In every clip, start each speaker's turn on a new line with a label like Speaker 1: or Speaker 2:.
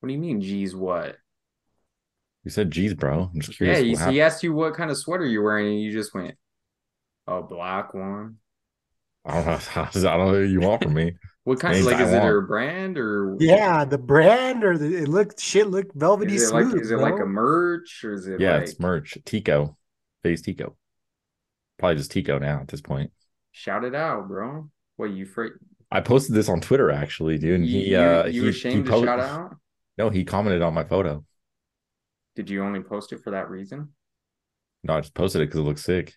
Speaker 1: What do you mean, geez, what?
Speaker 2: You said, geez, bro. I'm just
Speaker 1: Yeah,
Speaker 2: curious.
Speaker 1: he,
Speaker 2: what happened.
Speaker 1: he asked you what kind of sweater you're wearing, and you just went, "A black one."
Speaker 2: I don't know. I don't know what you want from me.
Speaker 1: What kind?
Speaker 2: Made
Speaker 1: Like,
Speaker 2: by
Speaker 1: is it
Speaker 2: law.
Speaker 1: a brand or
Speaker 3: Yeah, the brand or the it looked shit looked velvety
Speaker 1: Is it like
Speaker 3: smooth.
Speaker 1: is it like
Speaker 3: bro.
Speaker 1: a merch or is it
Speaker 2: yeah,
Speaker 1: like
Speaker 2: it's merch. Tico. Phase Tico. Probably just Tico now at this point.
Speaker 1: shout it out, bro? What you freak?
Speaker 2: I posted this on Twitter actually, dude. And
Speaker 1: you,
Speaker 2: he
Speaker 1: you-
Speaker 2: uh
Speaker 1: you
Speaker 2: he,
Speaker 1: ashamed
Speaker 2: he po-
Speaker 1: to shout out?
Speaker 2: No, he commented on my photo.
Speaker 1: Did you only post it for that reason?
Speaker 2: No, I just posted it because it looks sick.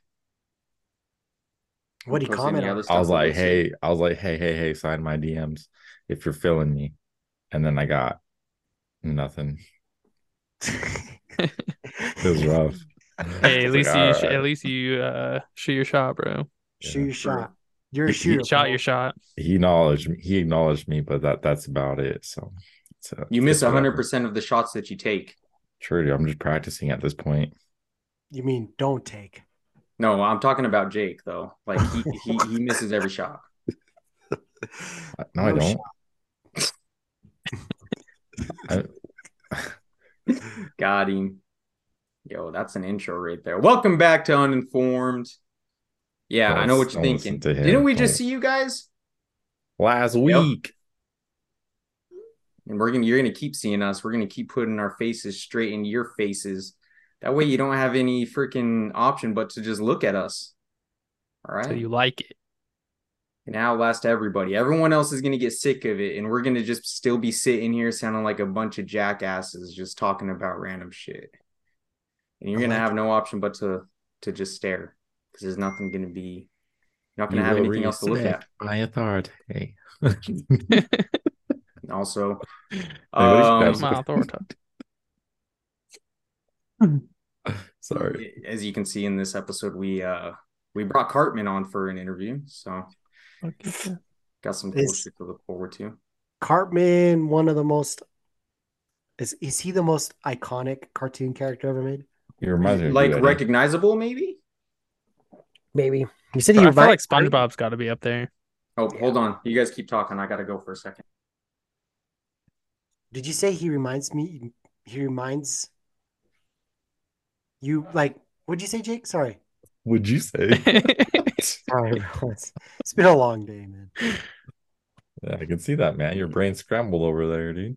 Speaker 3: What'd he
Speaker 1: Post any
Speaker 3: comment
Speaker 1: other
Speaker 3: on?
Speaker 2: I
Speaker 1: stuff
Speaker 2: was
Speaker 1: that
Speaker 2: like,
Speaker 1: looks sick?
Speaker 2: hey, I was like, hey, hey, hey, sign my DMs if you're feeling me. And then I got nothing. It was rough.
Speaker 4: Hey,
Speaker 2: I
Speaker 4: at
Speaker 2: was
Speaker 4: least
Speaker 2: like,
Speaker 4: you,
Speaker 2: "All
Speaker 4: at
Speaker 2: right."
Speaker 4: least you uh, shoot your shot, bro.
Speaker 3: Shoot your shot. You're
Speaker 2: He-
Speaker 3: a
Speaker 2: he
Speaker 3: shooter.
Speaker 4: Shot
Speaker 3: bro.
Speaker 4: your shot.
Speaker 2: He acknowledged me. He acknowledged me, but that that's about it. So it's, uh,
Speaker 1: You miss
Speaker 2: it's whatever.
Speaker 1: hundred percent of the shots that you take.
Speaker 2: True, dude. I'm just practicing at this point.
Speaker 3: You mean don't take.
Speaker 1: No, I'm talking about Jake though. Like he he, he misses every shot.
Speaker 2: I- No,
Speaker 1: Oh,
Speaker 2: I
Speaker 3: No
Speaker 2: don't.
Speaker 1: Got him. Yo, that's an intro right there. Welcome back to Uninformed. Yeah, I know what you're
Speaker 2: Don't listen
Speaker 1: thinking.
Speaker 2: to him.
Speaker 1: Didn't we just
Speaker 2: Don't-
Speaker 1: see you guys?
Speaker 2: Last week,
Speaker 1: And we're gonna you're gonna keep seeing us. We're gonna keep putting our faces straight into your faces. That way you don't have any freaking option but to just look at us. All right.
Speaker 4: So you like it.
Speaker 1: and outlast everybody. Everyone else is going to get sick of it, and we're going to just still be sitting here sounding like a bunch of jackasses just talking about random shit. And you're
Speaker 3: I
Speaker 1: going to
Speaker 3: like
Speaker 1: have no option but to to just stare because there's nothing going to be. You're not going
Speaker 2: You
Speaker 1: to have
Speaker 2: will
Speaker 1: anything else to look at.
Speaker 2: respect My authority.
Speaker 1: And also, um,
Speaker 2: Everybody's bad.
Speaker 4: My authority.
Speaker 2: Sorry.
Speaker 1: as you can see in this episode, we uh we brought Cartman on for an interview, so
Speaker 4: Look at that.
Speaker 1: got some cool
Speaker 3: Is-
Speaker 1: shit to look forward to.
Speaker 3: Cartman, one of the most is is he the most iconic cartoon character ever made?
Speaker 2: You remind me of
Speaker 1: Like
Speaker 2: you, Eddie.
Speaker 1: recognizable, maybe.
Speaker 3: Maybe. You said
Speaker 4: I
Speaker 3: he
Speaker 4: feel like
Speaker 3: reminds
Speaker 4: SpongeBob's got to be up there.
Speaker 1: Oh, hold on, you guys keep talking. I got to go for a second.
Speaker 3: Did you say he reminds me he reminds you like what'd you say, Jake? Sorry.
Speaker 2: Would you say?
Speaker 3: Sorry, bro. It's, it's been a long day, man.
Speaker 2: Yeah, I can see that, man. Your brain scrambled over there, dude.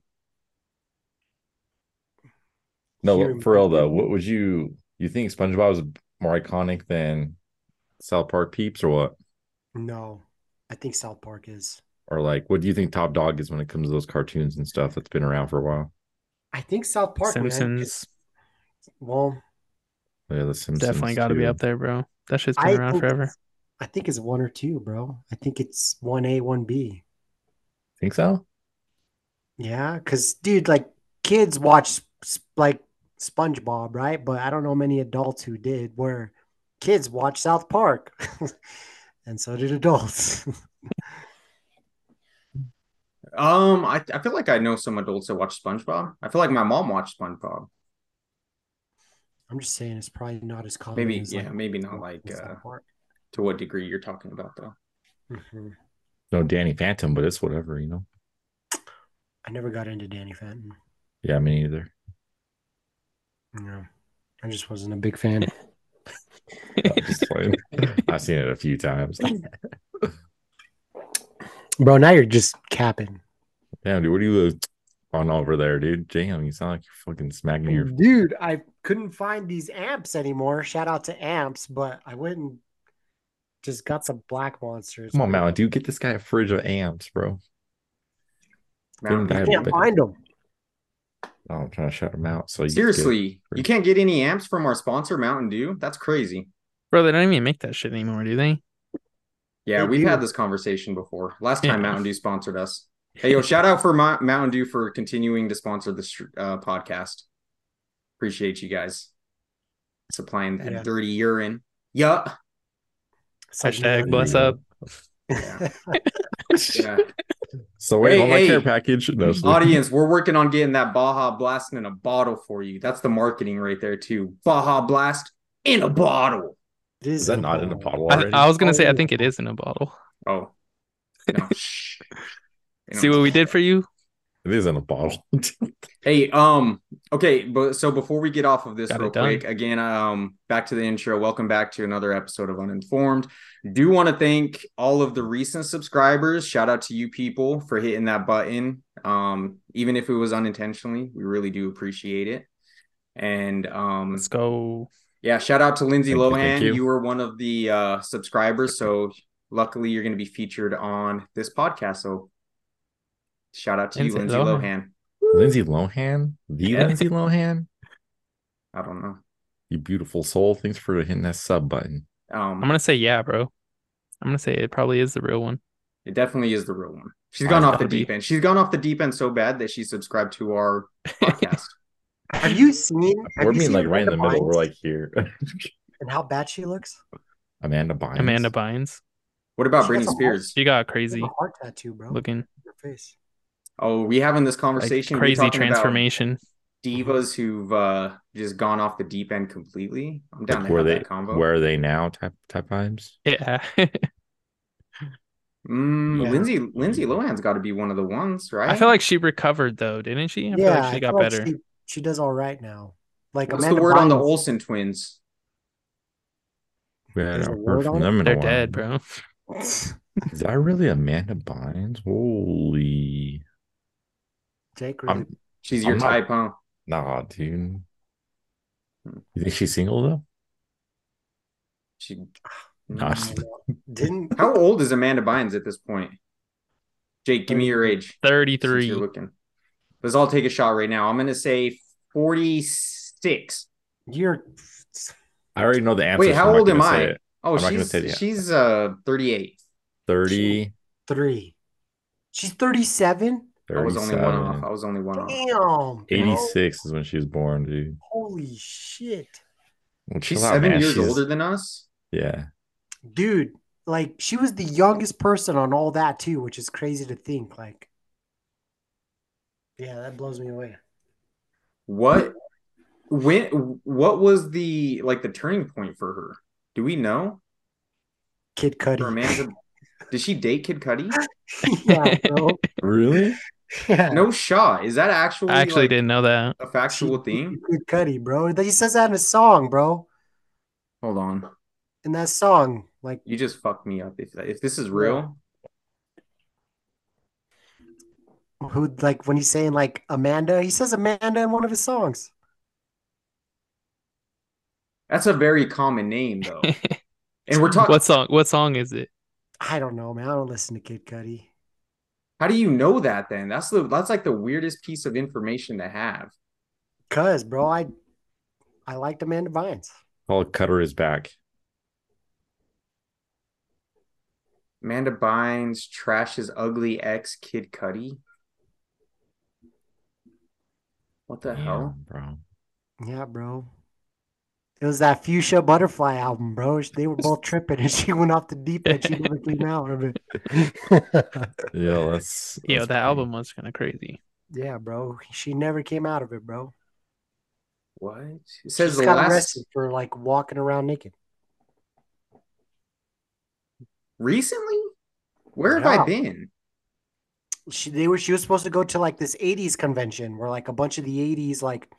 Speaker 2: No,
Speaker 3: He
Speaker 2: but for real
Speaker 3: reminds me-
Speaker 2: though, what would you you think SpongeBob is more iconic than South Park peeps or what?
Speaker 3: No. I think South Park is.
Speaker 2: Or like what do you think Top Dog is when it comes to those cartoons and stuff that's been around for a while?
Speaker 3: I think South Park man, 'cause-
Speaker 4: Simpsons
Speaker 3: well,
Speaker 2: Yeah, the Simpsons.
Speaker 4: definitely got to be
Speaker 2: too.
Speaker 4: up there, bro. That shit's been
Speaker 3: I
Speaker 4: around
Speaker 3: think
Speaker 4: forever.
Speaker 3: it's- I think it's one or two, bro. I think it's one A, one B.
Speaker 2: Think so?
Speaker 3: Yeah, because dude, like kids watch sp- sp- like SpongeBob, right? But I don't know many adults who did. Where kids watch South Park, and so did adults.
Speaker 1: Um, I, I feel like I know some adults that watch SpongeBob. I feel like my mom watched SpongeBob.
Speaker 3: I'm just saying it's probably not as common.
Speaker 1: Maybe
Speaker 3: as,
Speaker 1: yeah,
Speaker 3: Oh, like,
Speaker 1: maybe not like uh,
Speaker 3: South Park.
Speaker 1: to what degree you're talking about though.
Speaker 3: Mhm.
Speaker 2: No Danny Phantom, but it's whatever, you know.
Speaker 3: I never got into Danny Phantom.
Speaker 2: Yeah, me neither.
Speaker 3: No, I just wasn't a big fan.
Speaker 2: I'm just playing. I've seen it a few times.
Speaker 3: Bro, now you're just capping,
Speaker 2: Damn, dude, what are you uh, on over there, dude? Damn, you sound like you're fucking smacking your
Speaker 3: dude. I couldn't find these amps anymore. Shout out to amps, but I went and just got some black monsters.
Speaker 2: Come on, Mountain Dew, get this guy a fridge of amps, bro.
Speaker 1: Now,
Speaker 2: Didn't
Speaker 3: I
Speaker 2: I-
Speaker 3: can't find them.
Speaker 2: Oh, I'm trying to shut him out. So you
Speaker 1: seriously,
Speaker 2: get-
Speaker 1: you can't get any amps from our sponsor Mountain Dew. That's crazy.
Speaker 4: Bro, they don't even make that shit anymore, do they?
Speaker 1: Yeah,
Speaker 3: They
Speaker 1: we've
Speaker 3: do.
Speaker 1: had this conversation before. Last time
Speaker 4: Yeah.
Speaker 1: Mountain Dew sponsored us. Hey, yo, shout out for Mo- Mountain Dew for continuing to sponsor this uh, podcast. Appreciate you guys supplying that
Speaker 3: Yeah.
Speaker 1: dirty urine. Yeah,
Speaker 3: It's like, no,
Speaker 4: Hashtag bless up.
Speaker 1: Yeah.
Speaker 2: get-
Speaker 1: yeah.
Speaker 2: so wait,
Speaker 1: Hey,
Speaker 2: on my care
Speaker 1: hey.
Speaker 2: package. No, sorry.
Speaker 1: Audience, we're working on getting that Baja Blast in a bottle for you. That's the marketing right there, too. Baja Blast in a bottle.
Speaker 3: It is,
Speaker 2: is that not in a bottle
Speaker 4: I,
Speaker 2: already?
Speaker 4: I was going to say, I think it is in a bottle.
Speaker 1: Oh. No. Shh. They don't
Speaker 4: See what we did for you?
Speaker 2: It is in a bottle.
Speaker 1: Hey, um, okay, but so before we get off of this
Speaker 4: Got it
Speaker 1: real
Speaker 4: done.
Speaker 1: quick, again, um, back to the intro. Welcome back to another episode of Uninformed. Do want to thank all of the recent subscribers. Shout out to you people for hitting that button. Um, even if it was unintentionally, we really do appreciate it. And um,
Speaker 4: Let's go.
Speaker 1: yeah, shout out to Lindsay
Speaker 2: Thank you,
Speaker 1: Lohan.
Speaker 2: thank
Speaker 1: you.
Speaker 2: you.
Speaker 1: were one of the uh, subscribers, so luckily you're going to be featured on this podcast. So shout out to you,
Speaker 4: Lindsay
Speaker 1: Lindsay
Speaker 4: Lohan.
Speaker 1: Lohan.
Speaker 2: Lindsay Lohan, the
Speaker 1: Yeah.
Speaker 2: Lindsay Lohan,
Speaker 1: I don't know.
Speaker 2: you beautiful soul. Thanks for hitting that sub button.
Speaker 1: Um,
Speaker 4: I'm gonna say yeah, bro. I'm gonna say it probably is the real one.
Speaker 1: It definitely is the real one. She's
Speaker 2: Oh,
Speaker 1: gone
Speaker 4: it's
Speaker 1: off the
Speaker 4: gotta be.
Speaker 1: deep end. She's gone off the deep end so bad that she subscribed to our podcast.
Speaker 3: Have you seen? Have
Speaker 2: we're
Speaker 3: you
Speaker 2: being
Speaker 3: seen
Speaker 2: like right in the
Speaker 3: Amanda
Speaker 2: middle. We're
Speaker 3: Bynes
Speaker 2: like here.
Speaker 3: and how bad she looks.
Speaker 2: Amanda Bynes.
Speaker 4: Amanda Bynes.
Speaker 1: What about
Speaker 3: She got
Speaker 1: Britney
Speaker 3: some
Speaker 1: Spears?
Speaker 4: She got
Speaker 3: She has
Speaker 4: crazy
Speaker 3: a heart tattoo, bro. Look
Speaker 4: looking
Speaker 3: your face.
Speaker 1: Oh, we having this
Speaker 4: like
Speaker 1: conversation. we
Speaker 4: crazy
Speaker 1: talking about
Speaker 4: transformation.
Speaker 1: divas who've uh, just gone off the deep end completely. I'm down
Speaker 2: Like,
Speaker 1: to
Speaker 2: where
Speaker 1: have
Speaker 2: they
Speaker 1: that combo.
Speaker 2: where are they now? Type type vibes.
Speaker 4: Yeah.
Speaker 1: Mm,
Speaker 3: Yeah.
Speaker 1: Lindsay Lindsay Lohan's got to be one of the ones, right?
Speaker 4: I feel like she recovered though, didn't she? I feel like she
Speaker 3: I
Speaker 4: got
Speaker 3: feel like
Speaker 4: better.
Speaker 3: She, she does all right now. Like
Speaker 1: what's
Speaker 3: Amanda
Speaker 1: the word on the
Speaker 3: Bynes-
Speaker 1: Olsen twins?
Speaker 2: We
Speaker 3: There's
Speaker 2: haven't
Speaker 3: a
Speaker 2: heard
Speaker 3: word
Speaker 2: from
Speaker 3: on it?
Speaker 2: them in a
Speaker 4: They're
Speaker 2: while.
Speaker 4: dead, bro.
Speaker 2: Is that really Amanda Bynes? Holy
Speaker 3: Jake really
Speaker 2: I'm
Speaker 1: She's your
Speaker 2: I'm not-
Speaker 1: type, huh?
Speaker 2: nah, dude. You think she's single though?
Speaker 1: She.
Speaker 2: Nah.
Speaker 3: I don't know. didn't.
Speaker 1: How old is Amanda Bynes at this point? Jake, give me your age. since You're
Speaker 4: 33.
Speaker 1: looking. Let's all take a shot right now. I'm gonna say 46.
Speaker 3: You're
Speaker 2: I already know the answer.
Speaker 1: Wait,
Speaker 2: so
Speaker 1: how
Speaker 2: I'm not
Speaker 1: old am
Speaker 2: gonna say
Speaker 1: I?
Speaker 2: it.
Speaker 1: Oh,
Speaker 2: I'm not gonna
Speaker 1: she's
Speaker 2: say it yet.
Speaker 1: she's uh 38.
Speaker 2: 30,
Speaker 3: three. She's thirty-seven.
Speaker 1: I was only one off.
Speaker 2: 37,
Speaker 1: I was only one
Speaker 3: Damn.
Speaker 1: off.
Speaker 3: bro.
Speaker 2: 86 is when she was born, dude.
Speaker 3: Holy shit,
Speaker 2: Well,
Speaker 1: She's
Speaker 2: chill out,
Speaker 1: seven
Speaker 2: man.
Speaker 1: years
Speaker 2: She's-
Speaker 1: older than us.
Speaker 2: Yeah.
Speaker 3: dude! Like she was the youngest person on all that too, which is crazy to think. Like, yeah, that blows me away.
Speaker 1: What when what was the like the turning point for her? Do we know?
Speaker 3: Kid
Speaker 1: For
Speaker 3: Cudi.
Speaker 1: Amanda Did she date Kid Cudi?
Speaker 3: yeah, bro.
Speaker 2: Really?
Speaker 3: Yeah.
Speaker 1: No shot. Is that actually
Speaker 4: I actually
Speaker 1: like,
Speaker 4: didn't know that.
Speaker 1: a factual thing?
Speaker 3: Kid Cudi, bro. He says that in a song, bro.
Speaker 1: Hold on.
Speaker 3: In that song, like,
Speaker 1: You just fucked me up. If if this is real,
Speaker 3: who, like, when he's saying like Amanda, he says Amanda in one of his songs.
Speaker 1: that's a very common name though. And we're talking
Speaker 4: What song? What song is it?
Speaker 3: I don't know, man. I don't listen to Kid Cudi.
Speaker 1: How do you know that then? That's the that's like the weirdest piece of information to have.
Speaker 3: Cause, bro, I, I liked Amanda Bynes.
Speaker 2: Paul Cutter is back.
Speaker 1: Amanda Bynes trashes ugly ex Kid Cudi. What the hell?
Speaker 2: Damn, bro.
Speaker 3: Yeah, bro. It was that Fuchsia Butterfly album, bro. They were both tripping, and she went off the deep end. She never came out of it.
Speaker 2: Yeah, that's
Speaker 4: Yo,
Speaker 2: that's
Speaker 4: that
Speaker 2: pretty-
Speaker 4: album was kind of crazy.
Speaker 3: yeah, bro. She never came out of it, bro.
Speaker 1: What? It
Speaker 3: She
Speaker 1: says
Speaker 3: just
Speaker 1: the
Speaker 3: got
Speaker 1: last
Speaker 3: arrested for like walking around naked.
Speaker 1: recently? Where have I
Speaker 3: Yeah.
Speaker 1: been?
Speaker 3: she they were she was supposed to go to like this 80s convention where like a bunch of the 80s like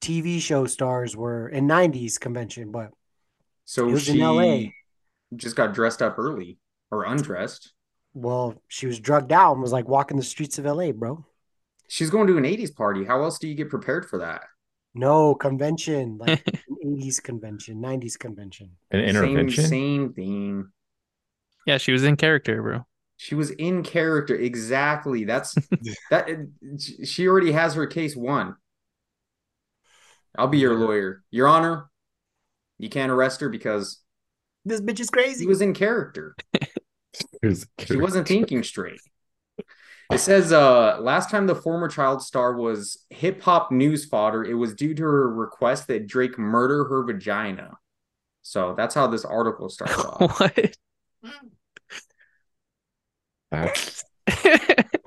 Speaker 3: TV show stars were in 90s convention but
Speaker 1: So
Speaker 3: It was in
Speaker 1: she
Speaker 3: LA.
Speaker 1: just got dressed up early or undressed.
Speaker 3: well she was drugged out and was like walking the streets of LA bro
Speaker 1: She's going to an 80s party. How else do you get prepared for that?
Speaker 3: no convention like an 80s convention 90s convention
Speaker 2: An intervention.
Speaker 1: Same, same thing.
Speaker 4: Yeah, she was in character, bro.
Speaker 1: She was in character. Exactly. That's that she already has her case won. I'll be your lawyer. Your honor, you can't arrest her because
Speaker 3: this bitch is crazy
Speaker 1: he was in character.
Speaker 2: Here's-
Speaker 1: She wasn't thinking straight. It says uh last time the former child star was hip hop news fodder, it was due to her request that Drake murder her vagina. So that's how this article starts off.
Speaker 4: what?
Speaker 2: That's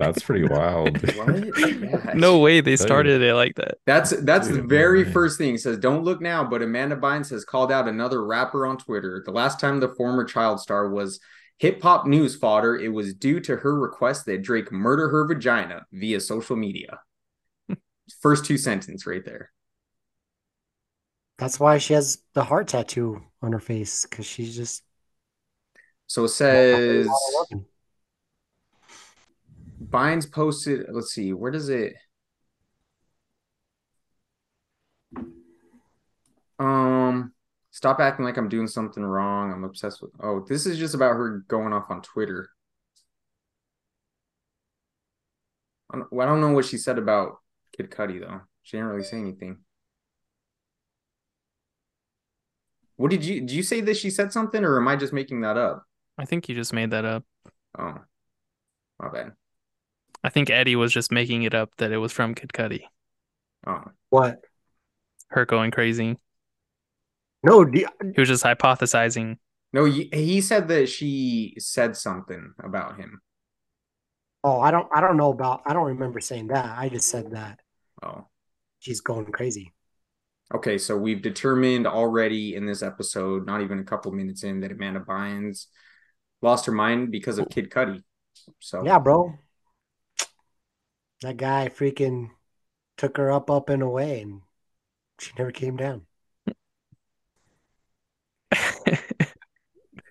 Speaker 2: that's pretty wild.
Speaker 1: What? Yeah.
Speaker 4: no way they
Speaker 2: Damn.
Speaker 4: started it like that.
Speaker 1: That's that's the
Speaker 2: Dude,
Speaker 1: very
Speaker 2: man.
Speaker 1: first thing. It says, "Don't look now," but Amanda Bynes has called out another rapper on Twitter. The last time the former child star was Hip hop news fodder. It was due to her request that Drake murder her vagina via social media. First two sentence right there.
Speaker 3: That's why she has the heart tattoo on her face because she's just
Speaker 1: So it says Bynes posted. Let's see, where does it? Um, stop acting like I'm doing something wrong. I'm obsessed with. Oh, this is just about her going off on Twitter. I don't, well, I don't know what she said about Kid Cudi though. She didn't really say anything. What did you? Did you say that she said something, or am I just making that up?
Speaker 4: I think you just made that up.
Speaker 1: Oh, my bad.
Speaker 4: I think Eddie was just making it up that it was from Kid Cudi.
Speaker 1: Oh,
Speaker 3: what?
Speaker 4: Her going crazy.
Speaker 3: No, do you-
Speaker 4: He was just hypothesizing.
Speaker 1: No, he, he said that she said something about him.
Speaker 3: oh, I don't. I don't know about. I don't remember saying that. I just said that
Speaker 1: Oh,
Speaker 3: she's going crazy.
Speaker 1: okay. So we've determined already in this episode, not even a couple minutes in, that Amanda Bynes lost her mind because of Kid Cudi. So
Speaker 3: Yeah, bro. That guy freaking took her up, up and away, and she never came down.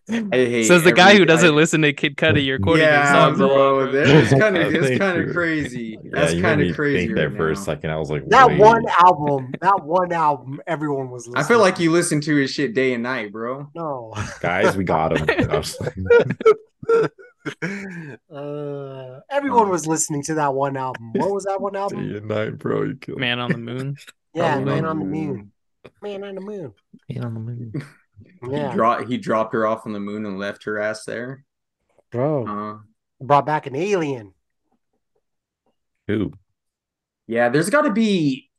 Speaker 1: I hate
Speaker 4: Says the guy
Speaker 1: every-
Speaker 4: who doesn't
Speaker 1: I-
Speaker 4: listen to Kid Cudi. You're quoting his
Speaker 1: Yeah,
Speaker 4: songs.
Speaker 1: bro. That's kind
Speaker 2: I
Speaker 1: of that's
Speaker 2: think
Speaker 1: kind
Speaker 2: you-
Speaker 1: of crazy.
Speaker 2: Yeah,
Speaker 1: That's
Speaker 2: you made
Speaker 1: kind
Speaker 2: me
Speaker 1: of crazy.
Speaker 2: Think
Speaker 1: right
Speaker 2: there for a
Speaker 1: now.
Speaker 2: second, I was like,
Speaker 3: That
Speaker 2: wait.
Speaker 3: one album. That one album. Everyone was.
Speaker 1: I
Speaker 3: Listening.
Speaker 1: feel like you listen to his shit day and night, bro.
Speaker 3: No.
Speaker 2: guys, we got him. I was like,
Speaker 3: uh, everyone
Speaker 1: Oh.
Speaker 3: was listening to that one album. What was that one
Speaker 2: day
Speaker 3: album?
Speaker 2: and night, bro. You killed.
Speaker 4: Man on the moon.
Speaker 3: Yeah,
Speaker 1: Probably
Speaker 3: Man
Speaker 1: not.
Speaker 3: on the Moon. Man on the Moon.
Speaker 2: Man on the moon.
Speaker 1: He,
Speaker 3: Yeah,
Speaker 1: dro- he dropped her off on the moon and left her ass there.
Speaker 2: Oh.
Speaker 3: bro.
Speaker 1: Uh,
Speaker 3: Brought back an alien.
Speaker 2: Who?
Speaker 1: Yeah, there's got to be.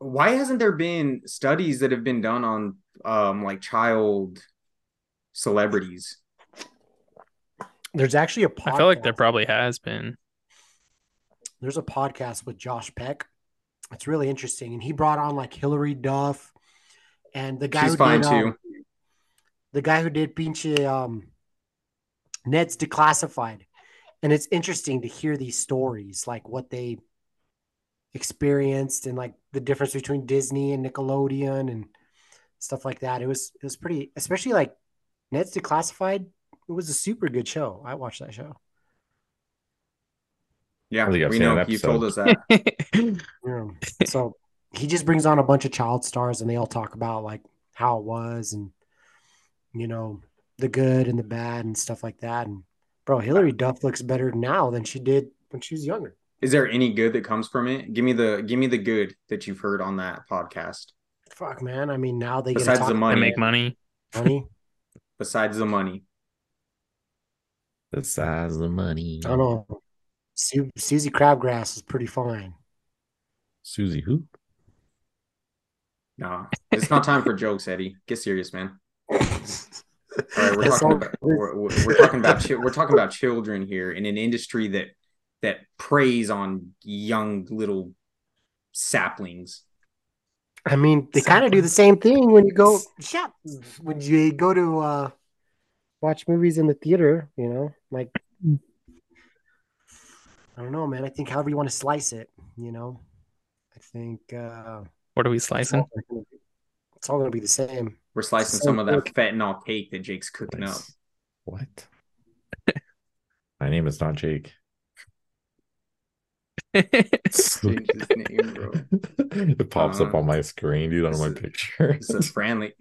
Speaker 1: Why hasn't there been studies that have been done on um like child celebrities?
Speaker 3: There's actually a podcast.
Speaker 4: I feel like there probably has been.
Speaker 3: there's a podcast with Josh Peck. It's really interesting, and he brought on like Hillary Duff, and the guy
Speaker 1: She's
Speaker 3: who
Speaker 1: fine
Speaker 3: did,
Speaker 1: too.
Speaker 3: um, the guy who did Pinche um, Ned's Declassified, and it's interesting to hear these stories, like what they experienced, and like the difference between Disney and Nickelodeon and stuff like that. It was it was pretty, especially like Ned's Declassified. It was a super good show. I watched that show.
Speaker 1: Yeah,
Speaker 2: I think I've
Speaker 1: we
Speaker 2: seen
Speaker 1: know
Speaker 2: an
Speaker 1: you
Speaker 2: episode.
Speaker 1: told us that.
Speaker 3: Yeah. So he just brings on a bunch of child stars and they all talk about like how it was and you know the good and the bad and stuff like that. And bro, Hillary Duff looks better now than she did when she was younger.
Speaker 1: Is there any good that comes from it? Give me the give me the good that you've heard on that podcast.
Speaker 3: Fuck man. I mean now they
Speaker 1: Besides
Speaker 3: get
Speaker 1: the
Speaker 3: to talk
Speaker 4: They
Speaker 1: money.
Speaker 4: make money.
Speaker 3: about money.
Speaker 1: Besides the money,
Speaker 2: The size of the money.
Speaker 3: I don't know. Su- Susie Crabgrass is pretty fine.
Speaker 2: Susie, who?
Speaker 1: no, it's not time for jokes, Eddie. Get serious, man. All right, we're
Speaker 3: That's
Speaker 1: talking
Speaker 3: all-
Speaker 1: about we're, we're we're talking about chi- we're talking about children here in an industry that that preys on young little saplings.
Speaker 3: I mean, they kind of do the same thing when you go yeah, when you go to uh watch movies in the theater, you know, like I don't know, man. I think however you want to slice it, you know. I think uh
Speaker 4: What are we
Speaker 3: it's
Speaker 4: slicing?
Speaker 3: all, gonna be- it's all gonna be the same.
Speaker 1: We're slicing
Speaker 3: So
Speaker 1: some of that
Speaker 3: good.
Speaker 1: fentanyl cake that Jake's cooking up.
Speaker 2: Nice. What? My name is not Jake.
Speaker 1: Change his name, bro.
Speaker 2: it pops up
Speaker 1: Uh,
Speaker 2: on my screen, dude, on
Speaker 1: this
Speaker 2: my
Speaker 1: is-
Speaker 2: picture.
Speaker 1: It's a friendly,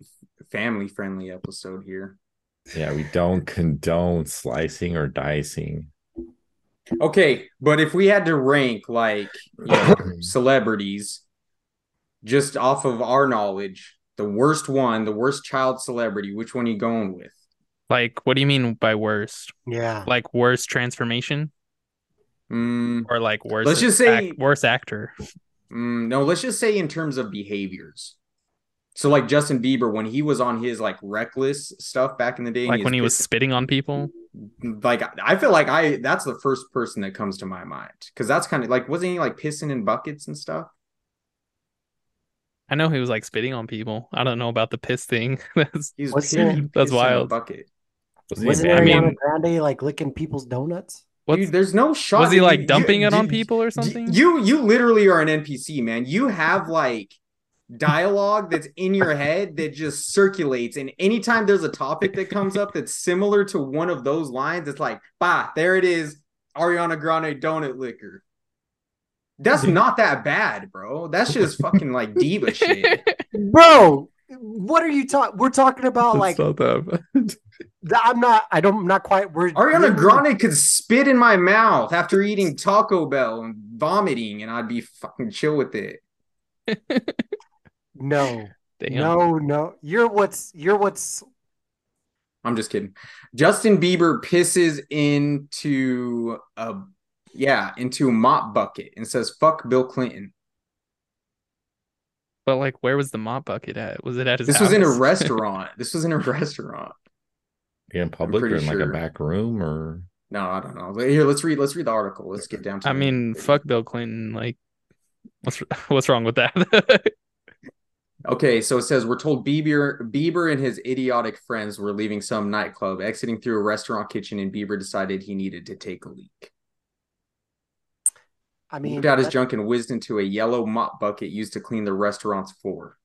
Speaker 1: family friendly episode here.
Speaker 2: yeah, we don't condone slicing or dicing.
Speaker 1: Okay, but if we had to rank like you know, celebrities, just off of our knowledge, the worst one, the worst child celebrity, which one you going with?
Speaker 4: Like, what do you mean by worst?
Speaker 3: Yeah.
Speaker 4: Like worst transformation
Speaker 1: Mm,
Speaker 4: or like worst?
Speaker 1: Let's just
Speaker 4: ac-
Speaker 1: say-
Speaker 4: worst actor.
Speaker 1: mm, no, let's just say in terms of behaviors. So like Justin Bieber, when he was on his like reckless stuff back in the day, and
Speaker 4: Like when he
Speaker 1: was.
Speaker 4: was spitting on people.
Speaker 1: like I feel like I that's the first person that comes to my mind because that's kind of like wasn't he like pissing in buckets and stuff?
Speaker 4: I know he was like spitting on people. I don't know about the piss thing. That's
Speaker 1: He was
Speaker 3: What's
Speaker 1: pissing,
Speaker 3: your-
Speaker 4: That's
Speaker 1: pissing in a
Speaker 4: wild.
Speaker 1: bucket.
Speaker 2: Was he
Speaker 3: Wasn't
Speaker 4: I
Speaker 2: mad?
Speaker 4: mean-
Speaker 3: Ariana Grande like licking people's donuts?
Speaker 4: What's,
Speaker 1: Dude, there's no shot.
Speaker 4: was he
Speaker 1: You-
Speaker 4: like
Speaker 1: you-
Speaker 4: dumping it on
Speaker 1: you-
Speaker 4: people or
Speaker 1: Y-
Speaker 4: something?
Speaker 1: You you literally are an NPC, man. You have like dialogue that's in your head that just circulates. And anytime there's a topic that comes up that's similar to one of those lines, it's like, bah, there it is. Ariana Grande donut liquor. That's not that bad, bro. That's just fucking like diva shit.
Speaker 3: Bro, what are you talking? We're talking about
Speaker 2: That's
Speaker 3: like
Speaker 2: so dumb.
Speaker 3: th- I'm not. I don't. I'm not quite. We're
Speaker 1: Ariana
Speaker 3: we're-
Speaker 1: Grande could spit in my mouth after eating Taco Bell and vomiting, and I'd be fucking chill with it.
Speaker 3: No,
Speaker 4: Damn.
Speaker 3: no, no. You're what's. You're what's.
Speaker 1: I'm just kidding. Justin Bieber pisses into a yeah, into a mop bucket and says fuck Bill Clinton.
Speaker 4: But like, where was the mop bucket at? Was it at his?
Speaker 1: This was in a
Speaker 4: house?
Speaker 1: restaurant. This was in a restaurant.
Speaker 2: in public or
Speaker 1: pretty
Speaker 2: in like
Speaker 1: sure.
Speaker 2: a back room or
Speaker 1: No, I don't know. Here, let's read let's read the article. Let's get down to
Speaker 4: I
Speaker 1: it.
Speaker 4: mean, fuck Bill Clinton. Like, what's what's wrong with that?
Speaker 1: Okay, so it says we're told Bieber Bieber and his idiotic friends were leaving some nightclub, exiting through a restaurant kitchen, and Bieber decided he needed to take a leak.
Speaker 3: I
Speaker 1: He
Speaker 3: mean,
Speaker 1: got his
Speaker 3: that-
Speaker 1: junk and whizzed into a yellow mop bucket used to clean the restaurant's floor.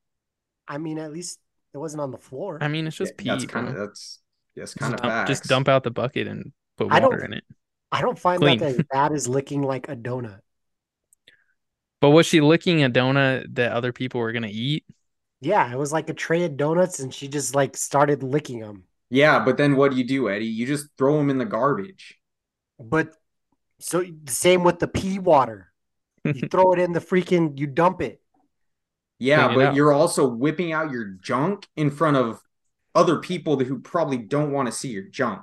Speaker 3: I mean, at least it wasn't on the floor.
Speaker 4: I mean, it's just pee.
Speaker 1: Yeah, that's kind of
Speaker 4: bro.
Speaker 1: that's that's
Speaker 4: Just
Speaker 1: kind of
Speaker 4: dump- just
Speaker 1: facts.
Speaker 4: dump out the bucket and put
Speaker 3: I don't-
Speaker 4: water in it.
Speaker 3: I don't find
Speaker 4: Clean.
Speaker 3: that as bad as licking like a donut.
Speaker 4: But was she licking a donut that other people were gonna eat?
Speaker 3: Yeah, it was like a tray of donuts, and she just like started licking them.
Speaker 1: Yeah, but then what do you do, Eddie? You just throw them in the garbage.
Speaker 3: But so the same with the pee water. You throw it in the freaking. You dump it.
Speaker 1: Yeah,
Speaker 4: Clean it
Speaker 1: but
Speaker 4: up.
Speaker 1: you're also whipping out your junk in front of other people who probably don't want to see your junk.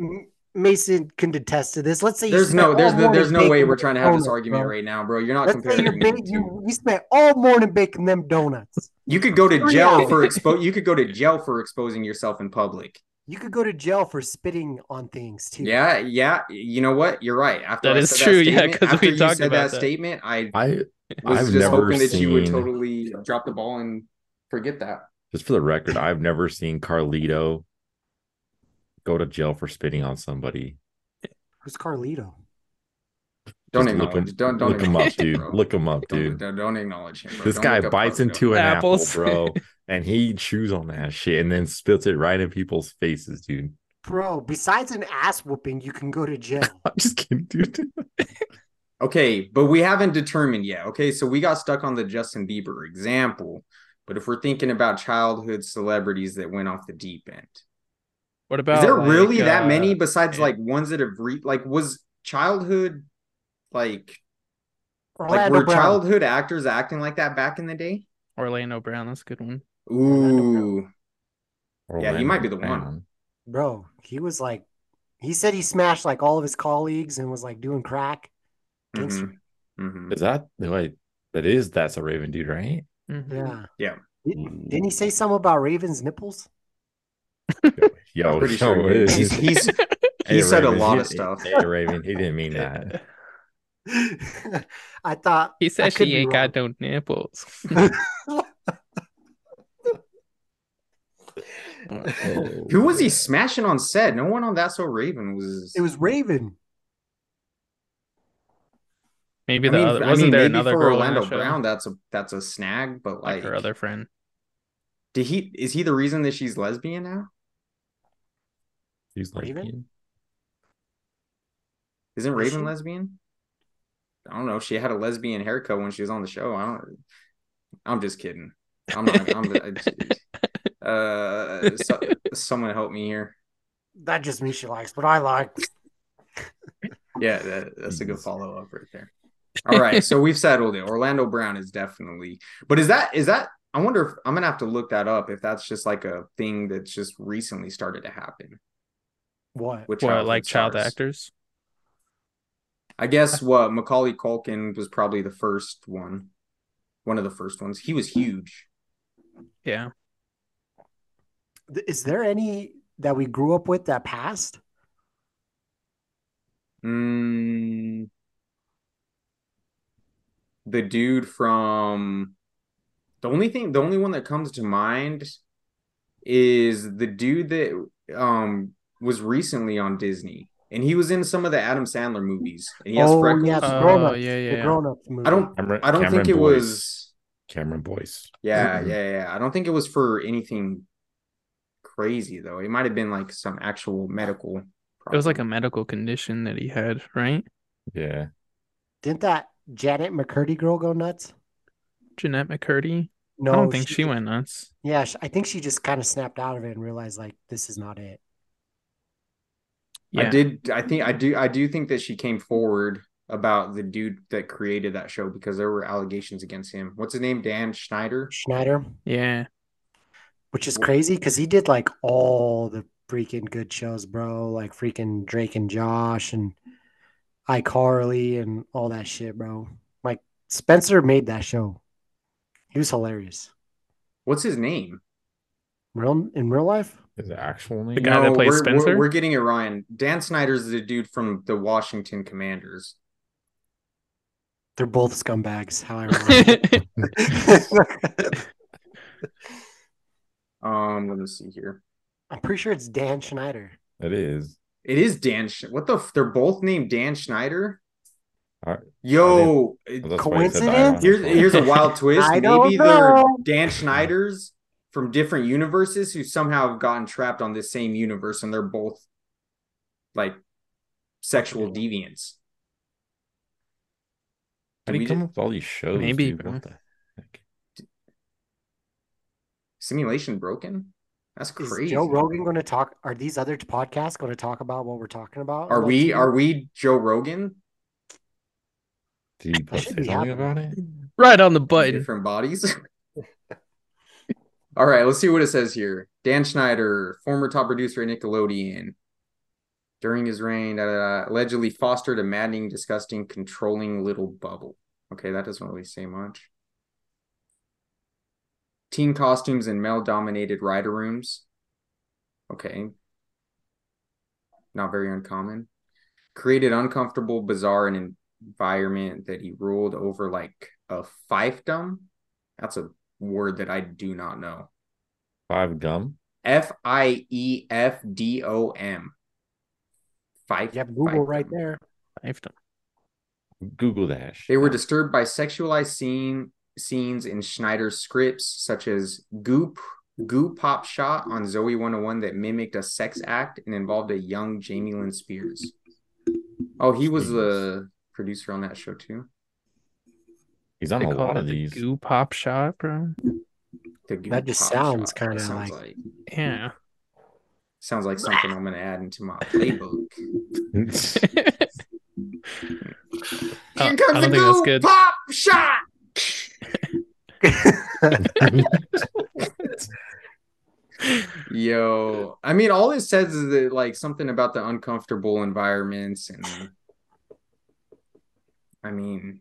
Speaker 3: M- Mason can detest to this. Let's say you
Speaker 1: There's
Speaker 3: spent
Speaker 1: no,
Speaker 3: all
Speaker 1: there's no,
Speaker 3: morning
Speaker 1: there's no way
Speaker 3: baking
Speaker 1: we're trying to have this
Speaker 3: donuts,
Speaker 1: argument
Speaker 3: bro.
Speaker 1: right now, bro. You're not
Speaker 3: Let's say you're
Speaker 1: comparing.
Speaker 3: big,
Speaker 1: the two.
Speaker 3: you, you spent all morning baking them donuts.
Speaker 1: You could go to
Speaker 3: Three
Speaker 1: jail
Speaker 3: hours.
Speaker 1: for expo. You could go to jail for exposing yourself in public.
Speaker 3: You could go to jail for spitting on things too.
Speaker 1: Yeah, yeah. You know what? You're right. After
Speaker 4: That
Speaker 1: I
Speaker 4: is
Speaker 1: said that
Speaker 4: true, yeah,
Speaker 1: statement-
Speaker 4: 'cause
Speaker 1: after
Speaker 4: we
Speaker 1: you
Speaker 4: talked
Speaker 1: said
Speaker 4: about
Speaker 1: that,
Speaker 4: that.
Speaker 1: statement, I
Speaker 2: I
Speaker 1: was
Speaker 2: I've
Speaker 1: just
Speaker 2: never
Speaker 1: hoping that you would
Speaker 2: seen-
Speaker 1: totally drop the ball and forget that.
Speaker 2: just for the record, I've never seen Carlito go to jail for spitting on somebody.
Speaker 3: Who's Carlito?
Speaker 1: Don't
Speaker 2: Just look him,
Speaker 1: acknowledge. Don't don't
Speaker 2: look him up,
Speaker 1: acknowledge it,
Speaker 2: dude.
Speaker 1: bro.
Speaker 2: Look him up,
Speaker 1: Don't-
Speaker 2: dude.
Speaker 1: Don't, don't acknowledge him. bro.
Speaker 2: This
Speaker 1: Don't
Speaker 2: guy
Speaker 1: look up
Speaker 2: bites
Speaker 1: Carlito.
Speaker 2: into an
Speaker 4: Apples.
Speaker 2: apple, bro, and he chews on that shit and then spits it right in people's faces, dude.
Speaker 3: Bro, besides an ass whooping, you can go to jail.
Speaker 2: I'm just kidding, dude.
Speaker 1: Okay, but we haven't determined yet. Okay, so we got stuck on the Justin Bieber example, but if we're thinking about childhood celebrities that went off the deep end,
Speaker 4: What about
Speaker 1: is there
Speaker 4: like,
Speaker 1: really that
Speaker 4: uh,
Speaker 1: many besides
Speaker 4: yeah.
Speaker 1: like ones that have re- like was childhood like like
Speaker 3: Orlando
Speaker 1: were
Speaker 3: Brown.
Speaker 1: childhood actors acting like that back in the day?
Speaker 4: Orlando Brown? That's a good one.
Speaker 1: Ooh, Yeah, he
Speaker 2: Orlando
Speaker 1: might be the one.
Speaker 2: Brown.
Speaker 3: Bro, he was like, he said he smashed like all of his colleagues and was like doing crack. Gangster.
Speaker 1: Mhm. Mhm.
Speaker 2: Is that wait? That is that's a Raven dude, right?
Speaker 4: Mhm.
Speaker 3: Yeah.
Speaker 1: Yeah.
Speaker 3: Did, didn't he say something about Raven's nipples?
Speaker 2: Yo,
Speaker 1: I'm pretty
Speaker 2: yo,
Speaker 1: sure
Speaker 2: it
Speaker 1: he- he's
Speaker 2: is.
Speaker 1: he's
Speaker 2: Hey,
Speaker 1: he said a
Speaker 2: Raven,
Speaker 1: lot
Speaker 2: he-
Speaker 1: of stuff.
Speaker 2: Hey, Raven, he didn't mean that.
Speaker 3: I thought
Speaker 4: He
Speaker 3: I
Speaker 4: said
Speaker 3: could
Speaker 4: she
Speaker 3: be
Speaker 4: ain't
Speaker 3: wrong.
Speaker 4: got no nipples.
Speaker 1: Who was
Speaker 2: Oh,
Speaker 1: he smashing on set? No one on that so Raven was.
Speaker 3: It was Raven.
Speaker 4: Maybe
Speaker 1: I
Speaker 4: the
Speaker 1: mean,
Speaker 4: other
Speaker 1: I
Speaker 4: wasn't
Speaker 1: mean,
Speaker 4: there
Speaker 1: maybe
Speaker 4: another
Speaker 1: for
Speaker 4: girl
Speaker 1: Orlando
Speaker 4: in that show?
Speaker 1: Brown, that's a that's a snag. But
Speaker 4: like,
Speaker 1: like,
Speaker 4: her other friend.
Speaker 1: did he is he the reason that she's lesbian now?
Speaker 2: He's like,
Speaker 3: Raven?
Speaker 1: Isn't
Speaker 3: Is
Speaker 1: Raven
Speaker 3: she?
Speaker 1: lesbian? I don't know. She had a lesbian haircut when she was on the show. I don't. I'm just kidding. I'm not. I'm, I- uh, so, someone help me here.
Speaker 3: That just means she likes what I like.
Speaker 1: Yeah, that, that's a good
Speaker 2: Jeez.
Speaker 1: follow up right there. All right, so we've settled it. Orlando Brown is definitely, but is that is that? I wonder if I'm gonna have to look that up. If that's just like a thing that's just recently started to happen. With
Speaker 3: What?
Speaker 4: What
Speaker 1: childhood
Speaker 4: like child
Speaker 1: stars.
Speaker 4: actors?
Speaker 1: I guess what Macaulay Culkin was probably the first one, one of the first ones. He was huge.
Speaker 4: Yeah.
Speaker 3: Th- Is there any that we grew up with that passed?
Speaker 1: Mm, the dude from the only thing, the only one that comes to mind is the dude that um was recently on Disney, and he was in some of the Adam Sandler movies, and he has
Speaker 3: oh
Speaker 1: freckles.
Speaker 3: yeah,
Speaker 4: Oh,
Speaker 3: the grown ups.
Speaker 4: yeah, yeah,
Speaker 3: the
Speaker 4: yeah.
Speaker 3: grown ups movie.
Speaker 1: I don't.
Speaker 2: Cameron,
Speaker 1: I don't
Speaker 2: Cameron
Speaker 1: think it
Speaker 2: Boyce.
Speaker 1: was.
Speaker 2: Cameron Boyce.
Speaker 1: Yeah,
Speaker 2: Mhm.
Speaker 1: yeah, yeah. I don't think it was for anything crazy though. It might have been like some actual medical.
Speaker 4: It was like a
Speaker 1: problem.
Speaker 4: medical condition that he had, right?
Speaker 2: Yeah,
Speaker 3: Didn't that Janet McCurdy girl go nuts?
Speaker 4: Jeanette McCurdy.
Speaker 3: No,
Speaker 4: I don't think she
Speaker 3: ju-
Speaker 4: went nuts.
Speaker 3: Yeah, sh- I think she just kind of snapped out of it and realized like this is not it.
Speaker 4: Yeah.
Speaker 1: I did. I think I do. I do think that she came forward about the dude that created that show because there were allegations against him. What's his name? Dan Schneider.
Speaker 3: Schneider,
Speaker 4: Yeah.
Speaker 3: which is
Speaker 1: Wha-
Speaker 3: crazy because he did like all the freaking good shows, bro. Like freaking Drake and Josh and iCarly and all that shit, bro. Like Spencer made that show. He was hilarious.
Speaker 1: What's his name?
Speaker 3: Real in real life?
Speaker 2: is the actual name.
Speaker 4: The guy that plays
Speaker 1: we're, we're-
Speaker 4: Spencer?
Speaker 1: We're, getting it, Ryan. Dan Snyder's the dude from the Washington Commanders.
Speaker 3: They're both scumbags. How ironic.
Speaker 1: Um, let me see here.
Speaker 3: I'm pretty sure it's Dan Schneider.
Speaker 2: It is.
Speaker 1: It is Dan. Sch- What the? F- they're both named Dan Schneider.
Speaker 2: All right.
Speaker 1: Yo, it-
Speaker 2: Oh, That's why he said
Speaker 3: Coincidence?
Speaker 2: that.
Speaker 1: here's here's a wild twist.
Speaker 3: I don't
Speaker 1: Maybe they're
Speaker 3: know.
Speaker 1: Dan Schneiders from different universes who somehow have gotten trapped on this same universe, and they're both like sexual deviants.
Speaker 2: How do
Speaker 1: We
Speaker 2: you
Speaker 1: did-
Speaker 2: come up with all these shows?
Speaker 4: Maybe,
Speaker 2: dude?
Speaker 4: bro.
Speaker 2: What the heck?
Speaker 1: Simulation broken. That's
Speaker 3: Is
Speaker 1: crazy.
Speaker 3: Joe Rogan going to talk? Are these other t- podcasts going to talk about what we're talking about?
Speaker 1: Are
Speaker 3: Like,
Speaker 1: we are we Joe Rogan?
Speaker 2: Did you
Speaker 3: That
Speaker 2: post
Speaker 3: should be
Speaker 2: something
Speaker 3: happening.
Speaker 2: about it?
Speaker 4: right on the button.
Speaker 1: different bodies. All right, let's see what it says here. Dan Schneider, former top producer at Nickelodeon, during his reign, da, da, da, allegedly fostered a maddening, disgusting, controlling little bubble. Okay, that doesn't really say much. Teen costumes and male dominated writer rooms. Okay. Not very uncommon. Created uncomfortable, bizarre, and environment that he ruled over like a fiefdom. That's a word that I do not know.
Speaker 2: Five Gum.
Speaker 1: F I E F D O M. Fief.
Speaker 3: You have Google
Speaker 1: fiefdom.
Speaker 3: right there.
Speaker 4: I've done-
Speaker 2: Google that.
Speaker 1: They were
Speaker 2: shit.
Speaker 1: disturbed by sexualized scene scenes in Schneider's scripts, such as Goop Goo Pop Shot on Zoe 101 that mimicked a sex act and involved a young Jamie Lynn Spears. Oh, he was the producer on that show too.
Speaker 2: He's on
Speaker 4: they
Speaker 2: a
Speaker 4: call
Speaker 2: lot
Speaker 4: it
Speaker 2: of
Speaker 4: the
Speaker 2: these.
Speaker 4: Goo pop shop, bro.
Speaker 1: The Goo
Speaker 3: That just
Speaker 1: Pop
Speaker 3: sounds
Speaker 1: Shot. That
Speaker 3: kinda
Speaker 1: sounds
Speaker 3: like-
Speaker 4: Yeah.
Speaker 1: Sounds like something I'm gonna add into my playbook.
Speaker 4: Uh, I don't think that's good.
Speaker 1: pop shot. Yo, I mean, all it says is that like something about the uncomfortable environments, and I mean,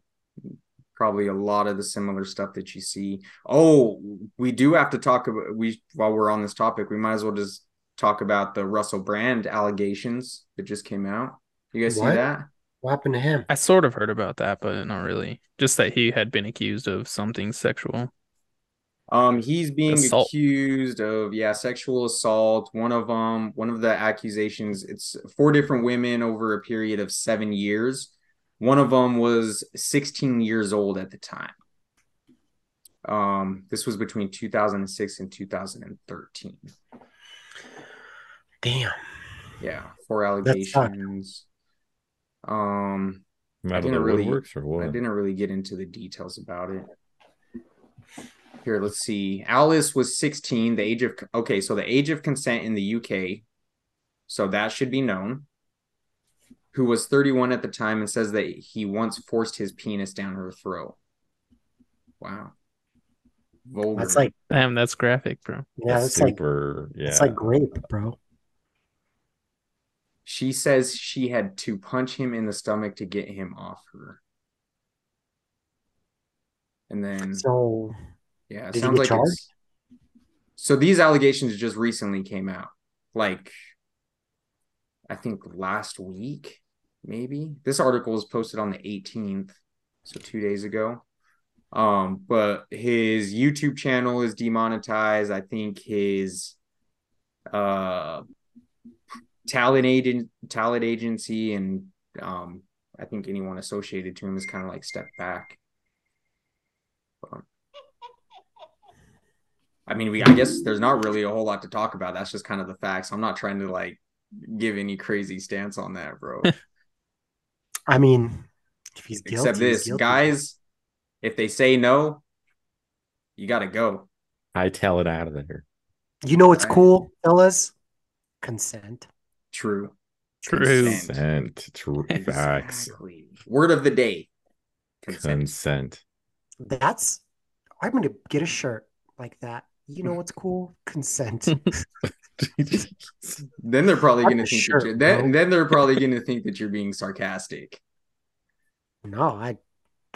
Speaker 1: probably a lot of the similar stuff that you see. Oh, we do have to talk about we while we're on this topic, we might as well just talk about the Russell Brand allegations that just came out. You guys
Speaker 3: What?
Speaker 1: see that?
Speaker 3: What happened to him?
Speaker 4: I sort of heard about that, but not really. Just that he had been accused of something sexual.
Speaker 1: Um, he's being
Speaker 4: Assault.
Speaker 1: accused of yeah, sexual assault. One of um, one of the accusations. It's four different women over a period of seven years. One of them was 16 years old at the time. Um, this was between 2006 and 2013.
Speaker 3: Damn.
Speaker 1: Yeah, four
Speaker 3: That sucked.
Speaker 1: allegations. Um,
Speaker 2: Metal
Speaker 1: didn't really-
Speaker 2: Woodworks or what?
Speaker 1: I didn't really get into the details about it. Here, let's see. Alice was 16, the age of okay, so the age of consent in the UK. So that should be known. Who was 31 at the time and says that he once forced his penis down her throat. Wow. Vulgar.
Speaker 3: That's like
Speaker 4: Damn, that's graphic, bro.
Speaker 3: yeah, that's like
Speaker 2: super. yeah.
Speaker 3: it's like grape, bro.
Speaker 1: Mm-hmm. she says she had to punch him in the stomach to get him off her. And then
Speaker 3: So
Speaker 1: Yeah, it
Speaker 3: Did he
Speaker 1: sounds
Speaker 3: get
Speaker 1: like it's... So these allegations just recently came out, like I think last week, maybe. This article was posted on the 18th, so two days ago. Um, but his YouTube channel is demonetized. I think his uh talent agent talent agency and um I think anyone associated to him is kind of like step back. Um, I mean, we I guess there's not really a whole lot to talk about. That's just kind of the facts. I'm not trying to like give any crazy stance on that, bro.
Speaker 3: I mean, if he's guilty,
Speaker 1: Except
Speaker 3: he's
Speaker 1: this,
Speaker 3: guilty.
Speaker 1: guys, if they say no, you got to go.
Speaker 2: I tell it out of there.
Speaker 3: You know what's
Speaker 1: Right.
Speaker 3: cool, fellas? Consent.
Speaker 1: True.
Speaker 4: True.
Speaker 1: Consent.
Speaker 2: Consent. True facts.
Speaker 1: Exactly. Word of the day. Consent.
Speaker 2: Consent.
Speaker 3: That's. I'm gonna get a shirt like that. You know what's cool? Consent.
Speaker 1: Then they're probably
Speaker 3: I'm
Speaker 1: going to think
Speaker 3: sure,
Speaker 1: that you're,
Speaker 3: bro.
Speaker 1: then, then they're probably going to think that you're being sarcastic.
Speaker 3: no, I.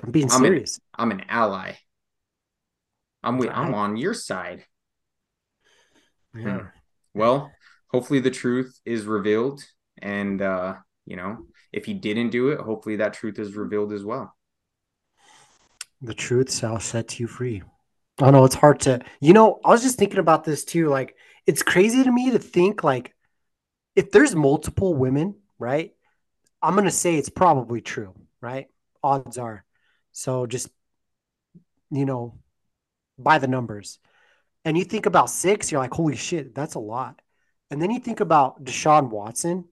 Speaker 3: I'm being
Speaker 1: I'm in.
Speaker 3: serious.
Speaker 1: I'm an ally. I'm with, I'm
Speaker 3: Right.
Speaker 1: on your side. Hmm.
Speaker 3: Yeah.
Speaker 1: Well, hopefully the truth is revealed and uh, you know, if he didn't do it, hopefully that truth is revealed as well.
Speaker 3: The truth shall set you free. I know it's hard to, you know, I was just thinking about this too. Like, it's crazy to me to think, like, if there's multiple women, right? I'm going to say it's probably true, right? Odds are. So just, you know, by the numbers. And you think about six, you're like, holy shit, that's a lot. And then you think about Deshaun Watson,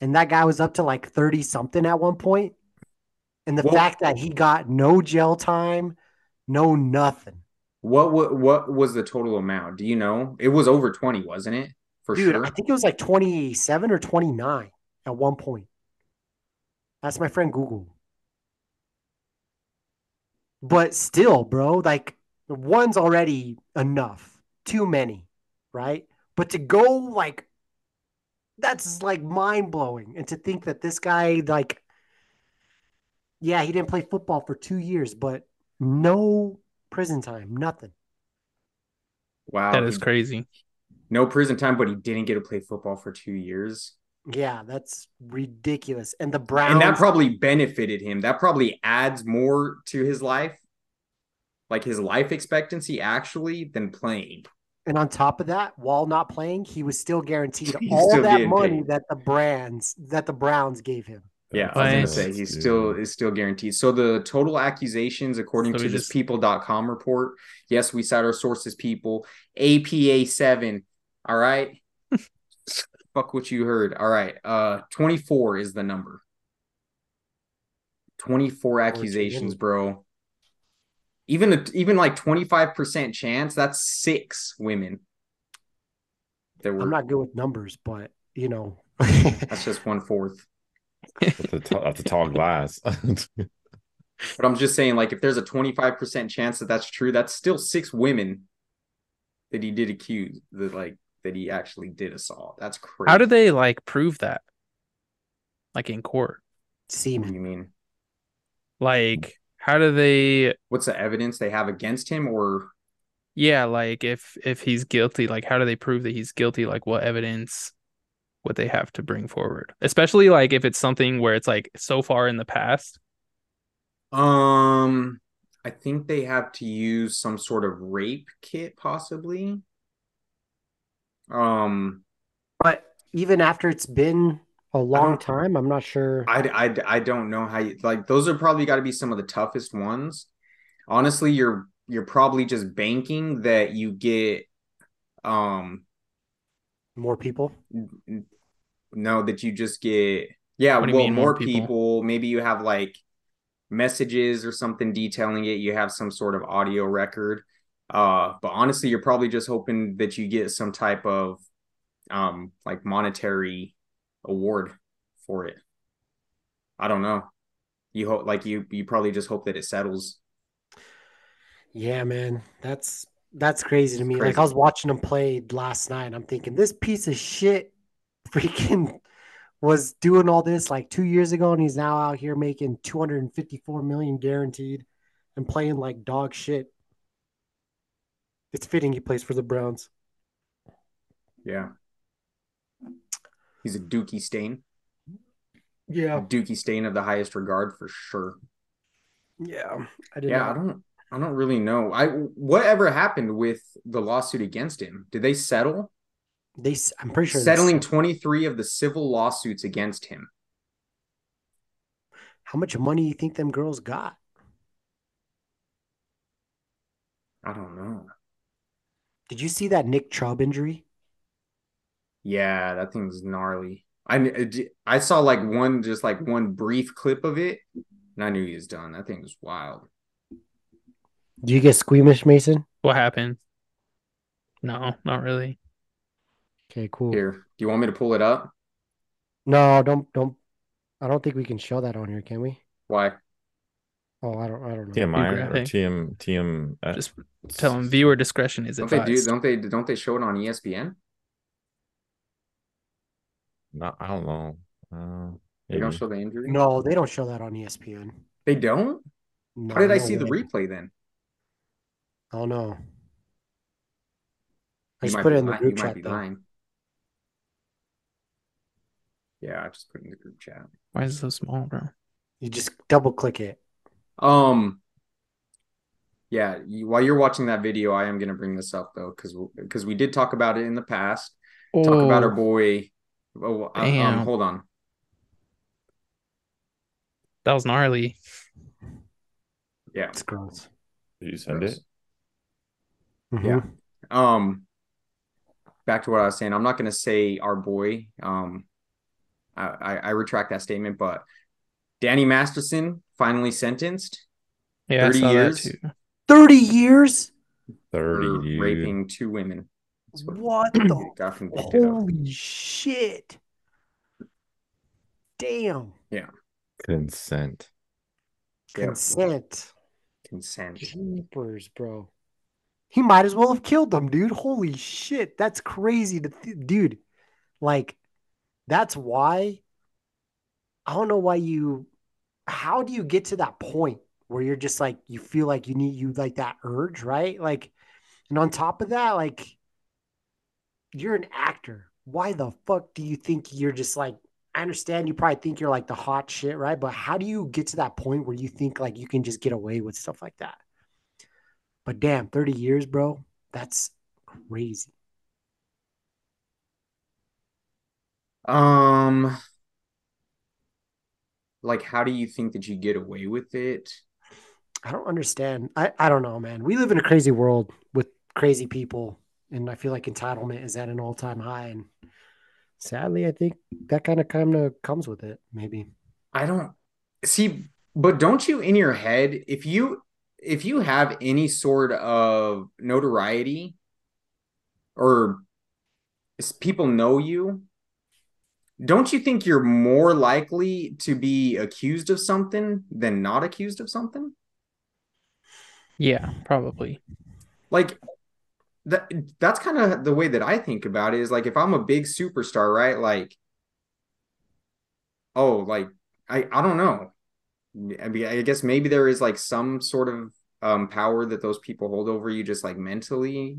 Speaker 3: and that guy was up to like 30 something at one point. And the
Speaker 1: Well-
Speaker 3: fact that he got no jail time, no nothing.
Speaker 1: What what what was the total amount? Do you know? It was over 20, wasn't it? For
Speaker 3: Dude,
Speaker 1: sure.
Speaker 3: I think it was like 27 or 29 at one point. That's my friend Google. But still, bro, like one's already enough. Too many, right? But to go like that's like mind blowing. And to think that this guy, like, yeah, he didn't play football for two years, but no prison time, nothing.
Speaker 1: wow.
Speaker 4: That is
Speaker 1: he-
Speaker 4: crazy.
Speaker 1: No prison time, but he didn't get to play football for 2 years.
Speaker 3: Yeah, that's ridiculous. And the Browns.
Speaker 1: and that probably benefited him. That probably adds more to his life, like his life expectancy actually, than playing.
Speaker 3: And on top of that, while not playing, he was still guaranteed
Speaker 1: He's
Speaker 3: all
Speaker 1: still
Speaker 3: that
Speaker 1: getting
Speaker 3: money
Speaker 1: paid.
Speaker 3: that the brands that the Browns gave him.
Speaker 1: Yeah, I was
Speaker 4: Nice.
Speaker 1: gonna say he's still is still guaranteed. So the total accusations, according
Speaker 4: So
Speaker 1: to
Speaker 4: we
Speaker 1: this
Speaker 4: just-
Speaker 1: people.com report, yes, we cite our sources, people. APA seven. All right. Fuck what you heard. All right. Uh 24 is the number. 24 accusations, bro. Even a, even like 25% chance, that's six women. There were
Speaker 3: I'm not good with numbers, but you know,
Speaker 1: that's just one fourth.
Speaker 2: That's a, tall, that's a tall glass.
Speaker 1: But I'm just saying, like, if there's a 25% chance that that's true, that's still six women that he did accuse that, like, that he actually did assault. That's crazy.
Speaker 4: How do they like prove that? Like in court.
Speaker 1: What do
Speaker 3: semen.
Speaker 1: you mean?
Speaker 4: Like how do they
Speaker 1: What's the evidence they have against him? Or
Speaker 4: yeah, like if if he's guilty, like how do they prove that he's guilty? Like what evidence would they have to bring forward? Especially like if it's something where it's like so far in the past.
Speaker 1: um, I think they have to use some sort of rape kit, possibly. Um,
Speaker 3: But even after it's been a long time, I'm not sure.
Speaker 1: I, I, I don't know how you like those are probably got to be some of the toughest ones. Honestly, you're you're probably just banking that you get um
Speaker 3: More people.
Speaker 1: no that you just get yeah
Speaker 4: What do
Speaker 1: well
Speaker 4: you mean,
Speaker 1: more
Speaker 4: more
Speaker 1: people?
Speaker 4: people?
Speaker 1: maybe you have like messages or something detailing it you have some sort of audio record uh but honestly you're probably just hoping that you get some type of um like monetary award for it i don't know you hope like you you probably just hope that it settles
Speaker 3: Yeah, man, that's that's crazy to me. Like
Speaker 1: Crazy.
Speaker 3: I was watching him play last night, and I'm thinking this piece of shit freaking was doing all this like two years ago, and he's now out here making 254 million guaranteed and playing like dog shit. It's fitting he plays for the Browns.
Speaker 1: yeah he's a dookie stain
Speaker 3: Yeah,
Speaker 1: dookie stain of the highest regard for sure
Speaker 3: yeah. I didn't.
Speaker 1: yeah i don't i don't really know i whatever happened with the lawsuit against him did they settle
Speaker 3: They, s- I'm pretty sure they
Speaker 1: settling
Speaker 3: settled-
Speaker 1: 23 of the civil lawsuits against him.
Speaker 3: How much money you think them girls got?
Speaker 1: I don't know.
Speaker 3: Did you see that Nick Chubb injury?
Speaker 1: Yeah, that thing's gnarly. I kn- uh, I saw like one just like one brief clip of it, and I knew he was done. That thing was wild.
Speaker 3: Do you get squeamish, Mason?
Speaker 4: What happened? No, not really.
Speaker 3: Okay, cool.
Speaker 1: Here, do you want me to pull it up?
Speaker 3: No, don't don't. I don't think we can show that on here, can we?
Speaker 1: Why?
Speaker 3: Oh, I don't. I don't know.
Speaker 4: You
Speaker 2: TMI or
Speaker 4: graphic.
Speaker 2: TM TM. uh,
Speaker 4: Just tell him viewer discretion is
Speaker 1: Don't they do?
Speaker 4: advised.
Speaker 1: Don't they? Don't they show it on E ESPN?
Speaker 2: No, I don't know. Uh,
Speaker 1: They don't
Speaker 2: maybe.
Speaker 1: show the injury.
Speaker 3: No, they don't show that on E ESPN.
Speaker 1: they don't.
Speaker 3: No,
Speaker 1: How did I
Speaker 3: no
Speaker 1: see the
Speaker 3: way.
Speaker 1: replay then?
Speaker 3: Oh no. I
Speaker 1: You
Speaker 3: just
Speaker 1: might
Speaker 3: put
Speaker 1: be
Speaker 3: it in the
Speaker 1: lying-
Speaker 3: group
Speaker 1: you might
Speaker 3: chat
Speaker 1: be
Speaker 3: though.
Speaker 1: lying. Yeah, I just put it in the group chat.
Speaker 4: Why is it so small, bro?
Speaker 3: You just double click it.
Speaker 1: Um. Yeah, you, while you're watching that video, I am gonna bring this up though, because because we did talk about it in the past. Talk about our
Speaker 4: Oh,
Speaker 1: boy. Oh, uh, um,
Speaker 4: Damn.
Speaker 1: hold on.
Speaker 4: that was gnarly.
Speaker 1: Yeah.
Speaker 3: It's gross.
Speaker 2: Did you send it?
Speaker 1: Yeah.
Speaker 3: Mhm.
Speaker 1: Um. Back to what I was saying. I'm not gonna say our boy. Um. I I, I retract that statement, but Danny Masterson finally sentenced
Speaker 4: Yeah,
Speaker 1: 30
Speaker 4: I saw
Speaker 1: years?
Speaker 4: that too.
Speaker 3: Thirty years.
Speaker 2: Thirty.
Speaker 1: for
Speaker 2: dude.
Speaker 1: raping two women. That's what
Speaker 3: What
Speaker 1: he
Speaker 3: the?
Speaker 1: got convicted of.
Speaker 3: Holy shit! Damn.
Speaker 2: consent.
Speaker 1: Yeah.
Speaker 3: Consent.
Speaker 1: Consent.
Speaker 3: Jeepers, bro. He might as well have killed them, dude. Holy shit. That's crazy to th- dude. Like, that's why I don't know why you how do you get to that point where you're just like you feel like you need you like that urge, right? Like, and on top of that, like you're an actor. Why the fuck do you think you're just like I understand you probably think you're like the hot shit, right? But how do you get to that point where you think like you can just get away with stuff like that? But damn, 30 years, bro, that's crazy.
Speaker 1: Um, like, how do you think that you get away with it?
Speaker 3: I don't understand. I, I don't know, man. We live in a crazy world with crazy people, and I feel like entitlement is at an all time high. And sadly, I think that kind of kind of comes with it, maybe.
Speaker 1: I don't see, but don't you in your head, if you if you have any sort of notoriety or s- people know you, don't you think you're more likely to be accused of something than not accused of something?
Speaker 4: Yeah, probably.
Speaker 1: like that that's kind of the way that I think about it is like if I'm a big superstar, right? Like oh, like I I don't know. I mean, I guess maybe there is like some sort of um power that those people hold over you just like mentally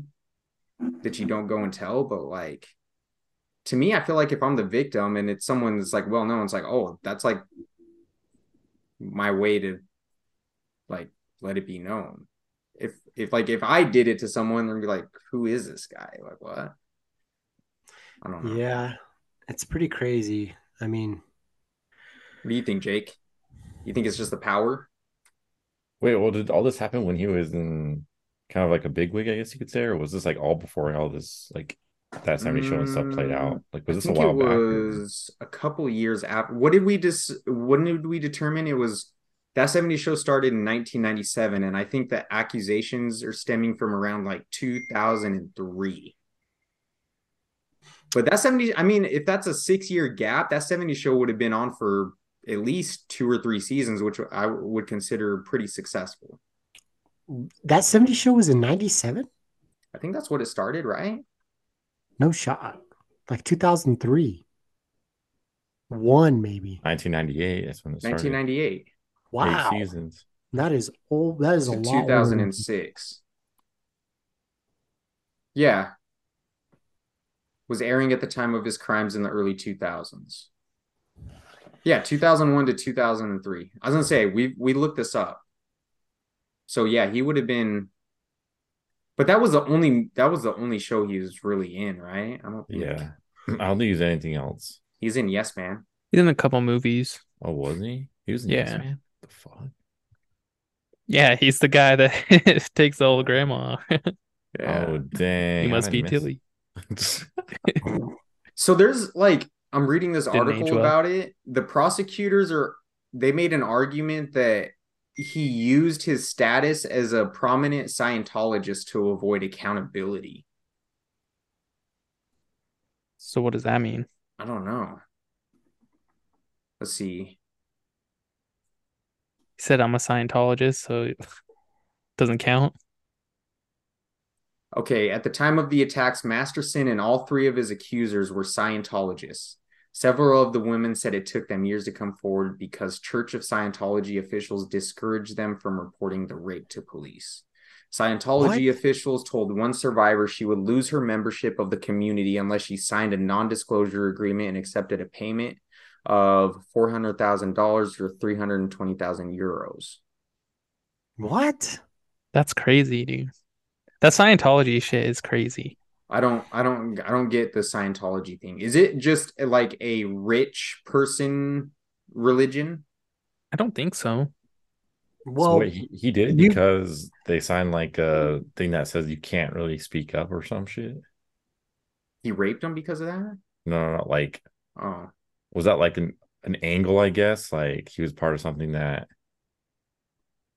Speaker 1: that you don't go and tell, but like to me, I feel like if I'm the victim and it's someone that's like well known, it's like, oh, that's like my way to like let it be known if if like if I did it to someone, they'd be like, "Who is this guy? Like what?" I don't know.
Speaker 3: Yeah, it's pretty crazy. I mean,
Speaker 1: What do you think, Jake? You think it's just the power?
Speaker 2: Wait, well, did all this happen when he was in kind of like a big wig, I guess you could say, or was this like all before all this like that seventy show and stuff played out? Like, was
Speaker 1: Mm, I
Speaker 2: this a
Speaker 1: think it
Speaker 2: while back? or-
Speaker 1: was a couple years after. What did we dis? When did we determine it was? That 70 show started in 1997, and I think the accusations are stemming from around like 2003. But that 70, I mean, if that's a six year gap, that 70 show would have been on for at least two or three seasons, which I would consider pretty successful.
Speaker 3: that 70 show was in 97?
Speaker 1: I think that's what it started, right?
Speaker 3: No shot. Like 2003. One, maybe.
Speaker 2: 1998. That's when it started.
Speaker 1: 1998
Speaker 3: Wow.
Speaker 2: Eight seasons.
Speaker 3: That is old. That is a
Speaker 1: to
Speaker 3: lot. older
Speaker 1: 2006. Yeah. Was airing at the time of his crimes in the early 2000s. Yeah, 2001 to 2003. I was going to say we we looked this up. So yeah, he would have been But that was the only that was the only show he was really in, right? I don't think
Speaker 2: Yeah. I don't think he's anything else.
Speaker 1: he's in Yes Man.
Speaker 4: He's in a couple movies.
Speaker 2: Oh, wasn't he? He was in
Speaker 4: Yeah.
Speaker 2: Yes Man. The fuck?
Speaker 4: Yeah, he's the guy that takes the old grandma.
Speaker 2: Oh dang!
Speaker 4: he must
Speaker 2: I
Speaker 4: be
Speaker 2: missed-
Speaker 4: Tilly.
Speaker 1: So there's like I'm reading this
Speaker 4: Didn't
Speaker 1: article
Speaker 4: age well.
Speaker 1: about it. The prosecutors are they made an argument that he used his status as a prominent Scientologist to avoid accountability.
Speaker 4: So what does that mean?
Speaker 1: I don't know. Let's see.
Speaker 4: He said I'm a Scientologist, so it doesn't count.
Speaker 1: Okay, at the time of the attacks, Masterson and all three of his accusers were Scientologists. Several of the women said it took them years to come forward because Church of Scientology officials discouraged them from reporting the rape to police. Scientology officials told one survivor she would lose her membership of the community unless she signed a non disclosure agreement and accepted a payment of $400,000 or 320,000 euros.
Speaker 3: What?
Speaker 4: That's crazy, dude. That Scientology shit is crazy.
Speaker 1: I don't I don't I don't get the Scientology thing. Is it just eh, like a rich person religion?
Speaker 4: I don't think so.
Speaker 2: So
Speaker 3: Well,
Speaker 2: wait, he, he did it
Speaker 3: you-
Speaker 2: because they signed like a thing that says you can't really speak up or some shit.
Speaker 1: He raped him because of that?
Speaker 2: No, no, no. Like,
Speaker 1: Oh.
Speaker 2: was that like an an angle? I guess like he was part of something that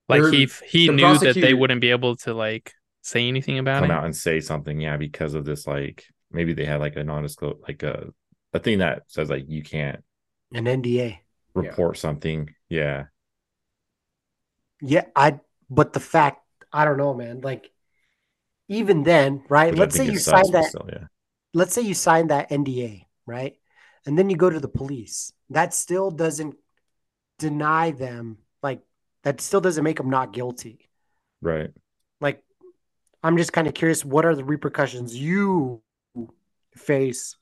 Speaker 4: Like
Speaker 1: There-
Speaker 4: he f- he
Speaker 1: the
Speaker 4: knew that they
Speaker 1: prosecutor-
Speaker 4: wouldn't be able to like say anything about
Speaker 2: come
Speaker 4: it.
Speaker 2: out and say something. Yeah, because of this, like maybe they had like a non-disclosure, like a a thing that says like you can't
Speaker 3: an NDA.
Speaker 1: Yeah.
Speaker 2: report something. Yeah,
Speaker 3: Yeah, I. But the fact, I don't know, man. Like, even then, right?
Speaker 2: which I
Speaker 3: let's say
Speaker 2: think
Speaker 3: you
Speaker 2: is sus,
Speaker 3: sign
Speaker 2: but
Speaker 3: that.
Speaker 2: Still, yeah,
Speaker 3: Let's say you sign that NDA, right? And then you go to the police. That still doesn't deny them. Like, that still doesn't make them not guilty.
Speaker 2: right.
Speaker 3: Like, I'm just kind of curious. What are the repercussions you face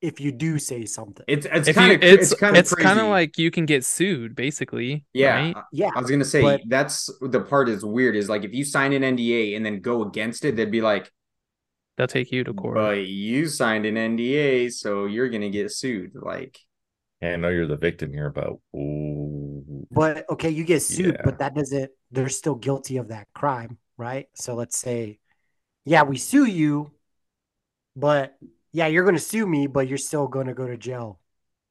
Speaker 3: if you do say something?
Speaker 1: It's it's
Speaker 4: If you,
Speaker 1: kind of
Speaker 4: it's
Speaker 1: kind of
Speaker 4: it's kind of
Speaker 1: crazy.
Speaker 4: like you can get sued basically.
Speaker 1: yeah.
Speaker 4: right?
Speaker 1: I-
Speaker 3: yeah,
Speaker 1: I was gonna say
Speaker 3: But-
Speaker 1: that's the part is weird is like if you sign an NDA and then go against it, they'd be like,
Speaker 4: they'll take you to court.
Speaker 1: "But you signed an NDA, so you're gonna get sued." Like,
Speaker 2: And I know you're the victim here, but ooh,
Speaker 3: But okay, you get sued,
Speaker 2: Yeah.
Speaker 3: but that doesn't, they're still guilty of that crime, right? So let's say, yeah, we sue you, but yeah, you're going to sue me, but you're still going to go to jail.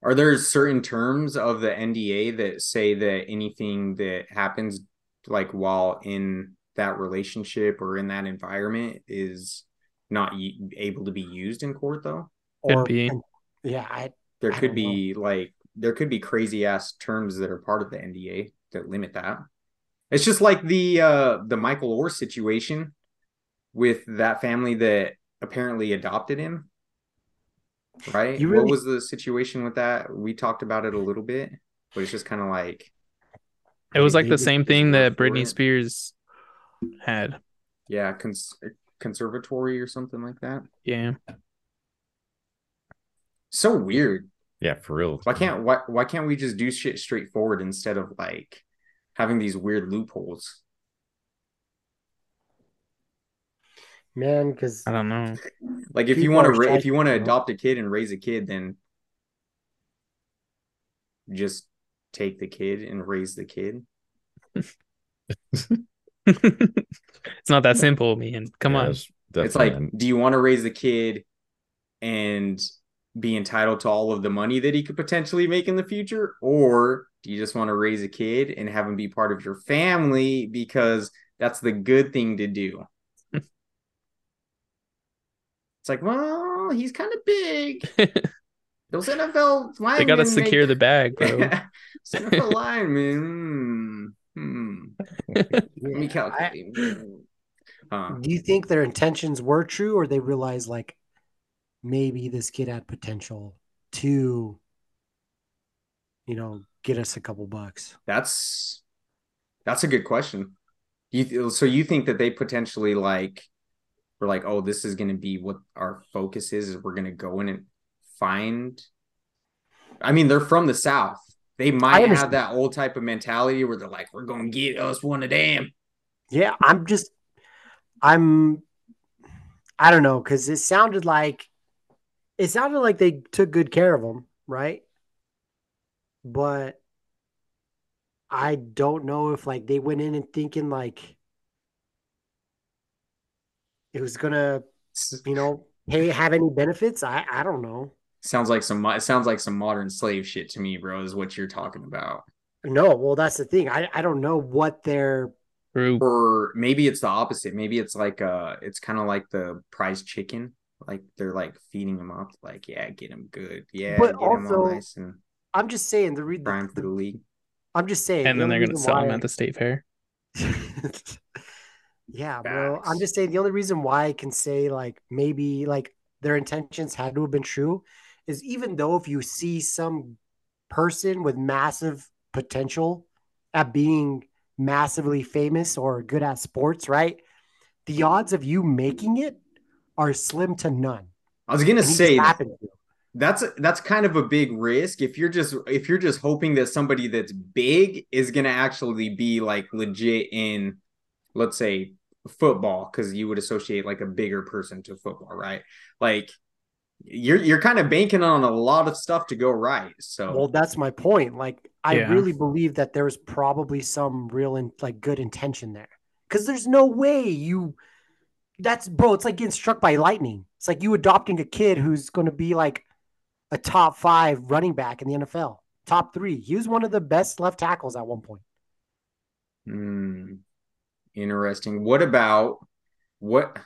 Speaker 1: are there certain terms of the NDA that say that anything that happens like while in that relationship or in that environment is not u- able to be used in court though?
Speaker 4: Could
Speaker 3: or,
Speaker 4: be.
Speaker 3: and- yeah, I,
Speaker 1: There
Speaker 3: I
Speaker 1: could
Speaker 3: don't
Speaker 1: be like there could be crazy ass terms that are part of the NDA that limit that. It's just like the uh the Michael Orr situation with that family that apparently adopted him. Right?
Speaker 3: You
Speaker 1: What
Speaker 3: really-
Speaker 1: was the situation with that? We talked about it a little bit, but it's just kind of like
Speaker 4: it was like the
Speaker 3: Maybe
Speaker 4: same
Speaker 1: because you
Speaker 4: thing
Speaker 1: were
Speaker 4: that
Speaker 1: for
Speaker 4: Britney
Speaker 1: it.
Speaker 4: Spears had.
Speaker 1: yeah, cons- conservatory or something like that.
Speaker 4: Yeah.
Speaker 1: So weird.
Speaker 2: yeah, for real.
Speaker 1: Why can't why why can't we just do shit straightforward instead of like having these weird loopholes?
Speaker 3: man, because
Speaker 4: I don't know.
Speaker 1: Like if you
Speaker 3: People
Speaker 1: want
Speaker 3: are
Speaker 1: to if
Speaker 3: psych-
Speaker 1: you want to adopt a kid and raise a kid, then just take the kid and raise the kid.
Speaker 4: it's not that simple, man. Come
Speaker 2: Yeah,
Speaker 4: on.
Speaker 2: that's definitely
Speaker 1: it's like,
Speaker 2: an-
Speaker 1: do you want to raise the kid and be entitled to all of the money that he could potentially make in the future, or do you just want to raise a kid and have him be part of your family because that's the good thing to do? it's like, well, he's kind of big. Those NFL linemen
Speaker 4: they gotta secure
Speaker 1: make-
Speaker 4: the bag, bro.
Speaker 1: Snip a line, man. Hmm. Let me
Speaker 3: yeah, I-
Speaker 1: calculate. Huh.
Speaker 3: do you think their intentions were true or they realized like maybe this kid had potential to, you know, get us a couple bucks?
Speaker 1: That's that's a good question. You th- so you think that they potentially like were like, oh, this is going to be what our focus is. Is we're going to go in and find. I mean, they're from the south. They might have
Speaker 3: understand.
Speaker 1: that old type of mentality where they're like, we're going to get us one of them.
Speaker 3: Yeah, I'm just I'm I don't know because it sounded like it sounded like they took good care of him, right? But I don't know if like they went in and thinking like it was gonna, you know, hey, have any benefits? I I don't know.
Speaker 1: Sounds like some mo- sounds like some modern slave shit to me, bro. Is what you're talking about.
Speaker 3: No, well that's the thing. I I don't know what their
Speaker 4: True.
Speaker 1: Or maybe it's the opposite. Maybe it's like uh, it's kind of like the prize chicken. Like they're like feeding them up. Like yeah, get them good. Yeah, get
Speaker 3: But
Speaker 1: 'em all
Speaker 3: also-
Speaker 1: nice and
Speaker 3: I'm just saying the read
Speaker 1: prime for the league.
Speaker 3: I'm just saying
Speaker 4: And
Speaker 3: the
Speaker 4: then they're
Speaker 3: only
Speaker 4: gonna
Speaker 3: reason
Speaker 4: sell them
Speaker 3: why-
Speaker 4: at the state fair.
Speaker 3: yeah, bro. I'm
Speaker 1: Facts.
Speaker 3: just saying the only reason why I can say like maybe like their intentions had to have been true is even though if you see some person with massive potential at being massively famous or good at sports, right? The odds of you making it are slim to none.
Speaker 1: I was gonna
Speaker 3: And he just
Speaker 1: say
Speaker 3: happened to.
Speaker 1: that's that's kind of a big risk if you're just if you're just hoping that somebody that's big is going to actually be like legit in let's say football cuz you would associate like a bigger person to football right like you're you're kind of banking on a lot of stuff to go right so
Speaker 3: Well, that's my point. Like, I
Speaker 4: Yeah.
Speaker 3: really believe that there was probably some real and like good intention there, because there's no way you. That's bro. It's like getting struck by lightning. It's like you adopting a kid who's going to be like a top five running back in the NFL, top three. He was one of the best left tackles at one point.
Speaker 1: Hmm. Interesting. What about what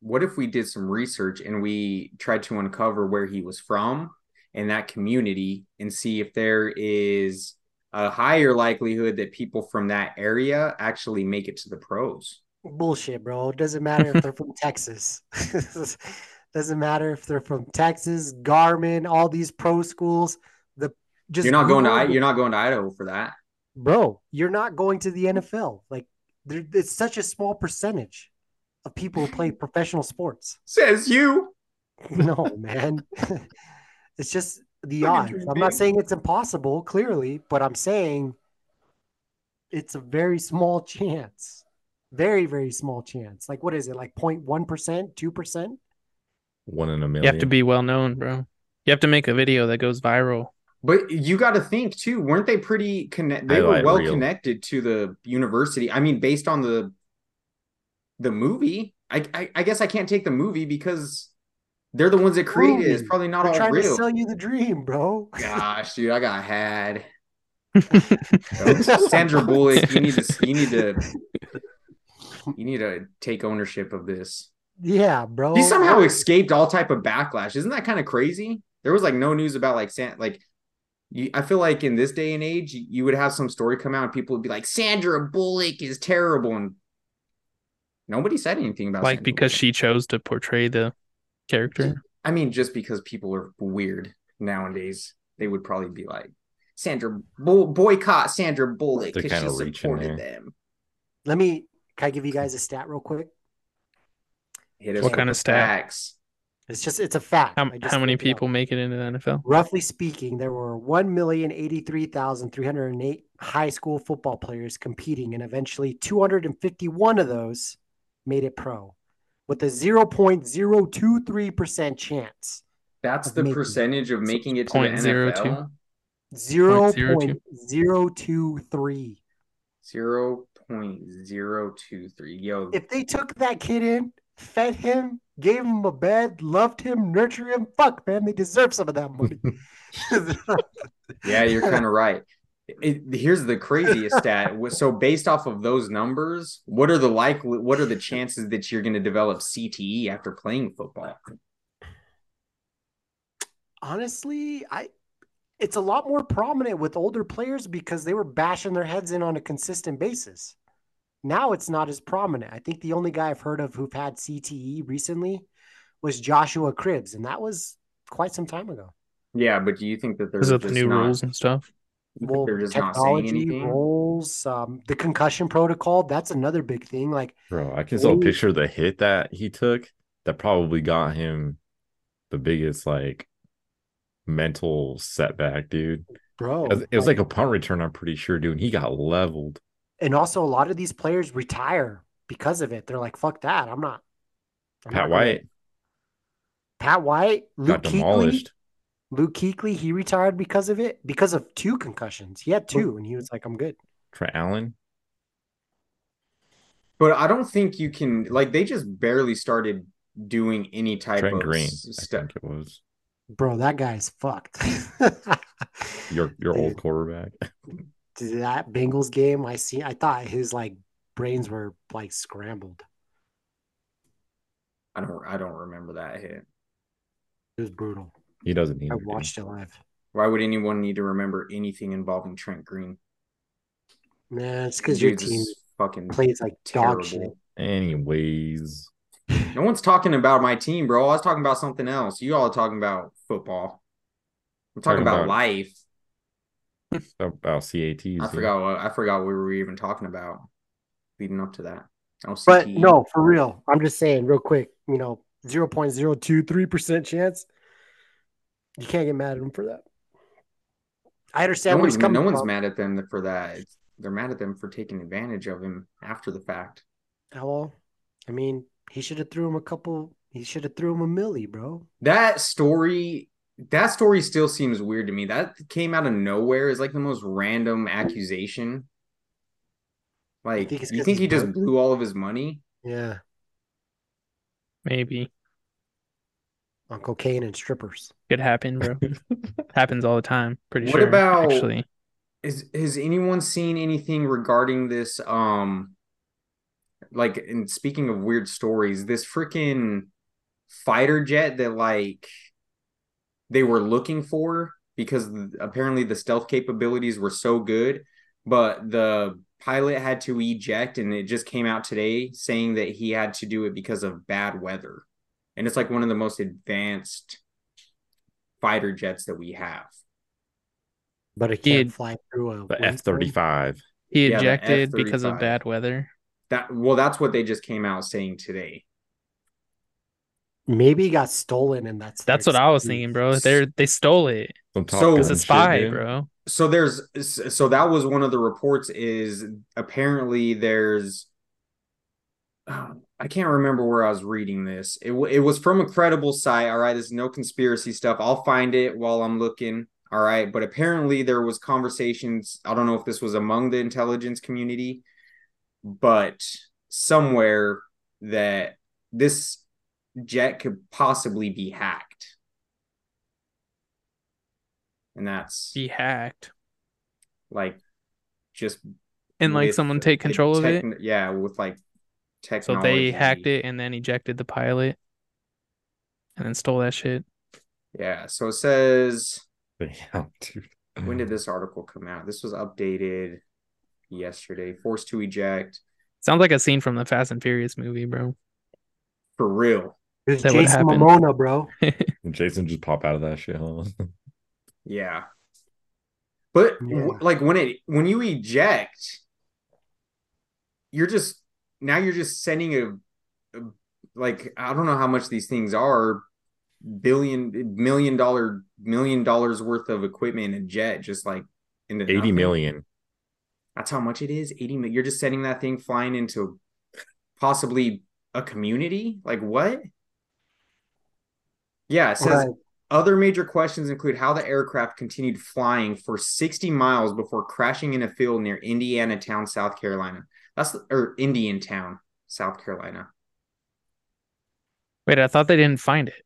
Speaker 1: what if we did some research and we tried to uncover where he was from and that community and see if there is a higher likelihood that people from that area actually make it to the pros?
Speaker 3: Bullshit, bro. It doesn't matter if they're from Texas. doesn't matter if they're from Texas, Garmin, all these pro schools. The just
Speaker 1: You're not going to I
Speaker 3: Google-
Speaker 1: you're not going to Idaho for that.
Speaker 3: bro, you're not going to the NFL. Like, there, it's such a small percentage of people who play professional sports.
Speaker 1: Says you.
Speaker 3: No, man, it's just the
Speaker 1: Look at
Speaker 3: odds.
Speaker 1: your
Speaker 3: I'm not
Speaker 1: big-
Speaker 3: saying it's impossible, clearly, but I'm saying it's a very small chance. Very, very small chance. Like, what is it? Like 0.1%, 2%?
Speaker 2: One in a million.
Speaker 4: You have to be well known, bro. You have to make a video that goes viral.
Speaker 1: But you got to think too, weren't they pretty connect they
Speaker 2: I
Speaker 1: were
Speaker 2: like
Speaker 1: well
Speaker 2: real.
Speaker 1: connected to the university. I mean, based on the the movie, I I, I guess I can't take the movie because they're the ones that created it. It's
Speaker 3: Movie.
Speaker 1: probably not
Speaker 3: They're
Speaker 1: all
Speaker 3: trying to
Speaker 1: real.
Speaker 3: sell you the dream, bro.
Speaker 1: Gosh, dude, I got had. Sandra Bullock, you need to you need to you need to take ownership of this.
Speaker 3: Yeah, bro.
Speaker 1: He
Speaker 2: Oh,
Speaker 1: somehow escaped all type of backlash. Isn't that kind of crazy? There was like no news about like San like you, I feel like in this day and age, you, you would have some story come out and people would be like, Sandra Bullock is terrible. And nobody said anything about
Speaker 4: Like
Speaker 1: Sandra
Speaker 4: because
Speaker 1: Bullock.
Speaker 4: she chose to portray the character.
Speaker 1: I mean, just because people are weird nowadays, they would probably be like, Sandra Bull- boycott Sandra Bullock
Speaker 2: They're
Speaker 1: because she
Speaker 2: kinda reaching
Speaker 1: supported
Speaker 2: there.
Speaker 1: them.
Speaker 3: Let me, can I give you guys a stat real quick?
Speaker 1: Hit us
Speaker 4: What
Speaker 1: with
Speaker 4: kind
Speaker 1: the
Speaker 4: of stat?
Speaker 1: facts.
Speaker 3: It's just, it's a fact.
Speaker 4: How,
Speaker 3: I just
Speaker 4: how many
Speaker 3: looked it up.
Speaker 4: people make it into the NFL?
Speaker 3: Roughly speaking, there were 1,083,308 high school football players competing, and eventually 251 of those made it pro with a 0.023% chance.
Speaker 1: That's
Speaker 3: Of
Speaker 1: the
Speaker 3: making it.
Speaker 1: percentage of
Speaker 4: So
Speaker 1: making it to the
Speaker 4: point zero two.
Speaker 1: NFL.
Speaker 4: 0.02.
Speaker 3: 0.023.
Speaker 1: 0.023. Yo,
Speaker 3: If they took that kid in, fed him, gave him a bed, loved him, nurtured him, fuck, man, they deserve some of that money.
Speaker 1: Yeah, you're kind of right. It, here's the craziest stat. So based off of those numbers, what are the likely what are the chances that you're going to develop CTE after playing football?
Speaker 3: honestly, I it's a lot more prominent with older players because they were bashing their heads in on a consistent basis. Now it's not as prominent. I think the only guy I've heard of who've had CTE recently was Joshua Cribbs, and that was quite some time ago.
Speaker 1: Yeah, but do you think that there's
Speaker 4: Is it the
Speaker 1: just
Speaker 4: new
Speaker 1: not,
Speaker 4: rules and stuff?
Speaker 1: you think they're just not saying
Speaker 3: technology
Speaker 1: anything?
Speaker 3: roles, um, the concussion protocol—that's another big thing. Like,
Speaker 2: Bro, I can still
Speaker 3: Ooh.
Speaker 2: picture the hit that he took that probably got him the biggest like mental setback, dude.
Speaker 3: bro,
Speaker 2: It was-
Speaker 3: oh.
Speaker 2: it was like a punt return, I'm pretty sure, dude. and He got leveled.
Speaker 3: and also a lot of these players retire because of it. They're like, fuck that. I'm not.
Speaker 2: Pat
Speaker 3: I'm not gonna-"
Speaker 2: White
Speaker 3: Pat White. Luke
Speaker 2: got
Speaker 3: Kuechly.
Speaker 2: demolished.
Speaker 3: Luke Kuechly. He retired because of it. Because of two concussions. He had two, and he was like, I'm good.
Speaker 2: Trent Allen.
Speaker 1: But I don't think you can like they just barely started doing any type
Speaker 2: Trent
Speaker 1: of
Speaker 2: Green. I
Speaker 1: stuff.
Speaker 2: think it was
Speaker 3: Bro, that guy's fucked.
Speaker 2: your your old
Speaker 3: Dude.
Speaker 2: quarterback.
Speaker 3: Dude, that Bengals game, I see. I thought his like brains were like scrambled.
Speaker 1: I don't I don't remember that hit.
Speaker 3: It was brutal.
Speaker 2: He doesn't need
Speaker 3: I
Speaker 2: to be.
Speaker 3: watched it live.
Speaker 1: Why would anyone need to remember anything involving Trent Green?
Speaker 3: Nah, it's because your
Speaker 1: Dude's
Speaker 3: team
Speaker 1: fucking
Speaker 3: plays like
Speaker 1: terrible.
Speaker 3: dog shit.
Speaker 2: Anyways,
Speaker 1: No one's talking about my team, bro. I was talking about something else. You all are talking about football. I'm talking, about,
Speaker 2: Talking about-
Speaker 1: life.
Speaker 2: about CATs.
Speaker 1: I
Speaker 2: yeah.
Speaker 1: forgot what I forgot what we were even talking about leading up to that. LCE.
Speaker 3: But no, for real. I'm just saying, real quick, you know, 0.023% chance. You can't get mad at him for that. I
Speaker 1: no
Speaker 3: understand where
Speaker 1: one's,
Speaker 3: he's coming
Speaker 1: no one's
Speaker 3: from.
Speaker 1: mad at them for that. It's, they're mad at them for taking advantage of him after the fact.
Speaker 3: Oh, well, I mean, he should have threw him a couple. He should have threw him a millie, bro.
Speaker 1: That story, that story still seems weird to me. That came out of nowhere. Is like the most random accusation. Like
Speaker 3: think it's
Speaker 1: you
Speaker 3: 'cause
Speaker 1: think
Speaker 3: he's
Speaker 1: he just
Speaker 3: broke?
Speaker 1: blew all of his money?
Speaker 3: Yeah,
Speaker 4: Maybe
Speaker 3: on cocaine and strippers.
Speaker 4: could happen, bro. Happens all the time. Pretty
Speaker 1: What
Speaker 4: sure.
Speaker 1: about-
Speaker 4: actually?
Speaker 1: Is has anyone seen anything regarding this? Um, like, and speaking of weird stories, this freaking fighter jet that like they were looking for because apparently the stealth capabilities were so good, but the pilot had to eject, and it just came out today saying that he had to do it because of bad weather, and it's like one of the most advanced fighter jets that we have.
Speaker 3: But it can't
Speaker 4: Dude.
Speaker 3: fly through a
Speaker 2: The F
Speaker 3: windstorm.
Speaker 2: thirty five.
Speaker 4: He
Speaker 1: yeah, the
Speaker 4: ejected because of
Speaker 1: F-35.
Speaker 4: bad weather.
Speaker 1: That well, that's what they just came out saying today.
Speaker 3: Maybe he got stolen, and that's their
Speaker 4: That's what I was
Speaker 3: excuse.
Speaker 4: thinking, bro. They they stole it.
Speaker 2: Some Top
Speaker 1: So-
Speaker 2: Gun
Speaker 4: It's a
Speaker 2: shit,
Speaker 4: spy,
Speaker 2: dude.
Speaker 4: bro.
Speaker 1: so there's so that was one of the reports is apparently there's um, I can't remember where I was reading this. It w- it was from a credible site. All right, there's no conspiracy stuff. I'll find it while I'm looking. All right, but apparently there was conversations. I don't know if this was among the intelligence community, but somewhere that this jet could possibly be hacked, and that's
Speaker 4: He hacked
Speaker 1: like just
Speaker 4: and like
Speaker 1: with
Speaker 4: someone take
Speaker 1: the
Speaker 4: control of it.
Speaker 1: techn- Yeah, with like
Speaker 4: So
Speaker 1: technology.
Speaker 4: they hacked it and then ejected the pilot and then stole that shit.
Speaker 1: Yeah. So it says
Speaker 2: Damn, dude.
Speaker 1: when did this article come out? This was updated yesterday. Forced to eject
Speaker 4: Sounds like a scene from the Fast and Furious movie, bro.
Speaker 1: for real.
Speaker 3: It was
Speaker 4: That would
Speaker 3: Jason
Speaker 4: happen.
Speaker 3: Momoa, bro.
Speaker 2: Jason just pop out of that shit? Huh?
Speaker 1: Yeah. But w-
Speaker 3: Yeah.
Speaker 1: like when it when you eject, you're just now you're just sending a, a- like I don't know how much these things are billion million dollar million dollars worth of equipment in a jet just like in the
Speaker 2: Eighty million.
Speaker 1: That's how much it is. 80 mil. You're just sending that thing flying into possibly a community? Like what? Yeah, it says
Speaker 3: Right.
Speaker 1: other major questions include how the aircraft continued flying for 60 miles before crashing in a field near Indiana Town, South Carolina. That's the, or Indian Town, South Carolina.
Speaker 4: Wait, I thought they didn't find it.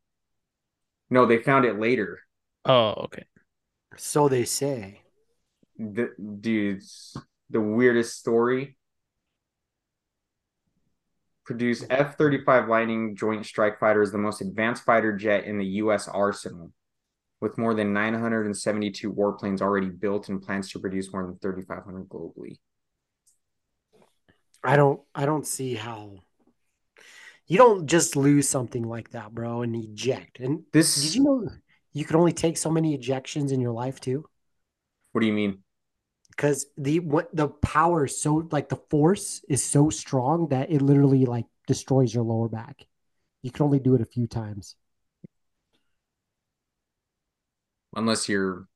Speaker 1: No, they found it later.
Speaker 4: Oh, okay.
Speaker 3: So they say.
Speaker 1: The dude's the weirdest story. Produce F 35 Lightning Joint Strike Fighter is the most advanced fighter jet in the U.S. arsenal, with more than 972 warplanes already built and plans to produce more than 3,500 globally.
Speaker 3: I don't I don't see how you don't just lose something like that, bro, and eject. And did
Speaker 1: This,
Speaker 3: you know you can only take so many ejections in your life too?
Speaker 1: what do you mean?
Speaker 3: Because the what the power is so like the force is so strong that it literally like destroys your lower back. You can only do it a few times.
Speaker 1: Unless you're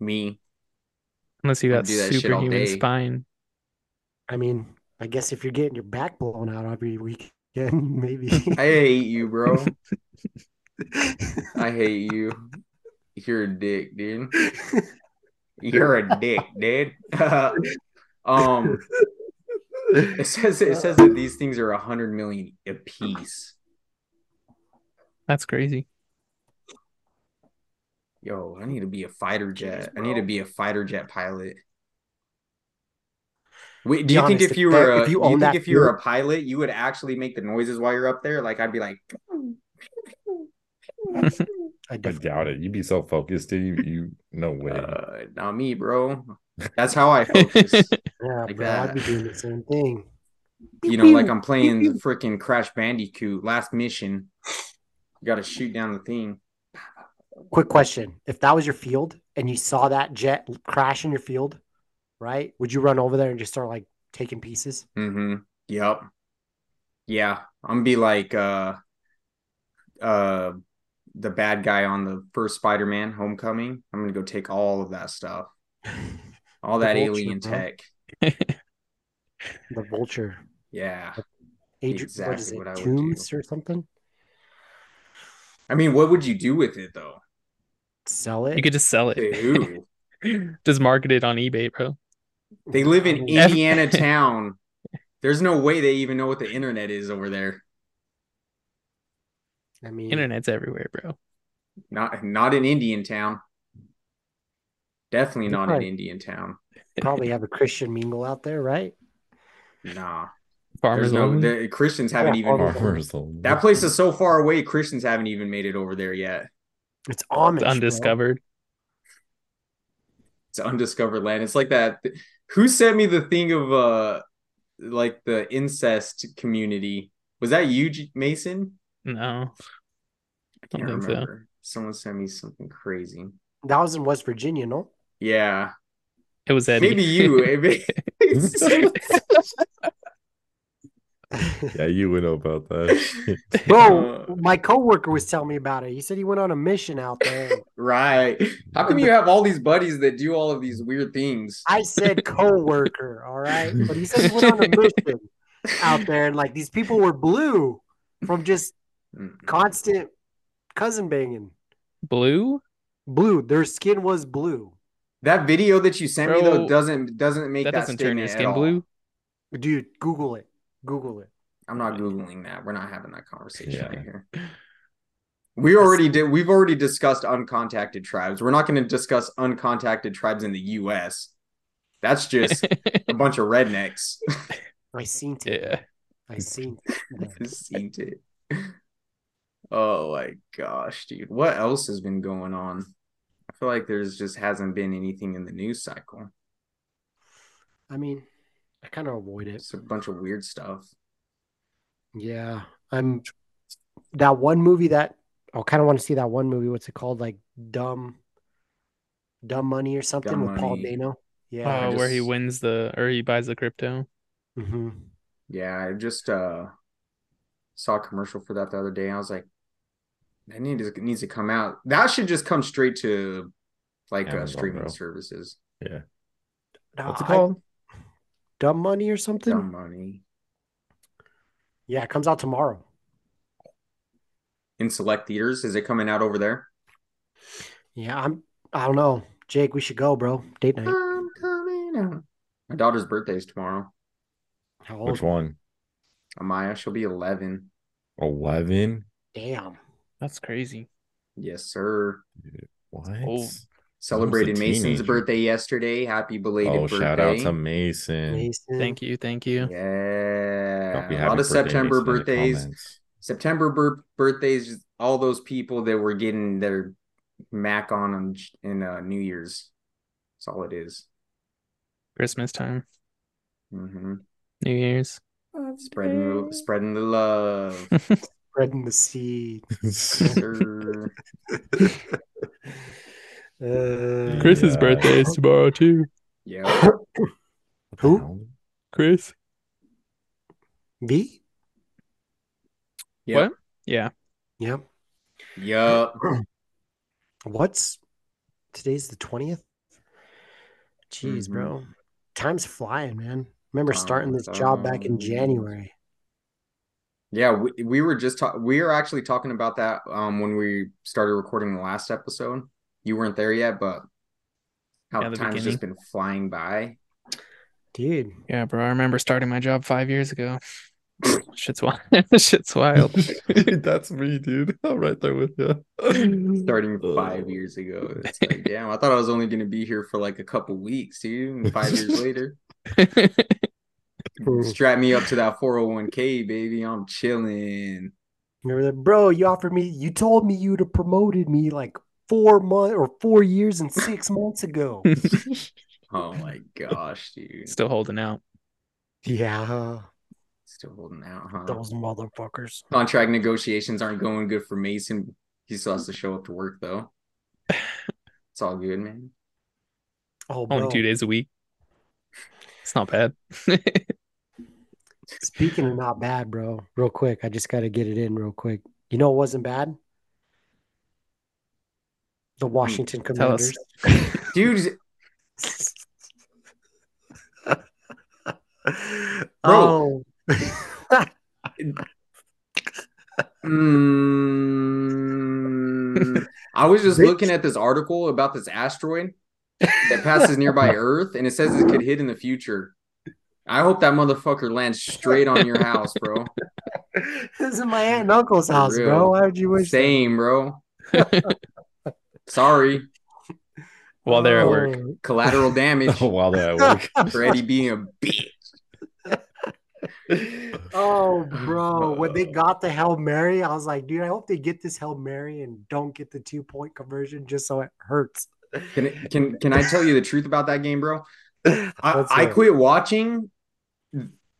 Speaker 1: me.
Speaker 4: Unless you
Speaker 1: I'll
Speaker 4: got
Speaker 1: do that shit all
Speaker 4: superhuman
Speaker 1: day.
Speaker 4: spine.
Speaker 3: I mean, I guess if you're getting your back blown out every weekend, maybe.
Speaker 1: I hate you, bro. I hate you. You're a dick, dude. You're a dick, dude. um, it says it says that these things are a hundred million apiece.
Speaker 4: That's crazy.
Speaker 1: Yo, I need to be a fighter jet. I need to be a fighter jet pilot. Wait, do you
Speaker 3: Be
Speaker 1: think
Speaker 3: honest,
Speaker 1: if you
Speaker 3: that-
Speaker 1: were a,
Speaker 3: if you
Speaker 1: you,
Speaker 3: own
Speaker 1: think
Speaker 3: that
Speaker 1: if you were
Speaker 3: field-
Speaker 1: a pilot, you would actually make the noises while you're up there? Like I'd be like,
Speaker 3: I
Speaker 2: I
Speaker 3: definitely.
Speaker 2: doubt it. You'd be so focused, dude. You, you no way.
Speaker 1: uh, not me, bro. That's how I focus.
Speaker 3: Yeah,
Speaker 1: Like
Speaker 3: bro, I'd be
Speaker 1: that.
Speaker 3: doing the same thing.
Speaker 1: you know, like I'm playing the freaking Crash Bandicoot last mission. You got to shoot down the thing.
Speaker 3: Quick question: If that was your field and you saw that jet crash in your field, right? Would you run over there and just start like taking pieces?
Speaker 1: Mm-hmm. Yep. Yeah, I'm gonna be like uh, uh, the bad guy on the first Spider-Man Homecoming. I'm gonna go take all of that stuff, all
Speaker 3: The
Speaker 1: that
Speaker 3: vulture,
Speaker 1: alien
Speaker 3: bro.
Speaker 1: tech.
Speaker 3: The vulture,
Speaker 1: Yeah.
Speaker 3: Adri- what is
Speaker 1: Exactly
Speaker 3: it,
Speaker 1: what I would do.
Speaker 3: tombs or something?
Speaker 1: I mean, what would you do with it though?
Speaker 3: Sell it.
Speaker 4: You could just sell
Speaker 1: To
Speaker 4: it.
Speaker 1: who?
Speaker 4: just market it on eBay, bro.
Speaker 1: They live in
Speaker 4: F-
Speaker 1: Indiana town. There's no way they even know what the internet is over there.
Speaker 3: I mean,
Speaker 4: Internet's everywhere, bro.
Speaker 1: Not not in Indian town. Definitely not in
Speaker 3: Right.
Speaker 1: Indian town.
Speaker 3: probably have a Christian mingle out there, right?
Speaker 1: Nah.
Speaker 4: Farmers
Speaker 1: There's no
Speaker 4: only.
Speaker 1: the, Christians haven't
Speaker 3: Yeah,
Speaker 1: even
Speaker 3: farmers.
Speaker 2: Farmers only.
Speaker 1: that place is so far away, Christians haven't even made it over there yet.
Speaker 3: It's Amish,
Speaker 4: It's
Speaker 3: bro.
Speaker 4: undiscovered.
Speaker 1: It's undiscovered land. It's like that who sent me the thing of uh like the incest community? Was that you, J- Mason?
Speaker 4: No.
Speaker 1: I can't
Speaker 4: don't think so.
Speaker 1: remember. Someone sent me something crazy.
Speaker 3: That was in West Virginia, no?
Speaker 1: Yeah,
Speaker 4: It was Eddie.
Speaker 1: maybe you. eh? maybe-
Speaker 2: yeah, you would know about that.
Speaker 3: Bro,
Speaker 1: Uh,
Speaker 3: my coworker was telling me about it. He said he went on a mission out there.
Speaker 1: right. How come you have all these buddies that do all of these weird things?
Speaker 3: I said coworker, all right? But he said he went on a mission out there and like these people were blue from just
Speaker 1: Hmm.
Speaker 3: constant cousin banging.
Speaker 4: Blue?
Speaker 3: Blue. Their skin was blue.
Speaker 1: That video that you sent me though
Speaker 4: Bro,
Speaker 1: doesn't doesn't make
Speaker 4: That
Speaker 1: that,
Speaker 4: doesn't turn your
Speaker 1: statement at
Speaker 4: skin
Speaker 1: all.
Speaker 4: blue.
Speaker 3: Dude, Google it. Google it.
Speaker 1: I'm not googling that. We're not having that conversation
Speaker 2: Yeah.
Speaker 1: right here. We already did. We've already discussed uncontacted tribes. We're not going to discuss uncontacted tribes in the U.S. That's just a bunch of rednecks.
Speaker 3: I seen it.
Speaker 4: yeah.
Speaker 3: I seen it.
Speaker 1: I seen it. Oh my gosh, dude. What else has been going on? I feel like there's just hasn't been anything in the news cycle.
Speaker 3: I mean, I kind of avoid it.
Speaker 1: It's a bunch of weird stuff.
Speaker 3: Yeah, I'm that one movie that I kind of want to see that one movie. What's it called? Like Dumb, Dumb Money or something
Speaker 1: Dumb
Speaker 3: with Paul
Speaker 1: Money.
Speaker 3: Dano.
Speaker 4: Oh,
Speaker 3: Yeah,
Speaker 1: I
Speaker 4: where he
Speaker 1: just-
Speaker 4: wins the or he buys the crypto.
Speaker 3: hmm
Speaker 1: Yeah, I just uh saw a commercial for that the other day. I was like, that need to, needs to come out. That should just come straight to like uh,
Speaker 2: Amazon,
Speaker 1: streaming
Speaker 2: bro.
Speaker 1: services.
Speaker 2: What's it called?
Speaker 3: Dumb Money or something.
Speaker 1: Dumb money
Speaker 3: Yeah, it comes out tomorrow.
Speaker 1: in select theaters. Is it coming out over there?
Speaker 3: Yeah, I'm. I don't know, Jake. We should go, bro. Date night.
Speaker 1: I'm coming out. My daughter's birthday is tomorrow.
Speaker 3: How old?
Speaker 2: Which one?
Speaker 1: Amaya, she'll be 11.
Speaker 2: Eleven.
Speaker 3: Damn.
Speaker 4: That's crazy.
Speaker 1: Yes, sir.
Speaker 2: What?
Speaker 4: Old.
Speaker 1: Celebrated Mason's
Speaker 2: teenager.
Speaker 1: birthday yesterday. Happy belated
Speaker 2: Oh,
Speaker 1: birthday.
Speaker 2: shout out to Mason.
Speaker 3: Mason.
Speaker 4: Thank you, thank you.
Speaker 1: Yeah.
Speaker 2: Happy-
Speaker 1: a
Speaker 2: happy
Speaker 1: lot
Speaker 2: birthday,
Speaker 1: of September
Speaker 2: Mason, in the
Speaker 1: birthdays.
Speaker 2: comments.
Speaker 1: September bir- birthdays, all those people that were getting their Mac on on j- in uh, New Year's. That's all it is.
Speaker 4: Christmas time,
Speaker 1: Mm-hmm.
Speaker 4: New Year's.
Speaker 1: Spreading the, spreading the love.
Speaker 3: Spreading the seed.
Speaker 1: Sir.
Speaker 3: Uh,
Speaker 4: Chris's
Speaker 2: Yeah.
Speaker 4: birthday is tomorrow too.
Speaker 1: yeah.
Speaker 2: What the
Speaker 3: Who?
Speaker 2: hell?
Speaker 4: Chris.
Speaker 3: B.
Speaker 1: Yep.
Speaker 4: Yeah.
Speaker 3: Yep.
Speaker 1: Yup.
Speaker 3: What's today's the 20th? Jeez,
Speaker 1: Mhm.
Speaker 4: Mm-hmm.
Speaker 3: bro. Time's flying, man. remember starting this job back in January.
Speaker 1: Yeah, we, we were just talking. We were actually talking about that um when we started recording the last episode. You weren't there yet, but how
Speaker 4: Yeah, the
Speaker 1: time's just been flying by.
Speaker 3: Dude,
Speaker 4: Yeah, bro. I remember starting my job five years ago. Shit's wild. Shit's wild.
Speaker 2: That's me, dude. I'm right there with you.
Speaker 1: Starting five
Speaker 2: Ugh.
Speaker 1: years ago, it's like, damn, I thought I was only gonna be here for like a couple weeks, dude. And five years later, strap me up to that 401k, baby. I'm chilling.
Speaker 3: remember that, bro? You offered me. You told me you'd have promoted me like four months or four years and six months ago.
Speaker 1: Oh my gosh, dude.
Speaker 4: Still holding out.
Speaker 3: yeah,
Speaker 1: Still holding out, huh?
Speaker 3: those motherfuckers.
Speaker 1: Contract negotiations aren't going good for Mason. He still has to show up to work though. It's all good, man.
Speaker 3: Oh, bro.
Speaker 4: Only two days a week. It's not bad.
Speaker 3: Speaking of not bad, bro, real quick, I just got to get it in real quick. You know, it wasn't bad. The Washington
Speaker 4: Hmm. Tell us.
Speaker 3: Commanders.
Speaker 1: Dude,
Speaker 3: oh,
Speaker 1: mm, I was just
Speaker 3: Rich-
Speaker 1: looking at this article about this asteroid that passes nearby Earth and it says it could hit in the future. I hope that motherfucker lands straight on your house, bro.
Speaker 3: this is my aunt and uncle's house,
Speaker 1: Real.
Speaker 3: bro. Why would you wish? that?
Speaker 1: Same, bro. Sorry.
Speaker 4: While they're at work.
Speaker 3: Oh,
Speaker 1: Collateral damage
Speaker 2: Oh, while they're at work.
Speaker 1: for Eddie being a bitch.
Speaker 3: Oh, bro, when they got the Hail Mary, I was like, dude, I hope they get this Hail Mary and don't get the two point conversion just so it hurts.
Speaker 1: Can can can I tell you the truth about that game, bro? I,
Speaker 3: Let's
Speaker 1: I
Speaker 3: hear it.
Speaker 1: quit watching.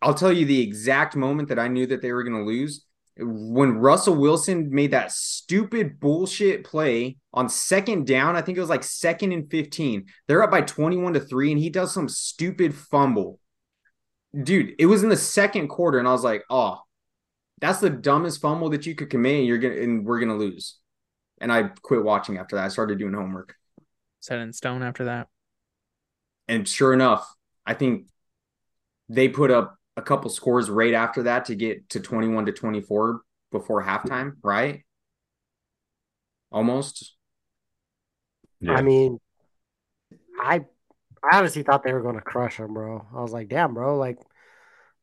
Speaker 1: I'll tell you the exact moment that I knew that they were going to lose when Russell Wilson made that stupid bullshit play on second down. I think it was like second and fifteen. They're up by twenty-one to three, and he does some stupid fumble. Dude, it was in the second quarter, and I was like, "Oh, that's the dumbest fumble that you could commit. And you're gonna and we're gonna lose." And I quit watching after that. I started doing homework.
Speaker 4: Set in stone after that.
Speaker 1: And sure enough, I think they put up a couple scores right after that to get to 21 to 24 before halftime, right? Almost.
Speaker 2: Yeah.
Speaker 3: I mean, I I honestly thought they were going to crush him, bro. I was like, damn, bro, like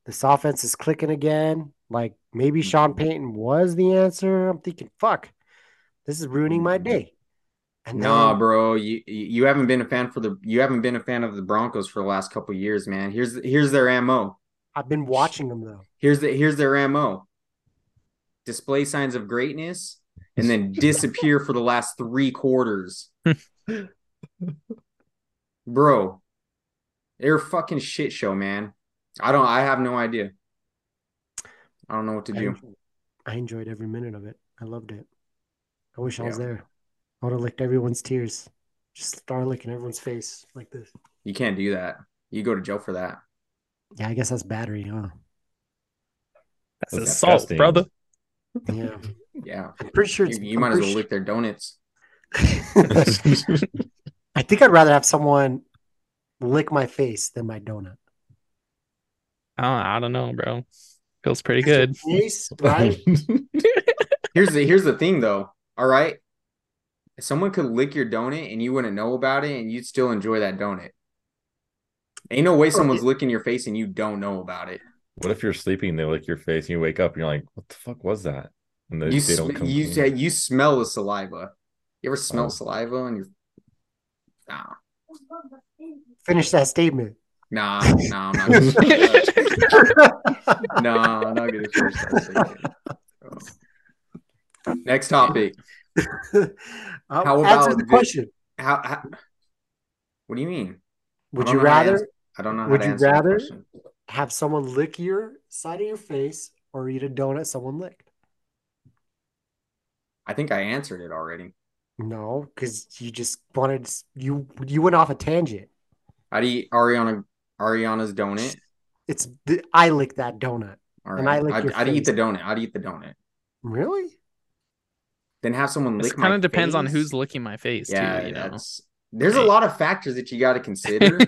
Speaker 3: this offense is clicking again. Like maybe Sean Payton was the answer. I'm thinking, fuck, this is ruining my day. And
Speaker 1: Nah,
Speaker 3: then-
Speaker 1: bro, you you haven't been a fan for the you haven't been a fan of the Broncos for the last couple years, man. Here's here's their mo.
Speaker 3: I've been watching them though.
Speaker 1: Here's the here's their mo. Display signs of greatness and then disappear for the last three quarters. Bro, they're a fucking shit show, man. I don't I have no idea. I don't know what to
Speaker 3: I
Speaker 1: do.
Speaker 3: enjoyed- I enjoyed every minute of it. I loved it. I wish I was
Speaker 1: Yeah.
Speaker 3: there. I would have licked everyone's tears. Just start licking everyone's face like this.
Speaker 1: You can't do that. You go to jail for that.
Speaker 3: Yeah, I guess that's battery, huh?
Speaker 4: That's
Speaker 2: That's
Speaker 4: assault,
Speaker 2: disgusting.
Speaker 4: brother.
Speaker 3: Yeah.
Speaker 1: Yeah.
Speaker 3: I'm pretty sure it's
Speaker 1: You, you
Speaker 3: I'm
Speaker 1: might as
Speaker 3: pretty
Speaker 1: well lick their donuts.
Speaker 3: sure- I think I'd rather have someone lick my face than my donut.
Speaker 4: I don't, I don't know, bro. Feels pretty good.
Speaker 3: Face, right?
Speaker 1: Here's the here's the thing though. All right. Someone could lick your donut and you wouldn't know about it and you'd still enjoy that donut. Ain't no way someone's licking your face and you don't know about it.
Speaker 2: What if you're sleeping and they lick your face and you wake up and you're like, what the fuck was that? And they,
Speaker 1: You
Speaker 2: they don't
Speaker 1: sm-
Speaker 2: come
Speaker 1: you
Speaker 2: clean.
Speaker 1: say you smell the saliva. You ever smell
Speaker 2: Oh.
Speaker 1: saliva on your nah.
Speaker 3: Finish that statement.
Speaker 1: Nah, nah, I'm not gonna finish that. Nah, I'm not gonna finish that statement. So. Next topic.
Speaker 3: I'll
Speaker 1: How about
Speaker 3: Um, answer the
Speaker 1: this?
Speaker 3: question.
Speaker 1: How, how what do you mean?
Speaker 3: Would
Speaker 1: I
Speaker 3: you
Speaker 1: don't know how to
Speaker 3: rather
Speaker 1: answer- I don't know how
Speaker 3: would
Speaker 1: to
Speaker 3: you
Speaker 1: answer that
Speaker 3: rather?
Speaker 1: question.
Speaker 3: have someone lick your side of your face or eat a donut someone licked?
Speaker 1: I think I answered it already.
Speaker 3: No, because you just wanted s- you you went off a tangent.
Speaker 1: I'd eat Ariana Ariana's donut.
Speaker 3: It's the, I lick that donut.
Speaker 1: All
Speaker 3: And
Speaker 1: right.
Speaker 3: I lick
Speaker 1: I'd,
Speaker 3: your
Speaker 1: I'd eat
Speaker 3: face.
Speaker 1: the donut. I'd eat the donut.
Speaker 3: Really?
Speaker 1: Then have someone
Speaker 4: It
Speaker 1: lick
Speaker 4: kind
Speaker 1: my
Speaker 4: of depends on
Speaker 1: face.
Speaker 4: who's licking my face,
Speaker 1: Yeah,
Speaker 4: too. You know?
Speaker 1: that's there's a lot of factors that you got to consider.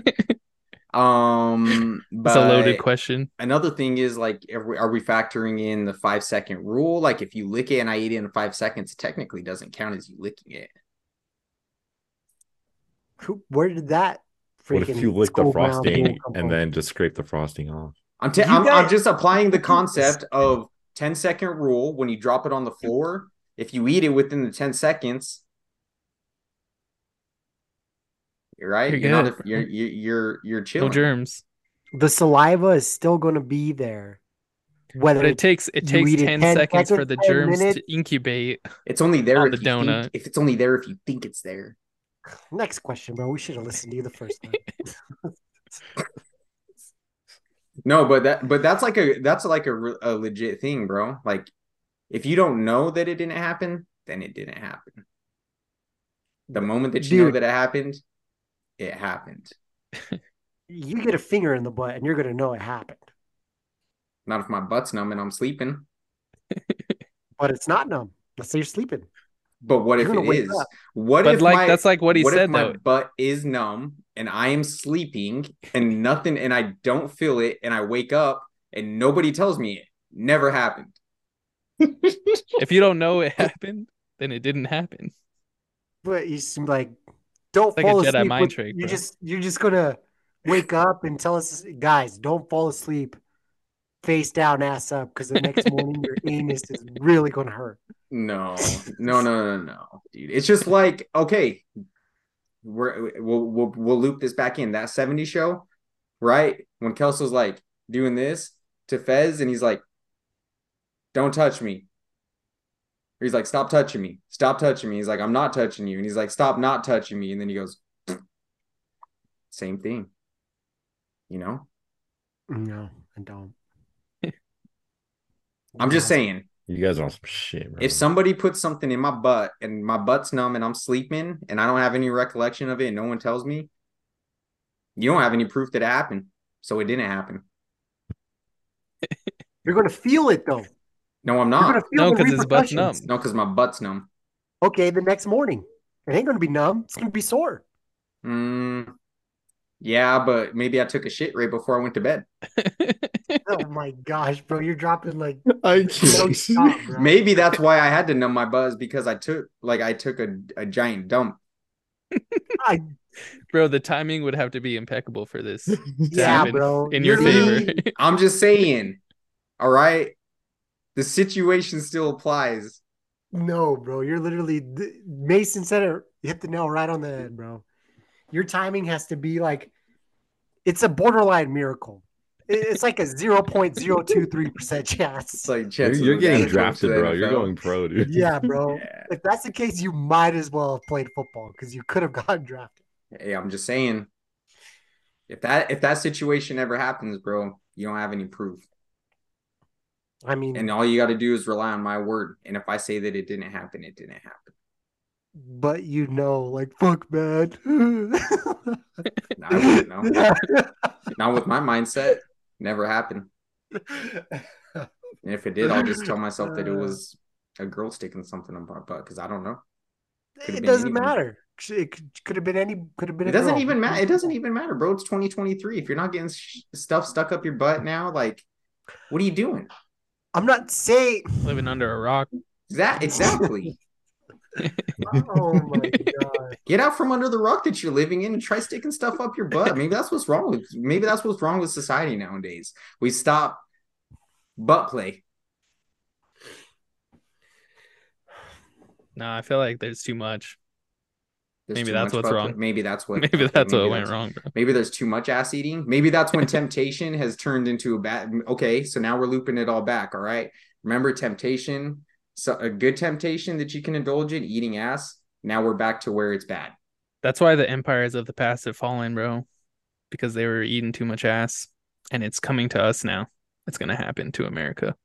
Speaker 1: Um, but
Speaker 4: It's a loaded question.
Speaker 1: another thing is like, are we, are we factoring in the five second rule? Like, if you lick it and I eat it in five seconds, it technically doesn't count as you licking it.
Speaker 3: Who, where did that freaking
Speaker 2: What if you lick the
Speaker 3: school ground
Speaker 2: frosting
Speaker 3: rule come
Speaker 2: and
Speaker 3: from?
Speaker 2: then just scrape the frosting off?
Speaker 1: I'm, te-
Speaker 3: You
Speaker 1: I'm, I'm
Speaker 3: guys-
Speaker 1: just applying the concept of 10 second rule when you drop it on the floor. If you eat it within the 10 seconds, you're right.
Speaker 4: You're
Speaker 1: You're, not
Speaker 4: good.
Speaker 1: a- you're, you're you're you're
Speaker 4: No
Speaker 1: chilling.
Speaker 4: germs.
Speaker 3: the saliva is still going to be there whether
Speaker 4: But it takes it
Speaker 3: you
Speaker 4: takes
Speaker 3: eat it
Speaker 4: 10,
Speaker 3: 10
Speaker 4: seconds for
Speaker 3: seconds,
Speaker 4: the
Speaker 3: 10
Speaker 4: germs
Speaker 3: minutes.
Speaker 4: to incubate.
Speaker 1: It's only there
Speaker 4: On
Speaker 1: if
Speaker 4: the
Speaker 1: you think-
Speaker 4: donut.
Speaker 1: if it's only there if you think it's there.
Speaker 3: next question bro we should have listened to you the first time
Speaker 1: No, but that but that's like a that's like a, re- a legit thing, bro. Like if you don't know that it didn't happen, then it didn't happen. The moment that you know
Speaker 3: Dude.
Speaker 1: that it happened, it happened.
Speaker 3: you get a finger in the butt and you're going to know it happened
Speaker 1: Not if my butt's numb and I'm sleeping.
Speaker 3: but it's not numb let's say you're sleeping
Speaker 1: But what
Speaker 3: You're
Speaker 1: if
Speaker 3: gonna
Speaker 1: it
Speaker 3: wake
Speaker 1: is?
Speaker 3: up.
Speaker 1: What
Speaker 4: But
Speaker 1: if
Speaker 4: like
Speaker 1: my,
Speaker 4: that's like what he
Speaker 1: what
Speaker 4: said
Speaker 1: if my
Speaker 4: though.
Speaker 1: butt is numb and I am sleeping and nothing and I don't feel it and I wake up and nobody tells me it never happened.
Speaker 4: If you don't know it happened, then it didn't happen.
Speaker 3: but you seem like don't
Speaker 4: like a
Speaker 3: fall
Speaker 4: Jedi
Speaker 3: asleep
Speaker 4: mind
Speaker 3: with-
Speaker 4: trick,
Speaker 3: you
Speaker 4: bro.
Speaker 3: just you're just going to wake up and tell us guys don't fall asleep face down ass up because the next morning your anus is really going to hurt
Speaker 1: No, no, no, no, no, dude. It's just like okay, we're we'll we'll, we'll loop this back in that '70s show, right? When Kelso's like doing this to Fez and he's like, "Don't touch me." He's like, "Stop touching me! Stop touching me!" He's like, "I'm not touching you," and he's like, "Stop not touching me!" And then he goes, "Same thing," you know.
Speaker 3: no i don't
Speaker 1: I'm just
Speaker 3: No.
Speaker 1: saying,
Speaker 2: You guys are on some shit, bro.
Speaker 1: if somebody puts something in my butt and my butt's numb and I'm sleeping and I don't have any recollection of it and no one tells me, you don't have any proof that it happened. So it didn't happen.
Speaker 3: you're going to feel it though
Speaker 1: No, I'm
Speaker 3: You're
Speaker 1: not.
Speaker 3: gonna feel
Speaker 4: No,
Speaker 3: the
Speaker 4: because his butt's numb.
Speaker 3: repercussions.
Speaker 1: No, because my butt's numb.
Speaker 3: Okay, the next morning. It ain't gonna be numb. It's gonna be sore.
Speaker 1: Mm, yeah, but maybe I took a shit right before I went to bed.
Speaker 3: oh my gosh, bro. Youyou're dropping like
Speaker 2: I
Speaker 3: no stop, bro.
Speaker 1: Maybe that's why I had to numb my buzz because I took like I took a, a giant dump.
Speaker 3: I,
Speaker 4: Bro, the timing would have to be impeccable for this
Speaker 3: yeah,
Speaker 4: Damn it.
Speaker 3: bro.
Speaker 4: in your
Speaker 1: You're
Speaker 4: favor.
Speaker 1: leaving. I'm just saying. All right. The situation still applies.
Speaker 3: No, bro. You're literally th- Mason said it hit the nail right on the head, bro. Your timing has to be like it's a borderline miracle. It- It's like a 0.023%
Speaker 1: It's
Speaker 3: chance.
Speaker 1: like
Speaker 2: You're,
Speaker 1: Chet's
Speaker 2: you're
Speaker 1: the
Speaker 2: getting
Speaker 1: best coach
Speaker 2: drafted,
Speaker 1: of the
Speaker 2: bro. You're
Speaker 1: NFL.
Speaker 2: going pro, dude.
Speaker 3: Yeah, bro.
Speaker 1: Yeah.
Speaker 3: If that's the case, you might as well have played football because you could have gotten drafted.
Speaker 1: Hey, I'm just saying. If that if that situation ever happens, bro, you don't have any proof.
Speaker 3: I mean,
Speaker 1: And all you got to do is rely on my word. And if I say that it didn't happen, it didn't happen.
Speaker 3: but you know, like fuck, man.
Speaker 1: I wouldn't know. Not with my mindset. Never happened. And if it did, I'll just tell myself that it was a girl sticking something in my butt because I don't know. Could've
Speaker 3: it
Speaker 1: been
Speaker 3: doesn't
Speaker 1: anyone.
Speaker 3: matter. It could, could have been any. Could have been.
Speaker 1: It
Speaker 3: a
Speaker 1: doesn't
Speaker 3: girl.
Speaker 1: even matter. It doesn't even matter, bro. It's 2023. If you're not getting sh- stuff stuck up your butt now, like, what are you doing?
Speaker 3: I'm not saying.
Speaker 4: Living under a rock.
Speaker 1: That exactly.
Speaker 3: Oh my god!
Speaker 1: Get out from under the rock that you're living in and try sticking stuff up your butt. Maybe that's what's wrong with maybe that's what's wrong with society nowadays. We stop butt play.
Speaker 4: No, I feel like there's too much.
Speaker 1: There's
Speaker 4: Maybe
Speaker 1: too
Speaker 4: that's
Speaker 1: much
Speaker 4: what's
Speaker 1: butt
Speaker 4: wrong.
Speaker 1: play. Maybe that's what
Speaker 4: Maybe
Speaker 1: okay,
Speaker 4: that's what
Speaker 1: maybe
Speaker 4: went
Speaker 1: that's-
Speaker 4: wrong, bro.
Speaker 1: Maybe there's too much ass eating. Maybe that's when temptation has turned into a bad. Okay, so now we're looping it all back. All right. Remember temptation. So a good temptation that you can indulge in eating ass. Now we're back to where it's bad.
Speaker 4: That's why the empires of the past have fallen, bro. Because they were eating too much ass. And it's coming to us now. It's gonna happen to America.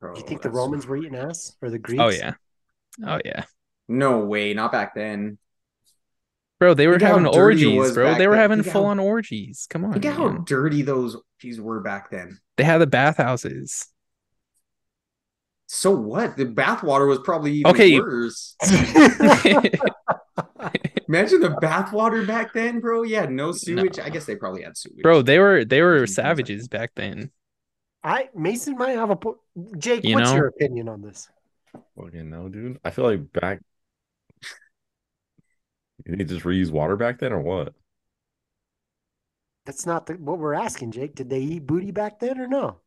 Speaker 1: Bro,
Speaker 3: you think the
Speaker 1: that's-
Speaker 3: Romans were eating ass or the Greeks?
Speaker 4: Oh yeah. Oh yeah.
Speaker 1: No way, not back then.
Speaker 4: Bro, they were
Speaker 1: Look at how
Speaker 4: having
Speaker 1: dirty it
Speaker 4: orgies,
Speaker 1: was
Speaker 4: bro.
Speaker 1: back
Speaker 4: They were
Speaker 1: then.
Speaker 4: having
Speaker 1: Look at
Speaker 4: full
Speaker 1: how-
Speaker 4: on orgies. Come on.
Speaker 1: Look at how
Speaker 4: man.
Speaker 1: dirty those these were back then.
Speaker 4: They had the bathhouses.
Speaker 1: So what? The bathwater was probably even
Speaker 4: Okay.
Speaker 1: worse.
Speaker 4: Bro,
Speaker 1: Imagine the bathwater back then, bro. Yeah, no sewage. I guess they probably had sewage.
Speaker 4: bro. They were they were
Speaker 1: Mason Green's like-
Speaker 4: savages back then.
Speaker 3: I Mason might have a po- Jake.
Speaker 4: You
Speaker 3: what's
Speaker 4: know?
Speaker 3: your opinion on this?
Speaker 2: Fucking no, dude. I feel like back. Did they just reuse water back then, or what?
Speaker 3: That's not the, what we're asking, Jake. Did they eat booty back then or no?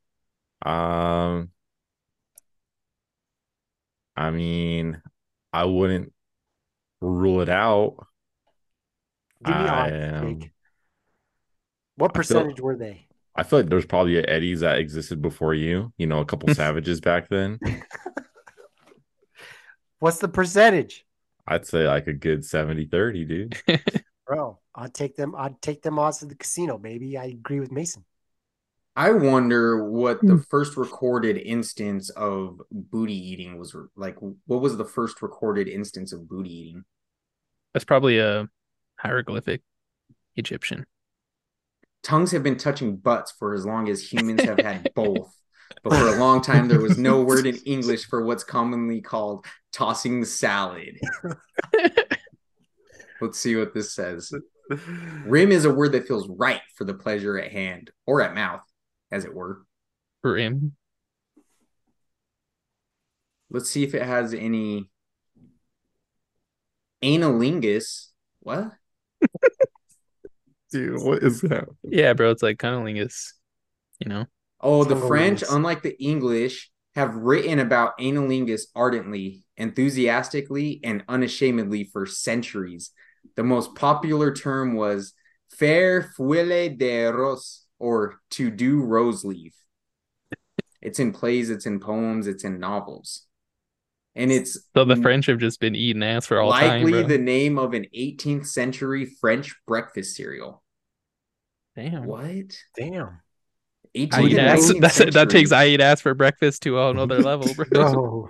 Speaker 2: Um, I mean, I wouldn't rule it out.
Speaker 3: Give me
Speaker 2: I
Speaker 3: odds,
Speaker 2: am-
Speaker 3: Jake. What
Speaker 2: I feel-
Speaker 3: percentage were they?
Speaker 2: I feel like there's probably a Eddies that existed before you. You know, a couple savages back then.
Speaker 3: What's the percentage,
Speaker 2: I'd say like a good 70 30, dude.
Speaker 3: bro? I'd take them. I'd take them odds to the casino, baby. I agree with Mason.
Speaker 1: I wonder what the first recorded instance of booty eating was like. What was the first recorded instance of booty eating?
Speaker 4: That's probably a hieroglyphic Egyptian.
Speaker 1: Tongues have been touching butts for as long as humans have had both. But for a long time, there was no word in English for what's commonly called tossing the salad. Let's see what this says. Rim is a word that feels right for the pleasure at hand or at mouth, as it were.
Speaker 4: Rim.
Speaker 1: Let's see if it has any analingus. What?
Speaker 2: Dude, what is that?
Speaker 4: Yeah, bro. It's like cunnilingus. You know.
Speaker 1: Oh, the
Speaker 3: Analingus.
Speaker 1: French, unlike the English, have written about analingus ardently, enthusiastically, and unashamedly for centuries. The most popular term was faire feuille de rose or to do rose leaf. It's in plays, it's in poems, it's in novels. And it's
Speaker 4: So the French have just been eating ass for all
Speaker 1: Mm. likely
Speaker 4: time. Bro.
Speaker 1: the name of an 18th century French breakfast cereal.
Speaker 4: Damn.
Speaker 1: What?
Speaker 3: Damn,
Speaker 1: 18th
Speaker 4: I eat
Speaker 1: and
Speaker 4: ass.
Speaker 1: 19th
Speaker 4: That's, that takes I
Speaker 1: centuries.
Speaker 4: eat ass for breakfast to a whole nother level, bro.
Speaker 3: bro.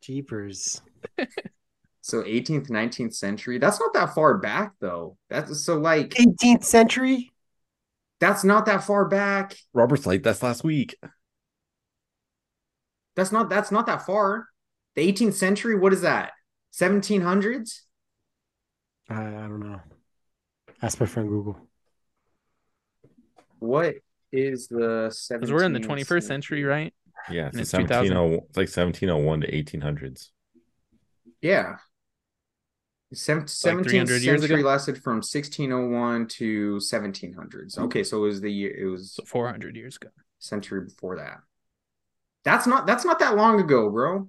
Speaker 3: Jeepers.
Speaker 1: So 18th, 19th century. That's not that far back though. That's so like
Speaker 3: 18th century.
Speaker 1: that's not that far back.
Speaker 2: Robert's like, that's last week.
Speaker 1: That's not that's not that far. The 18th century, what is that? 1700s?
Speaker 3: I, I don't know. Ask my friend Google.
Speaker 1: What is the 17th?
Speaker 4: Because we're in the 21st century, right?
Speaker 2: Yeah,
Speaker 4: And
Speaker 2: it's,
Speaker 4: it's
Speaker 2: so
Speaker 4: 2000.
Speaker 2: 1701 it's like 1701 to 1800s.
Speaker 1: Yeah. Seven- 17th
Speaker 4: 300 years
Speaker 1: century
Speaker 4: ago?
Speaker 1: lasted from 1601 to 1700s.
Speaker 4: Mm-hmm.
Speaker 1: Okay, so it was the year it was
Speaker 4: So 400 years ago.
Speaker 1: century before that. That's not that's not that long ago, bro.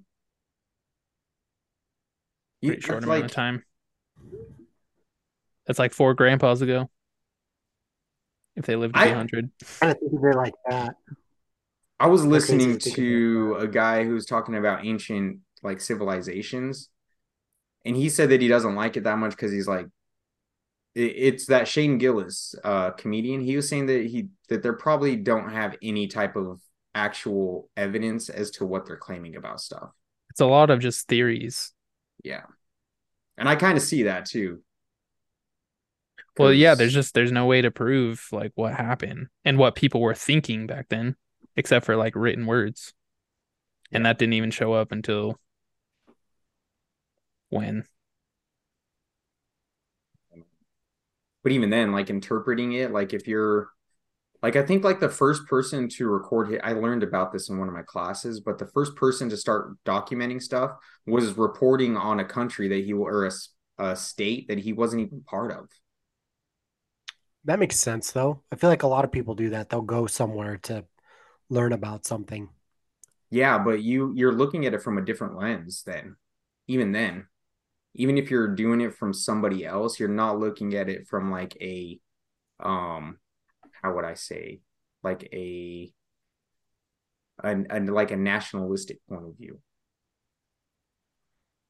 Speaker 1: You-
Speaker 4: Pretty short
Speaker 1: that's
Speaker 4: amount
Speaker 1: like-
Speaker 4: of time. That's like four grandpas ago. If they lived to be
Speaker 1: I-
Speaker 4: 100.
Speaker 3: I kind of think of it like that.
Speaker 1: I was
Speaker 3: crazy
Speaker 1: listening
Speaker 3: to think
Speaker 1: to a guy who was talking about ancient like civilizations, and he said that he doesn't like it that much because he's like, it- it's that Shane Gillis, uh, comedian. He was saying that he that they probably don't have any type of actual evidence as to what they're claiming about stuff.
Speaker 4: It's a lot of just theories.
Speaker 1: And I kind of see that too.
Speaker 4: Well, yeah,
Speaker 1: 'Cause-
Speaker 4: there's just there's no way to prove like what happened and what people were thinking back then, except for like written words. And that didn't even show up until when?
Speaker 1: but even then like interpreting it like if you're like i think like the first person to record hi- i learned about this in one of my classes but the first person to start documenting stuff was reporting on a country that he or a, s- a state that he wasn't even part of
Speaker 3: That makes sense, though. I feel like a lot of people do that. They'll go somewhere to learn about something.
Speaker 1: yeah but you you're looking at it from a different lens then even then even if you're doing it from somebody else you're not looking at it from like a um how would i say like a an, an like a nationalistic point of view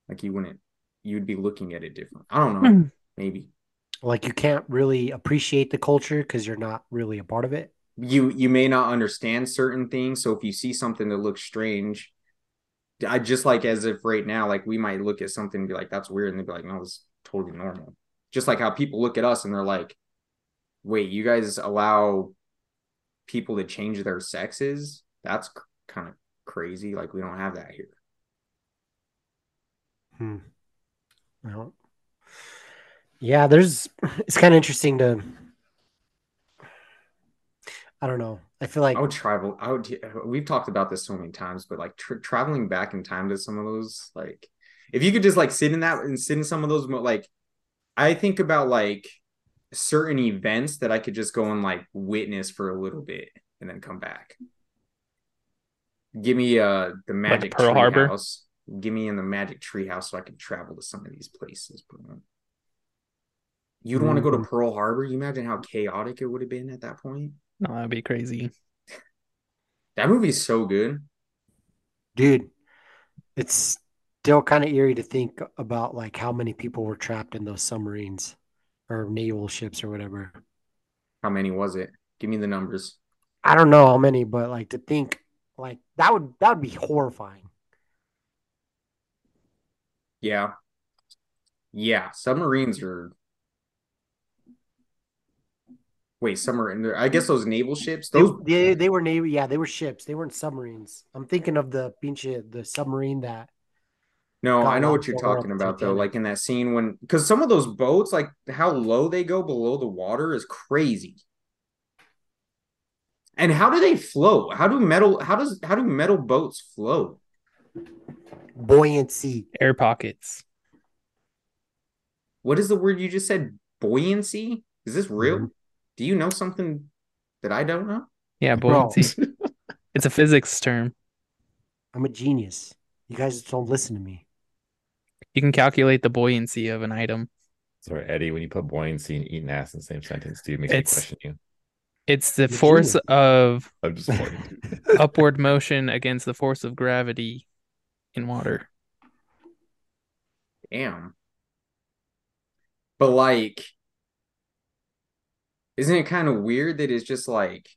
Speaker 1: like you wouldn't you'd be looking at it different i don't know
Speaker 4: Hmm.
Speaker 1: maybe
Speaker 3: Like you can't really appreciate the culture because you're not really a part of it.
Speaker 1: you you may not understand certain things so if you see something that looks strange i just like as if right now like we might look at something and be like that's weird and they'd be like no it's totally normal just like how people look at us and they're like wait you guys allow people to change their sexes that's kind of crazy like we don't have that here
Speaker 3: Hmm. I don't Yeah, there's it's kind of interesting to I don't know. I feel like
Speaker 1: I would travel. I would. We've talked about this so many times, but like tr traveling back in time to some of those, like if you could just like sit in that and sit in some of those, mo- like I think about like certain events that I could just go and like witness for a little bit and then come back. Give me uh the magic
Speaker 4: Pearl
Speaker 1: tree
Speaker 4: Harbor?
Speaker 1: house. Give me in the magic tree house so I can travel to some of these places. Bro. You'd want to go to
Speaker 4: Mm-hmm.
Speaker 1: Pearl Harbor. You imagine how chaotic it would have been at that point.
Speaker 4: No, that'd be crazy.
Speaker 1: That movie's so good.
Speaker 3: dude, it's still kind of eerie to think about like how many people were trapped in those submarines or naval ships or whatever.
Speaker 1: How many was it? Give me the numbers.
Speaker 3: I don't know how many, but like to think like that would that would be horrifying.
Speaker 1: Yeah. Yeah. Submarines are. Wait, submarine. I guess those naval ships.
Speaker 3: They,
Speaker 1: Those.
Speaker 3: they, they were navy, yeah, they were ships. They weren't submarines. I'm thinking of the pinche the submarine that
Speaker 1: No,
Speaker 3: got
Speaker 1: I know what
Speaker 3: knocked
Speaker 1: you're
Speaker 3: over on
Speaker 1: talking
Speaker 3: the
Speaker 1: about though.
Speaker 3: Titanic.
Speaker 1: Like in that scene when, because some of those boats, like how low they go below the water, is crazy. And how do they float? How do metal? How does how do metal boats float?
Speaker 3: buoyancy.
Speaker 4: Air pockets.
Speaker 1: What is the word you just said? Buoyancy? Is this real?
Speaker 3: Mhm.
Speaker 1: Do you know something that I don't know?
Speaker 4: Yeah,
Speaker 3: Bro.
Speaker 4: buoyancy. it's a physics term.
Speaker 3: I'm a genius. You guys just don't listen to me.
Speaker 4: You can calculate the buoyancy of an item.
Speaker 2: Sorry, Eddie, when you put buoyancy and eating ass in the same sentence, dude, it makes me
Speaker 4: It's-
Speaker 2: question you.
Speaker 4: It's the
Speaker 3: You're
Speaker 4: force
Speaker 3: genius.
Speaker 4: of
Speaker 2: I'm just playing.
Speaker 4: upward motion against the force of gravity in water.
Speaker 1: Damn. But like, isn't it kind of weird that it's just like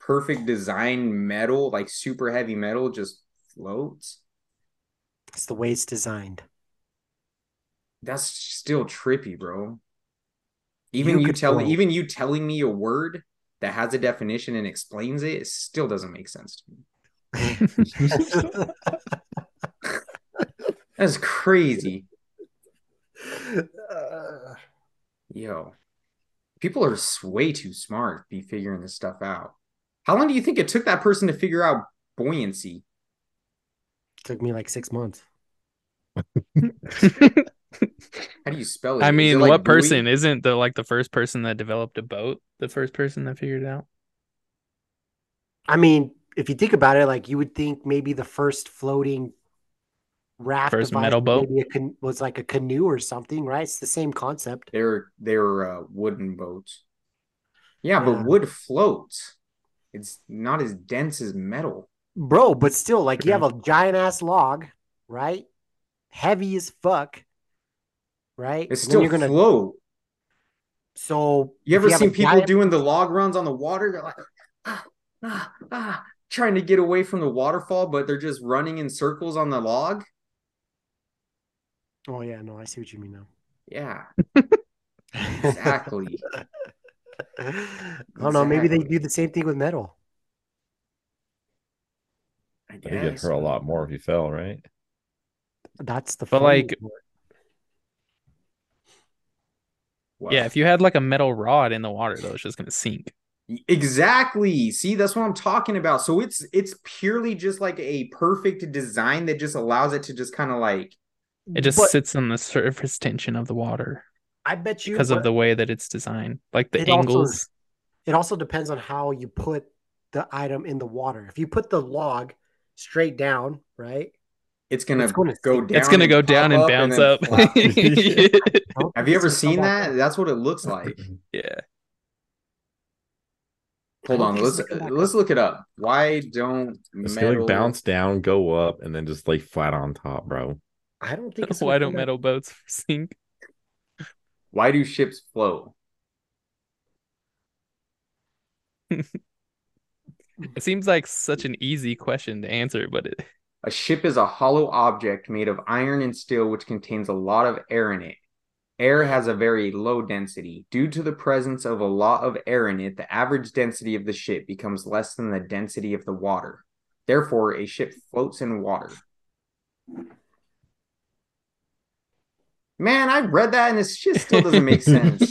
Speaker 1: perfect design metal, like super heavy metal, just floats?
Speaker 3: It's the way it's designed.
Speaker 1: That's still trippy, bro. Even
Speaker 3: You
Speaker 1: you,
Speaker 3: could
Speaker 1: telling,
Speaker 3: float.
Speaker 1: even you telling me a word that has a definition and explains it, it still doesn't make sense to me. That's crazy, yo. People are s- way too smart to be figuring this stuff out. How long do you think it took that person to figure out buoyancy?
Speaker 3: Took me like six months.
Speaker 1: How do you spell it?
Speaker 4: I
Speaker 1: Is it
Speaker 4: mean,
Speaker 1: like
Speaker 4: what
Speaker 1: buoy?
Speaker 4: person isn't the like the first person that developed a boat? The first person that figured it out?
Speaker 3: I mean, if you think about it, like you would think maybe the first floating raft
Speaker 4: First
Speaker 3: device
Speaker 4: metal
Speaker 3: was
Speaker 4: boat?
Speaker 3: maybe a can- was like a canoe or something, right? It's the same concept.
Speaker 1: They were they were uh, wooden boats. Yeah,
Speaker 3: Yeah.
Speaker 1: but wood floats. It's not as dense as metal.
Speaker 3: Bro, but still, like you
Speaker 4: True.
Speaker 3: have a giant ass log, right? Heavy as fuck, right?
Speaker 1: It's
Speaker 3: And then
Speaker 1: still
Speaker 3: you're gonna
Speaker 1: float.
Speaker 3: so
Speaker 1: You
Speaker 3: if
Speaker 1: ever
Speaker 3: have a
Speaker 1: seen people
Speaker 3: giant-
Speaker 1: doing the log runs on the water? They're like, ah, ah, ah, trying to get away from the waterfall, but they're just running in circles on the log.
Speaker 3: Oh yeah, no, I see what you mean now.
Speaker 1: Yeah, exactly.
Speaker 3: I don't know. Maybe they
Speaker 1: Exactly.
Speaker 3: do the same thing with metal.
Speaker 1: I
Speaker 2: I think it'd
Speaker 1: guess.
Speaker 2: hurt a lot more if you fell, right?
Speaker 3: That's the
Speaker 4: But,
Speaker 3: funny
Speaker 4: like,
Speaker 3: part.
Speaker 1: Wow.
Speaker 4: Yeah, if you had like a metal rod in the water, though, it's just gonna sink.
Speaker 1: Exactly. See, that's what I'm talking about. So it's it's purely just like a perfect design that just allows it to just kind of like
Speaker 4: It just
Speaker 3: But
Speaker 4: sits on the surface tension of the water
Speaker 3: I bet you
Speaker 4: because
Speaker 3: what-
Speaker 4: of the way that it's designed, like the
Speaker 3: It also-
Speaker 4: angles.
Speaker 3: it also depends on how you put the item in the water. If you put the log straight down, right?
Speaker 1: it's gonna,
Speaker 3: It's gonna
Speaker 1: go
Speaker 3: stick.
Speaker 1: down.
Speaker 4: it's gonna go
Speaker 1: pop
Speaker 4: down and bounce
Speaker 1: then
Speaker 4: up.
Speaker 1: flop.
Speaker 4: yeah.
Speaker 1: Have you ever seen that? That's what it looks like. Hold on, let's let's look it up. Why don't
Speaker 2: It's
Speaker 1: metal
Speaker 2: gonna like bounce down, go up, and then just lay flat on top, bro.
Speaker 3: I don't think. it's gonna
Speaker 4: Why Oh, don't
Speaker 3: come
Speaker 4: metal boats sink?
Speaker 1: Why do ships float?
Speaker 4: It seems like such an easy question to answer, but it,
Speaker 1: A ship is a hollow object made of iron and steel which contains a lot of air in it. Air has a very low density. Due to the presence of a lot of air in it, the average density of the ship becomes less than the density of the water. Therefore, a ship floats in water. man, I read that and it just still doesn't make sense.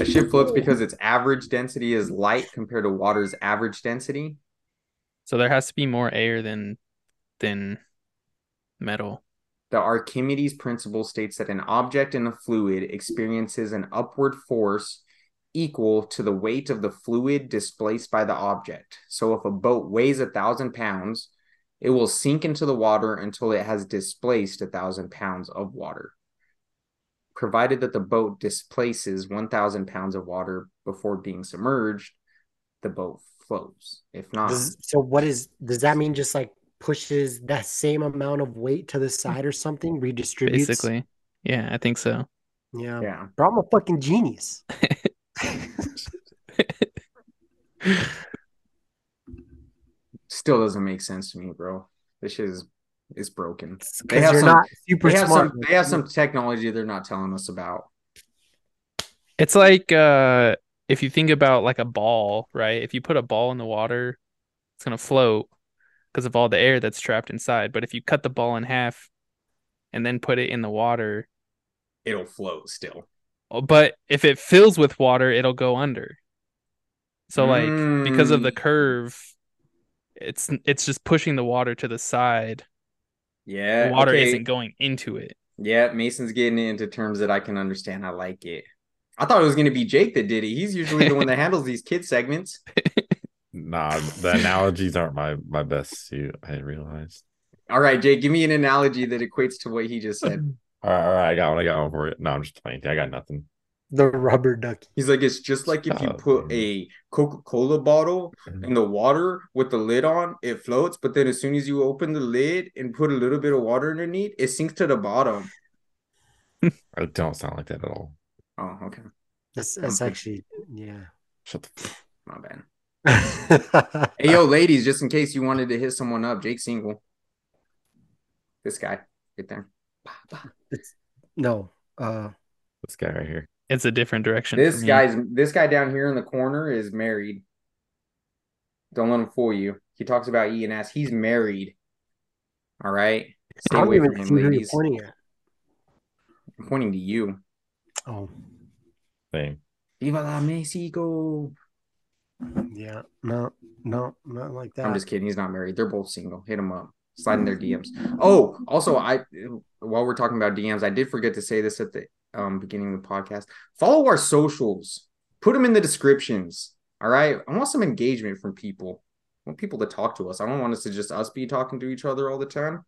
Speaker 1: A ship floats because its average density is light compared to water's average density.
Speaker 4: So there has to be more air than than metal.
Speaker 1: The Archimedes principle states that an object in a fluid experiences an upward force equal to the weight of the fluid displaced by the object. So if a boat weighs a thousand pounds, it will sink into the water until it has displaced a thousand pounds of water, provided that the boat displaces 1,000 pounds of water before being submerged. The boat flows. If not,
Speaker 3: Does- so what is does that mean? Just like pushes that same amount of weight to the
Speaker 1: Mm.
Speaker 3: side or something, redistributes.
Speaker 4: Basically. Yeah, I think so.
Speaker 3: yeah.
Speaker 1: yeah.
Speaker 3: Bro, I'm a fucking genius.
Speaker 1: Still doesn't make sense to me, bro. This shit is is broken. They
Speaker 3: Because
Speaker 1: have
Speaker 3: you're
Speaker 1: some-
Speaker 3: not super
Speaker 1: They have
Speaker 3: smart.
Speaker 1: some they have some technology they're not telling us about.
Speaker 4: It's like uh if you think about like a ball, right? If you put a ball in the water, it's gonna float because of all the air that's trapped inside. But if you cut the ball in half and then put it in the water,
Speaker 1: It'll float still.
Speaker 4: oh, but if it fills with water, it'll go under. So like because of the
Speaker 1: Mm.
Speaker 4: curve, it's it's just pushing the water to the side.
Speaker 1: Yeah.
Speaker 4: The water
Speaker 1: Uh, okay.
Speaker 4: isn't going into it.
Speaker 1: Yeah, Mason's getting it into terms that I can understand. I like it. I thought it was gonna be Jake that did it. He's usually the one that handles these kid segments.
Speaker 2: Nah, the analogies aren't my my best suit. I realized.
Speaker 1: All right, Jake, give me an analogy that equates to what he just said.
Speaker 2: All right, all right, I got one. I got one for you. No, I'm just playing. I got nothing.
Speaker 3: The rubber ducky.
Speaker 1: He's like, it's just like if you
Speaker 2: Oh,
Speaker 1: put
Speaker 2: man.
Speaker 1: a Coca Cola bottle in the water with the lid on, it floats. But then as soon as you open the lid and put a little bit of water underneath, it sinks to the bottom.
Speaker 2: I don't sound like that at all.
Speaker 1: Oh, okay.
Speaker 3: That's that's
Speaker 1: Okay.
Speaker 3: actually yeah.
Speaker 2: Shut the f-
Speaker 1: My bad. Hey, yo, ladies, just in case you wanted to hit someone up, Jake Single. This guy right there. Bah, bah.
Speaker 3: no. Uh
Speaker 2: this guy right here.
Speaker 4: It's a different direction. for
Speaker 1: This
Speaker 4: me.
Speaker 1: guy's this guy down here in the corner is married. Don't let him fool you. He talks about E and S. He's married. All right. Stay
Speaker 3: I don't
Speaker 1: away from
Speaker 3: even see
Speaker 1: him,
Speaker 3: who you're
Speaker 1: ladies.
Speaker 3: pointing at.
Speaker 1: I'm pointing to you.
Speaker 3: Oh
Speaker 2: Same.
Speaker 1: Viva la Mexico.
Speaker 3: yeah. No, no, not like that. Mm-hmm.
Speaker 1: I'm just kidding. He's not married. They're both single. Hit him up. Slide in their DMs. Oh, also, I while we're talking about DMs, I did forget to say this at the um, beginning of the podcast. Follow our socials. Put them in the descriptions. All right. I want some engagement from people. I want people to talk to us. I don't want us to just us be talking to each other all the time.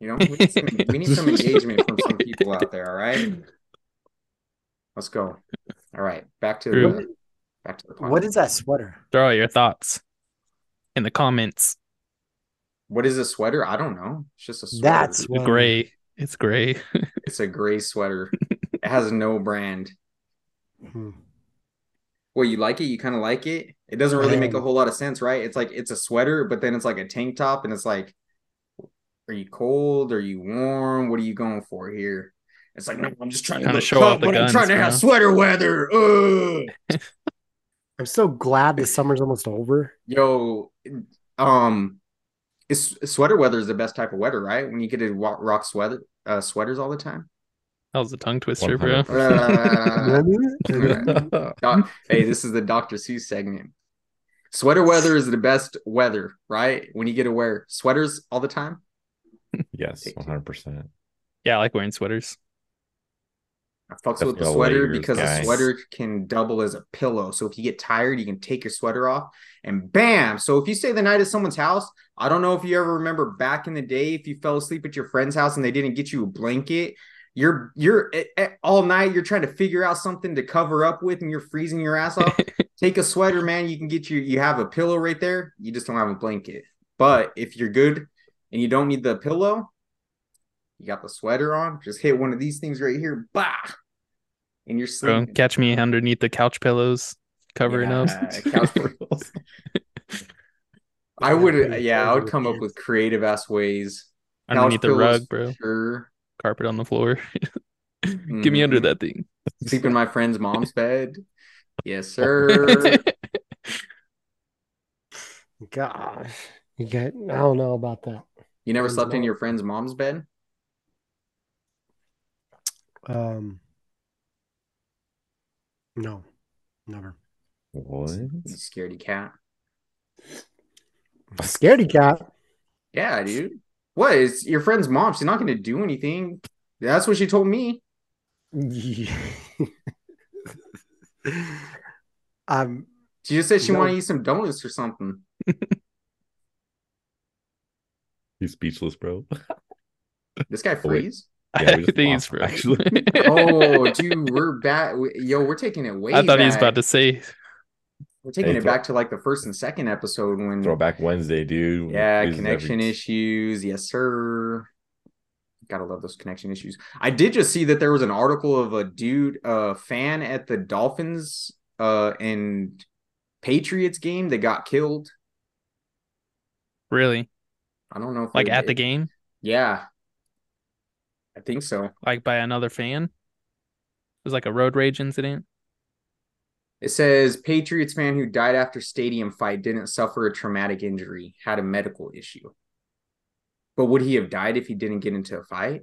Speaker 1: You know, we need some, we need some engagement from some people out there. All right. Let's go. All right. Back to
Speaker 4: Drew.
Speaker 1: the back to the podcast.
Speaker 3: what is that sweater?
Speaker 4: Throw out your thoughts in the comments.
Speaker 1: What is a sweater? I don't know. It's just a sweater.
Speaker 3: That's
Speaker 4: It's gray. It's gray.
Speaker 1: It's a gray sweater. it has no brand.
Speaker 3: Hmm.
Speaker 1: Well, you like it. You kind of like it. It doesn't really make a
Speaker 3: Um,
Speaker 1: whole lot of sense, right? It's like it's a sweater, but then it's like a tank top, and it's like, are you cold? Are you warm? What are you going for here? It's like, no, I'm just trying to
Speaker 4: Kinda
Speaker 1: look
Speaker 4: show off the
Speaker 1: but I'm
Speaker 4: guns,
Speaker 1: trying to
Speaker 4: you
Speaker 1: have
Speaker 4: know?
Speaker 1: sweater weather. Ugh.
Speaker 3: I'm so glad the summer's almost over.
Speaker 1: Yo, um, it's, sweater weather is the best type of weather, right? When you get to wa- rock sweater uh, sweaters all the time.
Speaker 4: That was a tongue twister, bro.
Speaker 2: 100%.
Speaker 1: Uh, Doc- hey, this is the Dr. Seuss segment. Sweater weather is the best weather, right? When you get to wear sweaters all the time.
Speaker 2: yes, 100. percent
Speaker 4: Yeah, I like wearing sweaters.
Speaker 1: I fucks with the
Speaker 2: Definitely
Speaker 1: sweater
Speaker 2: layers,
Speaker 1: because a
Speaker 2: guys.
Speaker 1: sweater can double as a pillow. So if you get tired, you can take your sweater off and bam. So if you stay the night at someone's house, I don't know if you ever remember back in the day if you fell asleep at your friend's house and they didn't get you a blanket. You're you're eh, eh, all night. You're trying to figure out something to cover up with, and you're freezing your ass off. Take a sweater, man. You can get your you have a pillow right there. You just don't have a blanket. But if you're good and you don't need the pillow, you got the sweater on. Just hit one of these things right here. Bah. And you're
Speaker 4: Bro,
Speaker 1: sleeping.
Speaker 4: catch me underneath the couch pillows, covering up.
Speaker 1: Mm. Yeah, couch pillows. I would,
Speaker 3: Pretty
Speaker 1: yeah, I would
Speaker 3: crazy
Speaker 1: come up
Speaker 3: kids.
Speaker 1: with creative ass ways. Couch
Speaker 4: Underneath the
Speaker 1: pillows, Mm-hmm.
Speaker 4: rug, bro.
Speaker 1: Sure.
Speaker 4: Carpet on the floor. Get me under
Speaker 1: Mhm.
Speaker 4: that thing.
Speaker 1: Sleep in my friend's mom's bed. Yes, sir.
Speaker 3: Gosh. You got I don't know about that.
Speaker 1: You never
Speaker 3: Friend's
Speaker 1: slept in
Speaker 3: mom.
Speaker 1: your friend's mom's bed?
Speaker 3: Um, no, never.
Speaker 2: What?
Speaker 1: You scaredy cat.
Speaker 3: Scaredy cat.
Speaker 1: Yeah, dude. What is your friend's mom? She's not going to do anything. That's what she told me.
Speaker 3: um,
Speaker 1: She just said she
Speaker 3: No.
Speaker 1: wanted to eat some donuts or something.
Speaker 2: He's speechless, bro.
Speaker 1: This guy
Speaker 2: wait.
Speaker 1: freeze.
Speaker 2: Yeah, we
Speaker 4: I
Speaker 2: just
Speaker 4: think he's
Speaker 2: lost,
Speaker 4: from
Speaker 2: actually.
Speaker 1: oh, dude, we're back. Yo, we're taking it way.
Speaker 4: I thought he was
Speaker 1: back.
Speaker 4: about to say
Speaker 1: We're taking
Speaker 2: Hey,
Speaker 1: it
Speaker 2: throw-
Speaker 1: back to like the first and second episode when.
Speaker 2: Throwback Wednesday, dude.
Speaker 1: Yeah,
Speaker 2: Quizzes every-
Speaker 1: connection issues. Yes, sir. Gotta love those connection issues. I did just see that there was an article of a dude, a fan at the Dolphins uh and Patriots game that got killed.
Speaker 4: really
Speaker 1: I don't know if
Speaker 4: like
Speaker 1: it-
Speaker 4: at the game,
Speaker 1: Yeah, I think so.
Speaker 4: like by another fan. It was like a road rage incident.
Speaker 1: It says Patriots fan who died after stadium fight didn't suffer a traumatic injury, had a medical issue. But would he have died if he didn't get into a fight?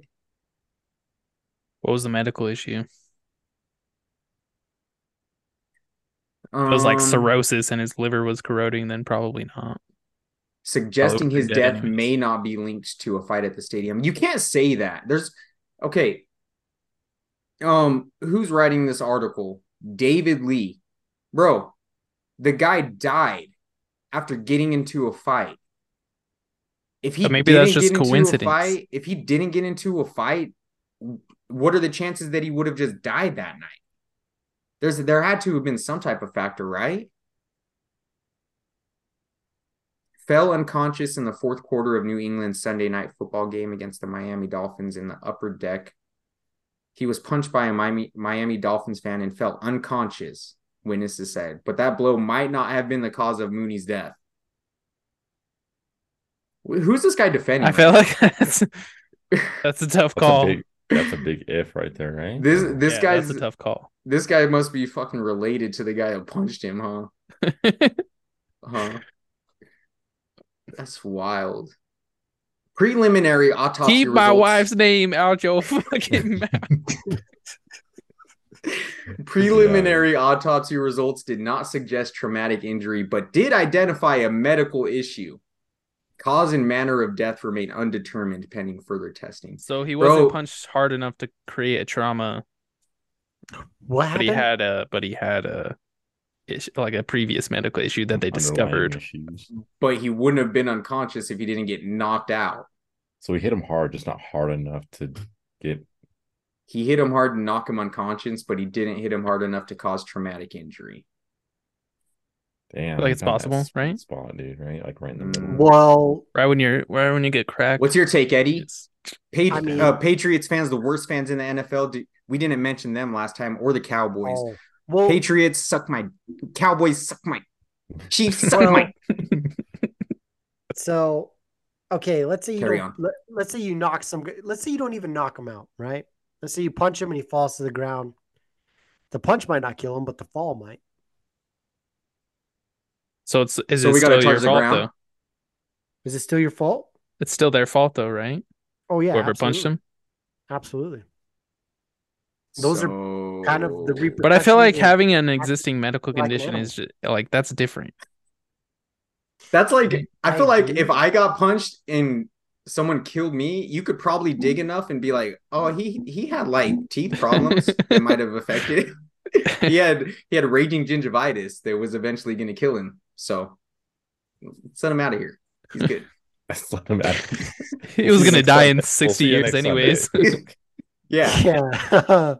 Speaker 4: What was the medical issue?
Speaker 1: Um,
Speaker 4: It was like cirrhosis and his liver was corroding. Then probably not.
Speaker 1: suggesting
Speaker 4: Probably
Speaker 1: his
Speaker 4: dead
Speaker 1: death
Speaker 4: anyways.
Speaker 1: may not be linked to a fight at the stadium. You can't say that. There's okay. Um, who's writing this article? David Lee. Bro, the guy died after getting into a fight. If he
Speaker 4: But maybe that's
Speaker 1: didn't
Speaker 4: just
Speaker 1: get into a
Speaker 4: coincidence.
Speaker 1: fight- if he didn't get into a fight, what are the chances that he would have just died that night? There's there had to have been some type of factor, right? fell unconscious in the fourth quarter of New England's Sunday night football game against the Miami Dolphins in the upper deck. He was punched by a Miami, Miami Dolphins fan and fell unconscious, witnesses said. But that blow might not have been the cause of Mooney's death. Wh- Who's this guy defending?
Speaker 4: I feel
Speaker 1: right
Speaker 4: like that's that's a
Speaker 2: That's
Speaker 4: tough call.
Speaker 2: a big that's a big if right there, right?
Speaker 1: now? this this
Speaker 4: Yeah,
Speaker 1: guy's
Speaker 4: that's a tough call.
Speaker 1: this guy must be fucking related to the guy that punched him, huh? Huh. That's wild. Preliminary autopsy.
Speaker 4: Keep my
Speaker 1: results-
Speaker 4: wife's name out your fucking mouth.
Speaker 1: Preliminary autopsy results did not suggest traumatic injury, but did identify a medical issue. Cause and manner of death remain undetermined pending further testing.
Speaker 4: So he
Speaker 1: Bro.
Speaker 4: wasn't punched hard enough to create a trauma,
Speaker 3: what
Speaker 4: but
Speaker 3: happened?
Speaker 4: he had a but he had a ish, like a previous medical issue that they
Speaker 2: Underlying
Speaker 4: discovered.
Speaker 2: issues.
Speaker 1: But he wouldn't have been unconscious if he didn't get knocked out.
Speaker 2: So we hit him hard, just not hard enough to get
Speaker 1: He hit him hard and knock him unconscious, but he didn't hit him hard enough to cause traumatic injury.
Speaker 2: damn.
Speaker 4: Like it's
Speaker 2: kind of
Speaker 4: possible,
Speaker 2: that sweet
Speaker 4: right?
Speaker 2: Spot, dude, right? Like right in the
Speaker 1: Mm.
Speaker 2: middle.
Speaker 3: well,
Speaker 4: Right when you're right when you get cracked.
Speaker 1: What's your take, Eddie?
Speaker 4: it's-
Speaker 1: Pat-
Speaker 3: I mean-
Speaker 1: uh, Patriots fans, the worst fans in the NFL. Do- we didn't mention them last time or the Cowboys.
Speaker 3: oh, well,
Speaker 1: Patriots suck my. Cowboys suck my. Chiefs suck my.
Speaker 3: so okay. Let's say you
Speaker 1: Carry
Speaker 3: don't,
Speaker 1: on.
Speaker 3: Let, let's say you knock some. g- Let's say you don't even knock him out, right? Let's say you punch him and he falls to the ground. The punch might not kill him, but the fall might.
Speaker 4: So it's is
Speaker 1: So
Speaker 4: it
Speaker 1: we gotta
Speaker 4: still your
Speaker 1: charge the
Speaker 4: fault
Speaker 1: ground?
Speaker 4: though?
Speaker 3: Is it still your fault?
Speaker 4: It's still their fault though, right?
Speaker 3: Oh yeah,
Speaker 4: Whoever
Speaker 3: absolutely.
Speaker 4: punched him.
Speaker 3: Absolutely. Those are kind of the
Speaker 1: So-
Speaker 3: reper-
Speaker 4: But I feel like
Speaker 3: Protection is-
Speaker 4: having an existing medical
Speaker 3: like an
Speaker 4: condition is just, like that's different.
Speaker 1: That's like I
Speaker 3: I
Speaker 1: feel like
Speaker 3: agree.
Speaker 1: if I got punched and someone killed me, you could probably dig
Speaker 3: Mm-hmm.
Speaker 1: enough and be like, "Oh, he he had like teeth problems that might have affected. he had he had raging gingivitis that was eventually going to kill him. So send him out of here. He's good.
Speaker 2: That's not a matter.
Speaker 4: He was
Speaker 2: see you
Speaker 4: gonna
Speaker 2: next
Speaker 4: die
Speaker 2: Sunday.
Speaker 4: in
Speaker 2: We'll
Speaker 4: 60
Speaker 2: see you
Speaker 4: years
Speaker 2: next Sunday.
Speaker 4: anyways.
Speaker 1: yeah,
Speaker 3: Yeah.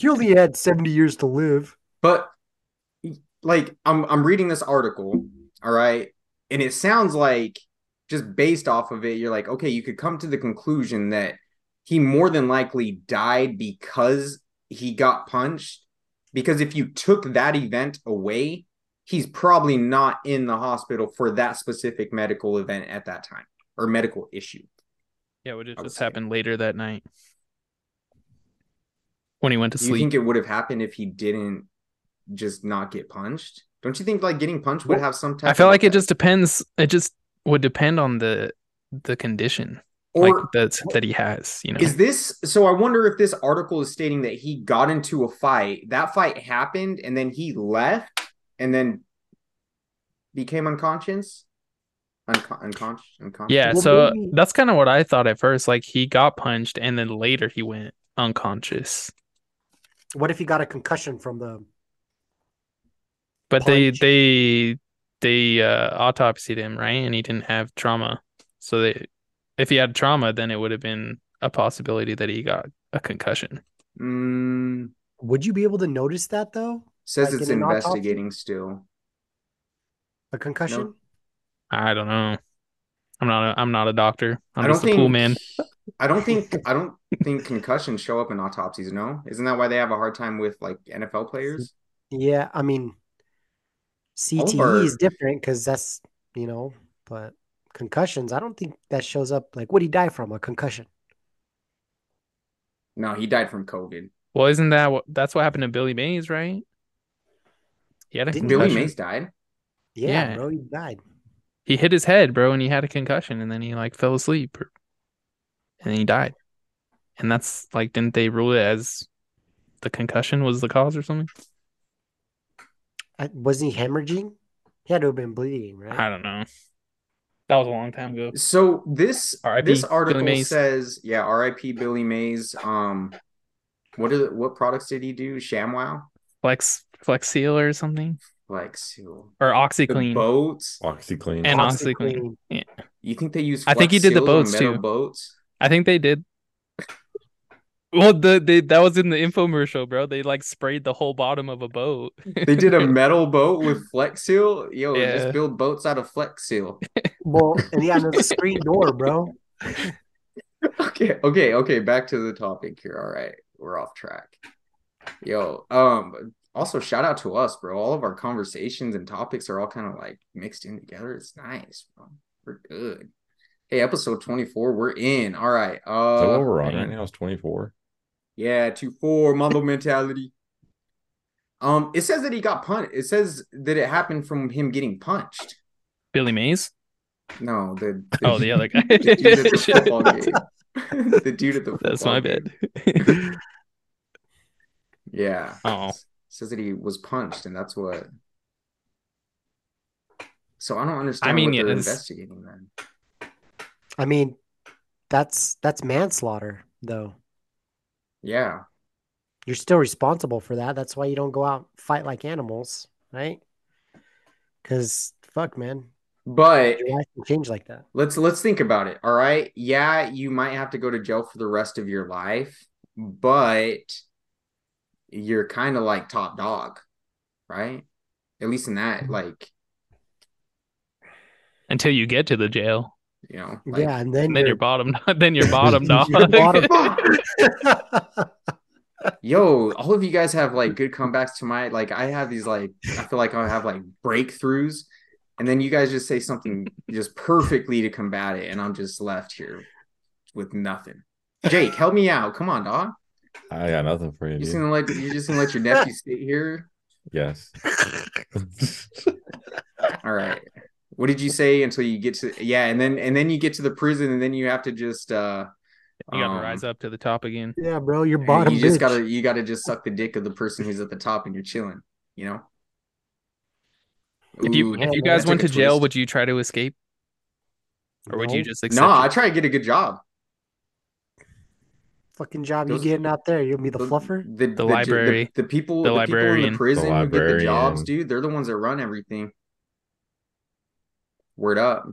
Speaker 3: you only had 70 years to live.
Speaker 1: but like I'm I'm reading this article, all right, and it sounds like just based off of it, you're like, okay, you could come to the conclusion that he more than likely died because he got punched. Because if you took that event away, he's probably not in the hospital for that specific medical event at that time or medical issue.
Speaker 4: Yeah, what if
Speaker 1: I would
Speaker 4: this
Speaker 1: say.
Speaker 4: happened later that night? When he went to
Speaker 1: Do you
Speaker 4: sleep.
Speaker 1: think it would have happened if he didn't just not get punched? Don't you think like getting punched would have some type
Speaker 4: I feel
Speaker 1: of
Speaker 4: like it
Speaker 1: effect?
Speaker 4: just depends. It just would depend on the the condition
Speaker 1: Or
Speaker 4: like that's that he has. You know,
Speaker 1: Is this so? I wonder if this article is stating that he got into a fight, that fight happened, and then he left and then became unconscious. Uncon- unconscious, unconscious.
Speaker 4: yeah.
Speaker 3: Well,
Speaker 4: so
Speaker 3: maybe-
Speaker 4: that's kind of what I thought at first. Like he got punched and then later he went unconscious.
Speaker 3: What if he got a concussion from the?
Speaker 4: But they
Speaker 3: Punch.
Speaker 4: they they uh, autopsied him right, and he didn't have trauma. So they, if he had trauma, then it would have been a possibility that he got a concussion.
Speaker 1: Mm,
Speaker 3: Would you be able to notice that though?
Speaker 1: says
Speaker 3: Like
Speaker 1: it's
Speaker 3: in an autopsy?
Speaker 1: investigating still.
Speaker 3: A concussion.
Speaker 4: I don't know. I'm not. A, I'm not a doctor. I'm
Speaker 1: I don't
Speaker 4: just
Speaker 1: think.
Speaker 4: a pool man.
Speaker 1: I don't think. I don't think concussions show up in autopsies. No, isn't that why they have a hard time with like NFL players?
Speaker 3: Yeah, I mean, CTE is
Speaker 1: Or-
Speaker 3: different because that's you know, but concussions. I don't think that shows up. Like, what would he die from? A concussion.
Speaker 1: No, he died from COVID.
Speaker 4: Well, isn't that what? That's what happened to Billy Mays, right? He had a
Speaker 3: Didn't
Speaker 1: Billy
Speaker 4: concussion.
Speaker 1: Mays died.
Speaker 3: Yeah,
Speaker 4: Yeah.
Speaker 3: bro, he died.
Speaker 4: He hit his head, bro, and he had a concussion, and then he like fell asleep, or- and then he died. And that's like, didn't they rule it as the concussion was the cause or something?
Speaker 3: I, wasn't he hemorrhaging? He had to have been bleeding, right?
Speaker 4: I don't know. That was a long time ago.
Speaker 1: So this
Speaker 4: R.I.P.
Speaker 1: this
Speaker 4: Billy
Speaker 1: article
Speaker 4: Mays.
Speaker 1: says, yeah, R.I.P. Billy Mays. Um, what did what products did he do? ShamWow,
Speaker 4: Flex Flex Seal or something
Speaker 1: like so,
Speaker 4: or
Speaker 1: the
Speaker 4: OxyClean.
Speaker 1: boats.
Speaker 2: OxyClean.
Speaker 4: And
Speaker 3: Oxyclean.
Speaker 4: OxyClean.
Speaker 1: You think they use?
Speaker 4: I think he
Speaker 1: Flex
Speaker 4: did the
Speaker 1: Seal to
Speaker 4: boats,
Speaker 1: metal
Speaker 4: too.
Speaker 1: Boats.
Speaker 4: I think they did. Well, the they that was in the infomercial, bro. They like sprayed the whole bottom of a boat.
Speaker 1: They did a metal boat with Flex Seal. Yo,
Speaker 4: Yeah.
Speaker 1: just build boats out of Flex Seal.
Speaker 3: Well, and he had a screen door, bro.
Speaker 1: okay okay okay back to the topic here all right we're off track yo um also shout out to us bro all of our conversations and topics are all kind of like mixed in together it's nice bro we're good hey episode 24 we're in all right
Speaker 2: Is that what
Speaker 1: uh
Speaker 2: we're on right
Speaker 4: man.
Speaker 2: now? Is 24.
Speaker 1: yeah two four mondo mentality um it says that he got punched it says that it happened from him getting punched
Speaker 4: Billy Mays.
Speaker 1: no the,
Speaker 4: Oh, the other guy.
Speaker 1: the dude at the football game the dude at the
Speaker 4: That's
Speaker 1: football
Speaker 4: my
Speaker 1: game.
Speaker 4: bad.
Speaker 1: Yeah.
Speaker 4: Oh.
Speaker 1: S- Says that he was punched, and that's what. So I don't understand.
Speaker 4: mean,
Speaker 1: what they're
Speaker 4: yes.
Speaker 1: investigating then.
Speaker 3: I mean, that's that's manslaughter, though.
Speaker 1: Yeah,
Speaker 3: You're still responsible for that. That's why you don't go out and fight like animals, right? Because fuck, man,
Speaker 1: but
Speaker 3: your life can change like that.
Speaker 1: let's let's think about it. All right. Yeah, you might have to go to jail for the rest of your life, but you're kind of like top dog, right? At least in that, like
Speaker 4: Until you get to the jail,
Speaker 1: you know, like,
Speaker 3: yeah, and then,
Speaker 4: then you're bottom. Then you're bottom dog.
Speaker 3: You're bottom.
Speaker 1: Yo, all of you guys have like good comebacks to my like I have these like I feel like I have like breakthroughs and then you guys just say something just perfectly to combat it and I'm just left here with nothing. Jake, help me out. Come on, dog.
Speaker 2: I got nothing for you.
Speaker 1: You just
Speaker 2: Dude.
Speaker 1: gonna let you just gonna let your nephew sit here.
Speaker 2: Yes.
Speaker 1: All right. What did you say until you get to yeah, and then and then you get to the prison and then you have to just uh
Speaker 4: You gotta
Speaker 1: um,
Speaker 4: rise up to the top again.
Speaker 3: yeah, bro, you're bottom.
Speaker 1: you just
Speaker 3: bitch.
Speaker 1: gotta you gotta just suck the dick of the person who's at the top and you're chilling you know
Speaker 4: If you
Speaker 1: Ooh,
Speaker 4: if you
Speaker 3: that
Speaker 4: guys
Speaker 1: took
Speaker 4: went
Speaker 1: a
Speaker 4: to jail,
Speaker 1: twist.
Speaker 4: would you try to escape, or would you
Speaker 3: No.
Speaker 4: just accept?
Speaker 1: no i
Speaker 4: it?
Speaker 1: try to get a good job
Speaker 3: fucking job
Speaker 1: Those-
Speaker 3: you getting out there? You'll be the fluffer.
Speaker 1: the, the,
Speaker 4: library.
Speaker 1: the, people the, people
Speaker 4: The
Speaker 1: in
Speaker 4: librarian.
Speaker 1: the prison
Speaker 2: The
Speaker 1: who get the jobs
Speaker 2: librarian.
Speaker 1: dude they're the ones that run everything word up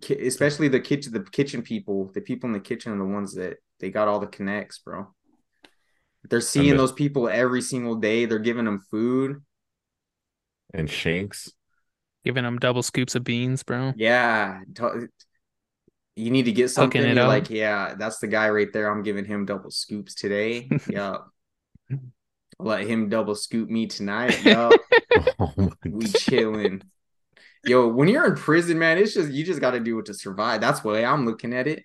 Speaker 1: Ki- especially the kitchen the kitchen people the people in the kitchen are the ones that they got all the connects bro they're seeing
Speaker 2: bet.
Speaker 1: those people every single day they're giving them food
Speaker 2: and Shanks.
Speaker 4: Giving them double scoops of beans, bro.
Speaker 1: Yeah. t- you need to get something.
Speaker 4: it
Speaker 1: You're
Speaker 4: up.
Speaker 1: like, yeah, that's the guy right there. I'm giving him double scoops today. Yup. Let him double scoop me tonight. Yup.
Speaker 2: Oh my
Speaker 1: we chilling. Yo, when you're in prison, man, it's just you just gotta do it to survive. That's the way I'm looking at it.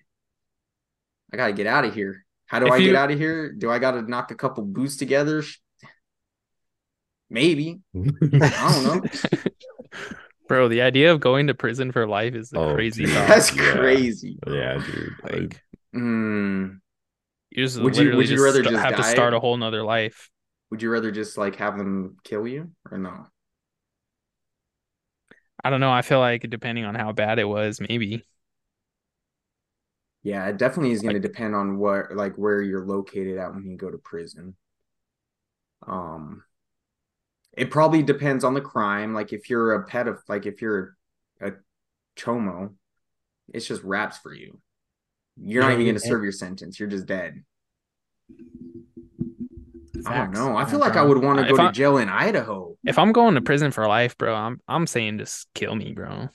Speaker 1: I gotta get out of here. How do
Speaker 4: If
Speaker 1: I
Speaker 4: you-
Speaker 1: get out of here? Do I gotta knock a couple boots together? Sh- Maybe.
Speaker 2: God.
Speaker 1: I don't know.
Speaker 4: Bro, the idea of going to prison for life is the
Speaker 2: Oh,
Speaker 4: crazy
Speaker 2: dude.
Speaker 4: thought.
Speaker 1: That's
Speaker 2: Yeah.
Speaker 1: crazy.
Speaker 2: Yeah, dude. Like,
Speaker 4: Like
Speaker 1: Mm.
Speaker 4: you just
Speaker 1: Would you-
Speaker 4: literally
Speaker 1: would you
Speaker 4: just
Speaker 1: rather
Speaker 4: st-
Speaker 1: just
Speaker 4: have to
Speaker 1: die?
Speaker 4: start a whole nother life.
Speaker 1: Would you rather just like have them kill you or no?
Speaker 4: I don't know. I feel like depending on how bad it was, maybe.
Speaker 1: Yeah, it definitely is going to depend on what like where you're located at when you go to prison. Um it probably depends on the crime. Like if you're a pedoph like if you're a chomo, it's just wraps for you. You're not
Speaker 3: Yeah,
Speaker 1: even
Speaker 3: you-
Speaker 1: going to serve your sentence. You're just dead. I don't
Speaker 3: Facts.
Speaker 1: know. I
Speaker 3: Yeah,
Speaker 1: feel like I
Speaker 3: bro. Uh,
Speaker 1: would want to
Speaker 4: If
Speaker 1: go
Speaker 4: I-
Speaker 1: to jail in Idaho.
Speaker 4: If I'm going to prison for life, bro, I'm I'm saying just kill me, bro.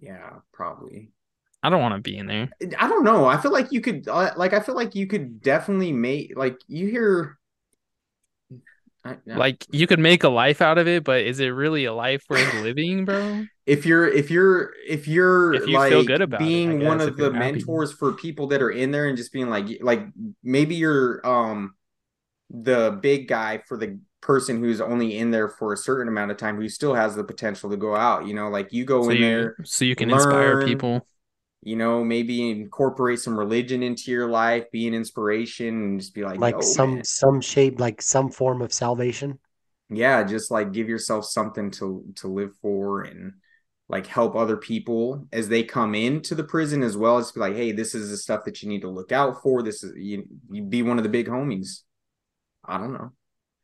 Speaker 1: Yeah, probably.
Speaker 4: I don't want to be in there.
Speaker 1: I don't know. I feel like you could uh, like I feel like you could definitely make like you hear I, I-
Speaker 4: Like you could make a life out of it, but is it really a life worth living, bro?
Speaker 1: if you're if you're if you're
Speaker 4: If you
Speaker 1: like
Speaker 4: feel good about it, I
Speaker 1: being one
Speaker 4: guess,
Speaker 1: of
Speaker 4: if you're
Speaker 1: the
Speaker 4: happy.
Speaker 1: mentors for people that are in there and just being like like maybe you're um the big guy for the person who's only in there for a certain amount of time who still has the potential to go out you know like you go
Speaker 4: So
Speaker 1: in
Speaker 4: you,
Speaker 1: there
Speaker 4: so you can inspire
Speaker 1: learn.
Speaker 4: people.
Speaker 1: you know maybe incorporate some religion into your life be an inspiration and just be like
Speaker 3: Like
Speaker 1: "Yo,
Speaker 3: some
Speaker 1: man."
Speaker 3: some shape, like some form of salvation.
Speaker 1: yeah just like give yourself something to to live for and like help other people as they come into the prison as well as be like hey this is the stuff that you need to look out for this is you, you be one of the big homies i don't know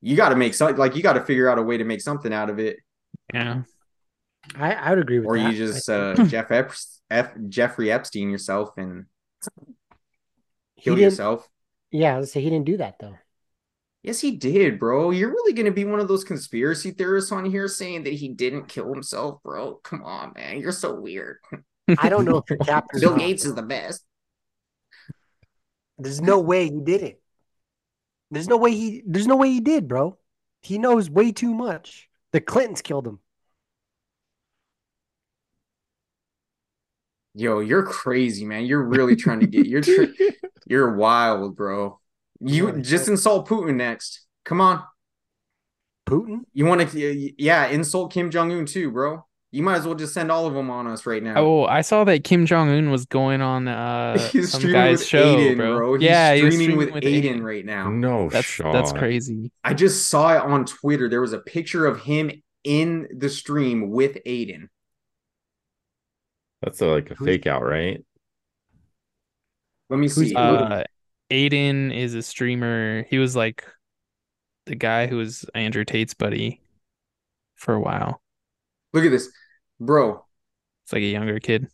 Speaker 1: you got to make something like you got to figure out a way to make something out of it
Speaker 4: Yeah.
Speaker 3: I, I would agree with
Speaker 1: or
Speaker 3: that.
Speaker 1: you just
Speaker 3: I
Speaker 1: uh
Speaker 3: think.
Speaker 1: jeff Ep- F- jeffrey epstein yourself and
Speaker 3: He
Speaker 1: kill
Speaker 3: didn't-
Speaker 1: yourself
Speaker 3: Yeah, let's say he didn't do that though.
Speaker 1: Yes, he did, bro. You're really gonna be one of those conspiracy theorists on here saying that he didn't kill himself, bro. Come on, man. You're so weird.
Speaker 3: I don't know if you're capped. or
Speaker 1: Bill
Speaker 3: not.
Speaker 1: Gates is the best.
Speaker 3: There's no way he did it. There's no way he. There's no way he did, bro. He knows way too much. The Clintons killed him.
Speaker 1: Yo, you're crazy, man. You're really trying to get you're tr- you're wild, bro. You
Speaker 3: Yeah.
Speaker 1: just insult Putin next. Come on.
Speaker 3: Putin.
Speaker 1: You want to yeah, insult Kim Jong Un too, bro. You might as well just send all of them on us right now.
Speaker 4: Oh, I saw that Kim Jong Un was going on uh
Speaker 1: He's
Speaker 4: some
Speaker 1: streaming
Speaker 4: guy's
Speaker 1: with
Speaker 4: show,
Speaker 1: Aiden,
Speaker 4: bro.
Speaker 1: He's
Speaker 4: Yeah, he was
Speaker 1: streaming, with,
Speaker 4: streaming with
Speaker 1: Aiden,
Speaker 4: Aiden.
Speaker 1: right now.
Speaker 2: no,
Speaker 4: That's
Speaker 2: Sean.
Speaker 4: that's crazy.
Speaker 1: I just saw it on Twitter. There was a picture of him in the stream with Aiden.
Speaker 2: That's a, like a
Speaker 3: Who's-
Speaker 2: fake out, right?
Speaker 1: Let me
Speaker 3: Who's
Speaker 1: see.
Speaker 4: Uh, Aiden is a streamer. He was like the guy who was Andrew Tate's buddy for a while.
Speaker 1: Look at this, bro.
Speaker 4: It's like a younger kid.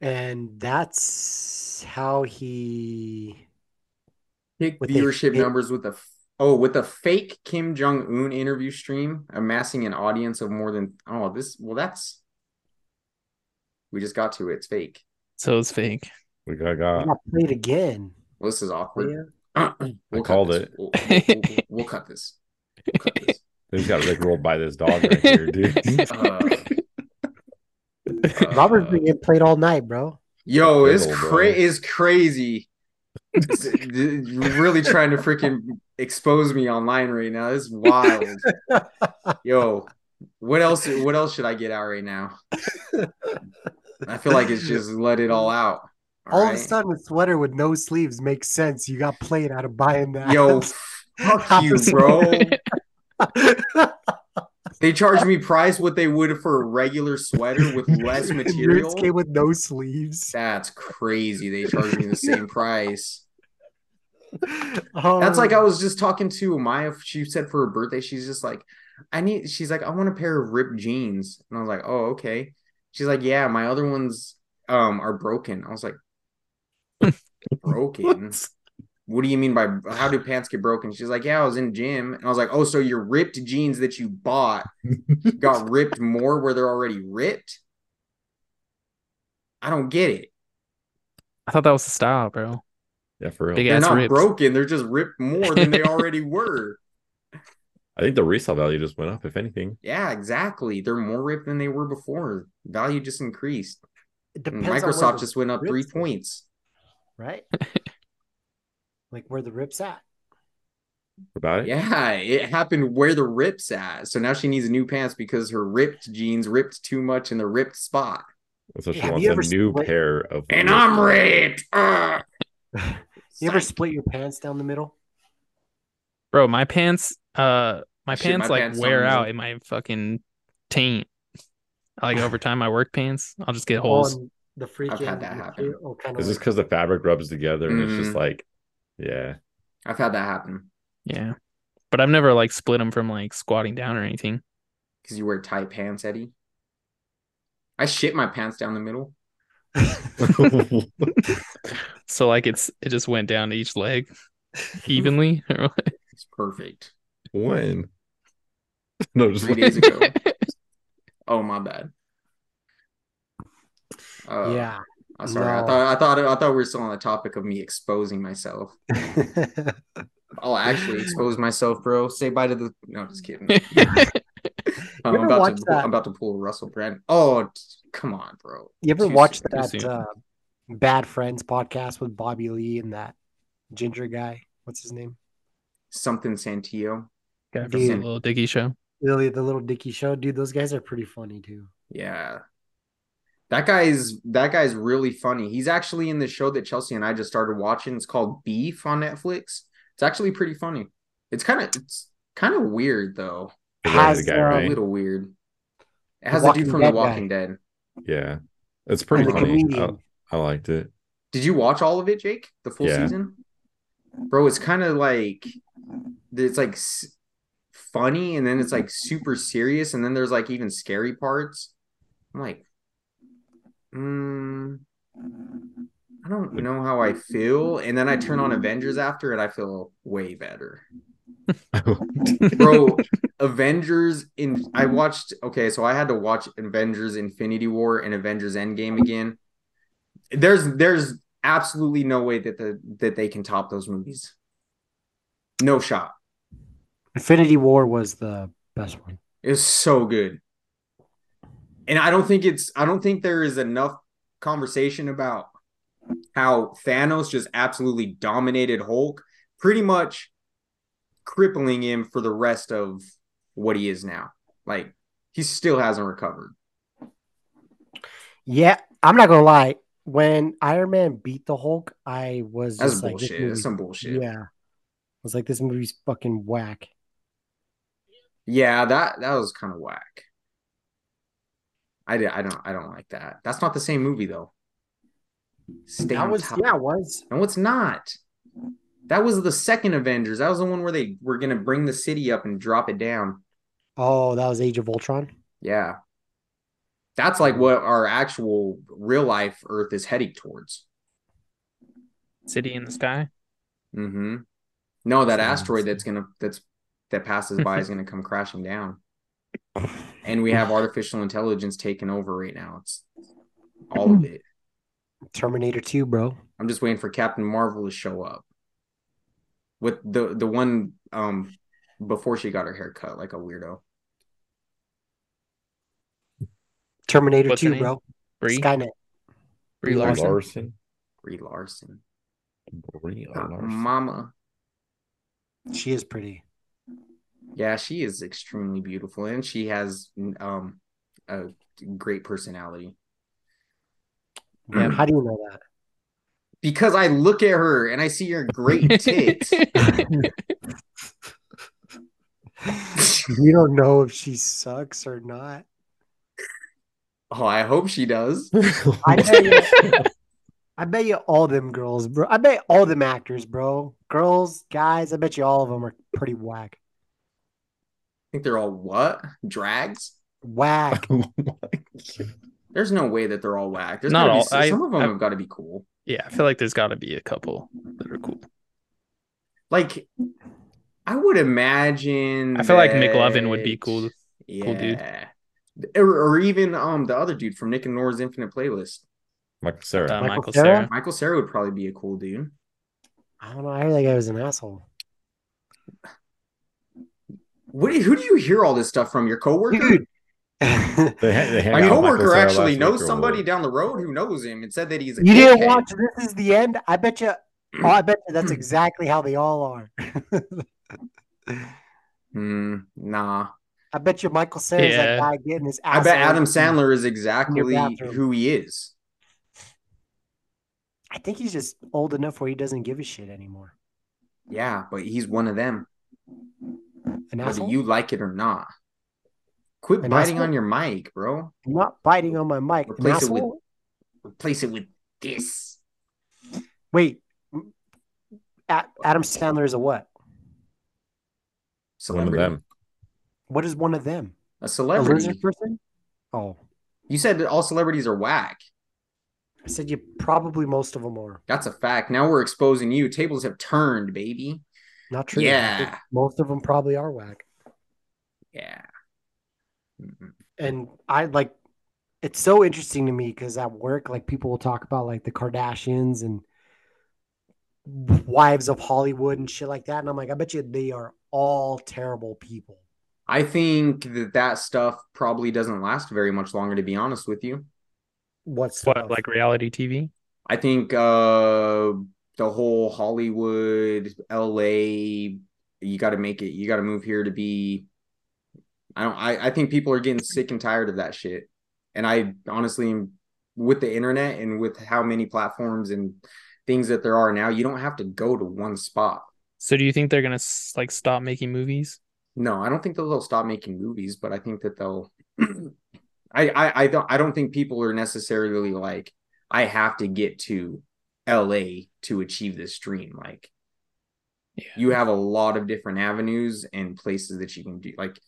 Speaker 3: And that's how he.
Speaker 1: Kick
Speaker 3: With a
Speaker 1: viewership
Speaker 3: fake-
Speaker 1: numbers with a f- oh with a fake Kim Jong Un interview stream, amassing an audience of more than oh this well that's we just got to it. It's fake.
Speaker 4: So it's fake.
Speaker 2: We got
Speaker 3: He
Speaker 1: Uh,
Speaker 2: got.
Speaker 3: got played again.
Speaker 1: Well, this is awkward.
Speaker 2: I called
Speaker 1: this.
Speaker 2: it.
Speaker 1: We'll, we'll- we'll- we'll cut this. We'll cut this.
Speaker 2: They just got rickrolled by this dog right here, dude.
Speaker 1: Uh,
Speaker 3: Robert's
Speaker 1: uh,
Speaker 3: been getting played all night, bro.
Speaker 1: Yo, it's
Speaker 2: Fiddle, bro.
Speaker 1: cra- is crazy. It's- You're really trying to freaking expose me online right now. This is wild. Yo, what else? What else should I get out right now? I feel like it's just let it all out.
Speaker 3: All of
Speaker 1: right?
Speaker 3: a sudden, a sweater with no sleeves makes sense. You got played out of buying that.
Speaker 1: yo, fuck you, bro. They charge me price what they would for a regular sweater with less
Speaker 3: Yours
Speaker 1: material.
Speaker 3: came with no sleeves.
Speaker 1: That's crazy. They charge me the same price.
Speaker 3: Oh,
Speaker 1: That's like I was just talking to Maya. She said for her birthday, she's just like, I need. She's like, I want a pair of ripped jeans, and I was like, Oh, okay. She's like, Yeah, my other ones um are broken. I was like, Broken. what do you mean by how do pants get broken? She's like, Yeah, I was in gym, and I was like, Oh, so your ripped jeans that you bought got ripped more where they're already ripped? I don't get it.
Speaker 4: I thought that was the style, bro.
Speaker 2: yeah, for real.
Speaker 4: Big
Speaker 1: they're
Speaker 4: ass
Speaker 1: not
Speaker 4: rips.
Speaker 1: broken. They're just ripped more than they already were.
Speaker 2: I think the resale value just went up, if anything.
Speaker 1: Yeah, exactly. They're more ripped than they were before. Value just increased.
Speaker 3: it
Speaker 1: And
Speaker 3: depends on where
Speaker 1: Microsoft
Speaker 3: the-
Speaker 1: just went up
Speaker 3: rips
Speaker 1: three
Speaker 3: is.
Speaker 1: points.
Speaker 3: right? like where the rip's at.
Speaker 2: about it.
Speaker 1: Yeah, it happened where the rip's at. So now she needs new pants because her ripped jeans ripped too much in the ripped spot.
Speaker 2: So she
Speaker 3: Have
Speaker 2: wants
Speaker 3: you
Speaker 2: a
Speaker 3: ever seen
Speaker 2: new
Speaker 3: what-
Speaker 2: pair of.
Speaker 1: And I'm ripped. Ugh.
Speaker 3: You ever split your pants down the middle?
Speaker 4: Bro, my pants uh my
Speaker 1: Shit,
Speaker 4: pants
Speaker 1: my
Speaker 4: like
Speaker 1: pants
Speaker 4: wear
Speaker 1: don't
Speaker 4: out
Speaker 1: move.
Speaker 4: in my fucking taint. Like over time my work pants, I'll just
Speaker 1: Oh,
Speaker 4: get holes.
Speaker 3: On the freaking
Speaker 1: had that happen.
Speaker 3: material kind of
Speaker 2: Is this
Speaker 3: like,
Speaker 2: because the fabric rubs together and it's
Speaker 1: Mhm.
Speaker 2: just
Speaker 3: Mm-hmm.
Speaker 2: like, yeah.
Speaker 1: I've had that happen
Speaker 4: Yeah. But I've never like split them from like squatting down or anything.
Speaker 1: because you wear tight pants, Eddie. I shit my pants down the middle.
Speaker 4: So like it's it just went down to each leg evenly. or what?
Speaker 1: It's perfect.
Speaker 2: when? No, just
Speaker 1: Three
Speaker 2: like,
Speaker 1: days ago. oh my bad. Uh,
Speaker 3: yeah.
Speaker 1: I'm sorry. I
Speaker 3: No.
Speaker 1: thought I thought I thought we were still on the topic of me exposing myself. I'll actually expose myself, bro. Say bye to the. No, just kidding. I'm
Speaker 3: ever
Speaker 1: about
Speaker 3: watch
Speaker 1: to.
Speaker 3: that-
Speaker 1: I'm about to pull a Russell Brand. Oh, t- come on, bro.
Speaker 3: you ever
Speaker 1: Too
Speaker 3: watch
Speaker 1: soon,
Speaker 4: too
Speaker 3: that
Speaker 4: soon.
Speaker 3: uh, Bad Friends podcast with Bobby Lee and that ginger guy? What's his name?
Speaker 1: Something Santillo.
Speaker 4: Guy from the
Speaker 3: Dude.
Speaker 4: little Dicky show.
Speaker 3: Lily, the little Dicky show. Dude, those guys are pretty funny too.
Speaker 1: Yeah, that guy's that guy's really funny. He's actually in the show that Chelsea and I just started watching. It's called Beef on Netflix. It's actually pretty funny. It's kind of it's kind of weird though.
Speaker 2: the
Speaker 3: Has,
Speaker 2: guy,
Speaker 3: uh,
Speaker 1: A
Speaker 2: right?
Speaker 1: little weird. It
Speaker 3: The
Speaker 1: has a dude
Speaker 3: Walking
Speaker 1: from The
Speaker 3: Dead guy.
Speaker 1: Walking Dead.
Speaker 2: Yeah. It's
Speaker 3: And
Speaker 2: pretty
Speaker 3: the
Speaker 2: funny. Oh. I,
Speaker 3: comedian.
Speaker 2: I liked it.
Speaker 1: Did you watch all of it, Jake? The full
Speaker 2: Yeah.
Speaker 1: season? Bro, it's kind of like it's like s- funny and then it's like super serious and then there's like even scary parts. I'm like mm, I don't know how I feel and then I turn on Avengers after and I feel way better. Bro, Avengers in I watched okay, so I had to watch Avengers Infinity War and Avengers Endgame again. There's there's absolutely no way that the that they can top those movies. No shot.
Speaker 3: Infinity War was the best one.
Speaker 1: It was so good. And I don't think it's I don't think there is enough conversation about how Thanos just absolutely dominated Hulk, pretty much crippling him for the rest of what he is now. Like he still hasn't recovered.
Speaker 3: Yeah, I'm not gonna lie. When Iron Man beat the Hulk, I was
Speaker 1: That's
Speaker 3: just like, this
Speaker 1: bullshit. That's
Speaker 3: movie-
Speaker 1: some bullshit. Yeah.
Speaker 3: yeah, I was like, this movie's fucking whack.
Speaker 1: that that was kind of whack. I did, I don't I don't like that. That's not the same movie though. Stay
Speaker 3: that
Speaker 1: on
Speaker 3: was
Speaker 1: top.
Speaker 3: yeah, it was
Speaker 1: No, it's not. That was the second Avengers. That was the one where they were gonna bring the city up and drop it down.
Speaker 3: oh, that was Age of Ultron.
Speaker 1: Yeah. That's like what our actual real life Earth is heading towards.
Speaker 4: City in the sky.
Speaker 1: Mm-hmm. No, that
Speaker 3: Yeah,
Speaker 1: asteroid
Speaker 3: that's-
Speaker 1: that's gonna that's that passes by is gonna come crashing down. And we have artificial intelligence taking over right now. It's all of it.
Speaker 3: Terminator 2, bro.
Speaker 1: I'm just waiting for Captain Marvel to show up. With the the one um before she got her hair cut like a weirdo.
Speaker 3: Terminator
Speaker 4: What's her
Speaker 3: 2,
Speaker 4: name?
Speaker 3: bro.
Speaker 4: Bree.
Speaker 3: Skynet. Brie
Speaker 4: Brie Larson.
Speaker 2: Larson.
Speaker 1: Brie Larson.
Speaker 2: Brie
Speaker 1: Uh,
Speaker 2: Larson.
Speaker 1: Mama.
Speaker 3: She is pretty.
Speaker 1: Yeah, she is extremely beautiful and she has um a great personality.
Speaker 4: Hmm.
Speaker 3: Man, how do you know that?
Speaker 1: Because I look at her and I see her great tits.
Speaker 3: you don't know if she sucks or not.
Speaker 1: oh, I hope she does.
Speaker 3: I bet you, I bet you all them girls, bro. I bet all them actors, bro. Girls, guys, I bet you all of them are pretty whack.
Speaker 1: I think they're all what? Drags?
Speaker 3: Whack.
Speaker 1: There's no way that they're all whack. There's
Speaker 4: Not
Speaker 1: gotta be
Speaker 4: all-
Speaker 1: s-
Speaker 4: I-
Speaker 1: some of them
Speaker 4: I-
Speaker 1: have got to be cool.
Speaker 4: yeah, I feel like there's gotta be a couple that are cool.
Speaker 1: Like I would imagine
Speaker 4: I feel like McLovin would be
Speaker 1: that-
Speaker 4: cool-
Speaker 1: Yeah.
Speaker 4: cool dude.
Speaker 1: Or, or even um the other dude from Nick and Nora's Infinite Playlist.
Speaker 2: Michael Sarah.
Speaker 4: Uh,
Speaker 1: Um,
Speaker 3: Michael
Speaker 4: Michael
Speaker 3: Cera?
Speaker 4: Sarah.
Speaker 1: Michael Sarah would probably be a cool dude.
Speaker 3: I don't know. I heard that guy was an asshole.
Speaker 1: What do you- who do you hear all this stuff from? Your coworker?
Speaker 3: Dude,
Speaker 2: They had- they had
Speaker 1: My
Speaker 2: Al
Speaker 1: coworker
Speaker 2: Michaels there
Speaker 1: actually
Speaker 2: last
Speaker 1: knows
Speaker 2: week or
Speaker 1: somebody
Speaker 2: whatever.
Speaker 1: down the road who knows him and said that he's a
Speaker 3: you didn't
Speaker 1: dickhead.
Speaker 3: watch This Is the End? I bet you. Oh, I bet you that's exactly how they all are.
Speaker 1: Mm, nah.
Speaker 3: I bet you Michael Sarah's
Speaker 4: Yeah.
Speaker 3: that guy getting his ass.
Speaker 1: I bet
Speaker 3: handed
Speaker 1: Adam
Speaker 3: to him.
Speaker 1: Sandler is exactly
Speaker 3: bathroom.
Speaker 1: who he is.
Speaker 3: I think he's just old enough where he doesn't give a shit anymore.
Speaker 1: Yeah, but he's one of them,
Speaker 3: An
Speaker 1: whether
Speaker 3: asshole?
Speaker 1: you like it or not. Quit
Speaker 3: An
Speaker 1: biting
Speaker 3: asshole?
Speaker 1: on your mic, bro.
Speaker 3: I'm not biting on my mic. An
Speaker 1: Replace it with-
Speaker 3: asshole?
Speaker 1: Replace it with this.
Speaker 3: Wait. A- Adam Sandler is a what?
Speaker 2: One of
Speaker 1: Celebrity.
Speaker 2: them.
Speaker 3: What is one of them?
Speaker 1: A
Speaker 3: A
Speaker 1: celebrity.
Speaker 3: lizard person? Oh,
Speaker 1: You said that all celebrities are whack.
Speaker 3: I said you probably most of them are.
Speaker 1: That's a fact. Now we're exposing you. Tables have turned, baby.
Speaker 3: Not true.
Speaker 1: Yeah.
Speaker 3: Most of them probably are whack.
Speaker 1: Yeah. Mhm.
Speaker 3: and I like it's so interesting to me because at work, like people will talk about like the Kardashians and wives of Hollywood and shit like that, and I'm like, I bet you they are all terrible people.
Speaker 1: I think that that stuff probably doesn't last very much longer, to be honest with you.
Speaker 3: What's
Speaker 4: What like reality TV?
Speaker 1: I think uh the whole Hollywood, LA, you got to make it. You got to move here to be. I don't. I I think people are getting sick and tired of that shit, and I honestly, am- with the internet and with how many platforms and things that there are now, you don't have to go to one spot.
Speaker 4: So do you think they're gonna s- like stop making movies?
Speaker 1: No, I don't think that they'll stop making movies, but I think that they'll. I, I I don't I don't think people are necessarily like I have to get to L.A. to achieve this dream. Like
Speaker 4: Yeah.
Speaker 1: you have a lot of different avenues and places that you can do. Like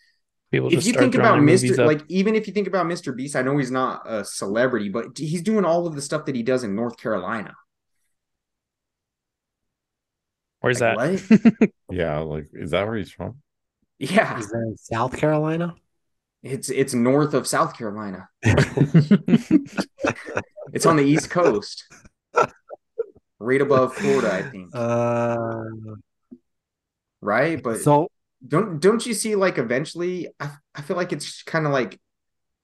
Speaker 4: People
Speaker 1: if
Speaker 4: just
Speaker 1: you
Speaker 4: start
Speaker 1: think about
Speaker 4: throwing their movies
Speaker 1: Mr.
Speaker 4: up.
Speaker 1: Like even if you think about Mr. Beast, I know he's not a celebrity, but he's doing all of the stuff that he does in North Carolina.
Speaker 4: where's
Speaker 1: like,
Speaker 4: that?
Speaker 2: Yeah, like is that where he's from?
Speaker 1: Yeah,
Speaker 3: Is that in South Carolina?
Speaker 1: it's it's north of South Carolina. It's on the East Coast, right above Florida, I think.
Speaker 3: Uh,
Speaker 1: right? But
Speaker 3: so
Speaker 1: don't don't you see like eventually? I f- I feel like it's kind of like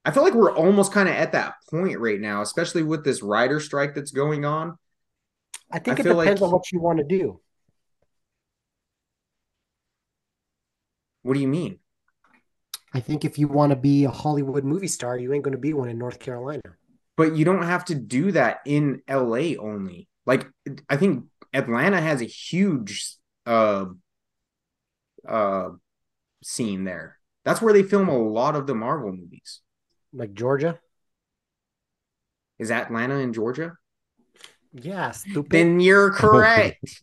Speaker 1: I feel like we're almost kind of at that point right now, especially with this rider strike that's going on.
Speaker 3: I think
Speaker 1: I
Speaker 3: it
Speaker 1: feel
Speaker 3: depends
Speaker 1: like-
Speaker 3: on what you want to do.
Speaker 1: What do you mean?
Speaker 3: I think if you want to be a Hollywood movie star, you ain't going to be one in North Carolina.
Speaker 1: But you don't have to do that in LA only. Like I think Atlanta has a huge uh uh scene there. That's where they film a lot of the Marvel movies.
Speaker 3: Like Georgia?
Speaker 1: Is Atlanta in Georgia?
Speaker 3: Yeah, stupid.
Speaker 1: Then you're correct.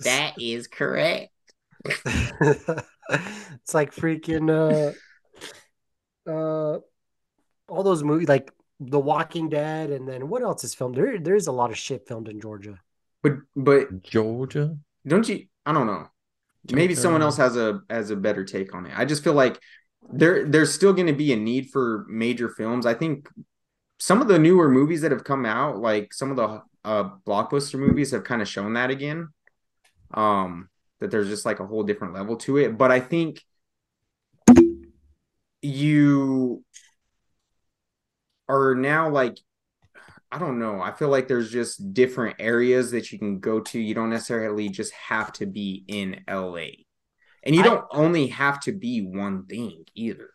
Speaker 1: that is correct.
Speaker 3: it's like freaking uh uh all those movies like The Walking Dead and then what else is filmed? There there's a lot of shit filmed in Georgia.
Speaker 1: But but
Speaker 2: Georgia?
Speaker 1: don't you i don't know maybe someone else has a has a better take on it i just feel like there there's still going to be a need for major films i think some of the newer movies that have come out like some of the uh blockbuster movies have kind of shown that again um that there's just like a whole different level to it but i think you are now like I don't know. I feel like there's just different areas that you can go to. You don't necessarily just have to be in LA. And you
Speaker 3: I-
Speaker 1: don't only have to be one thing either.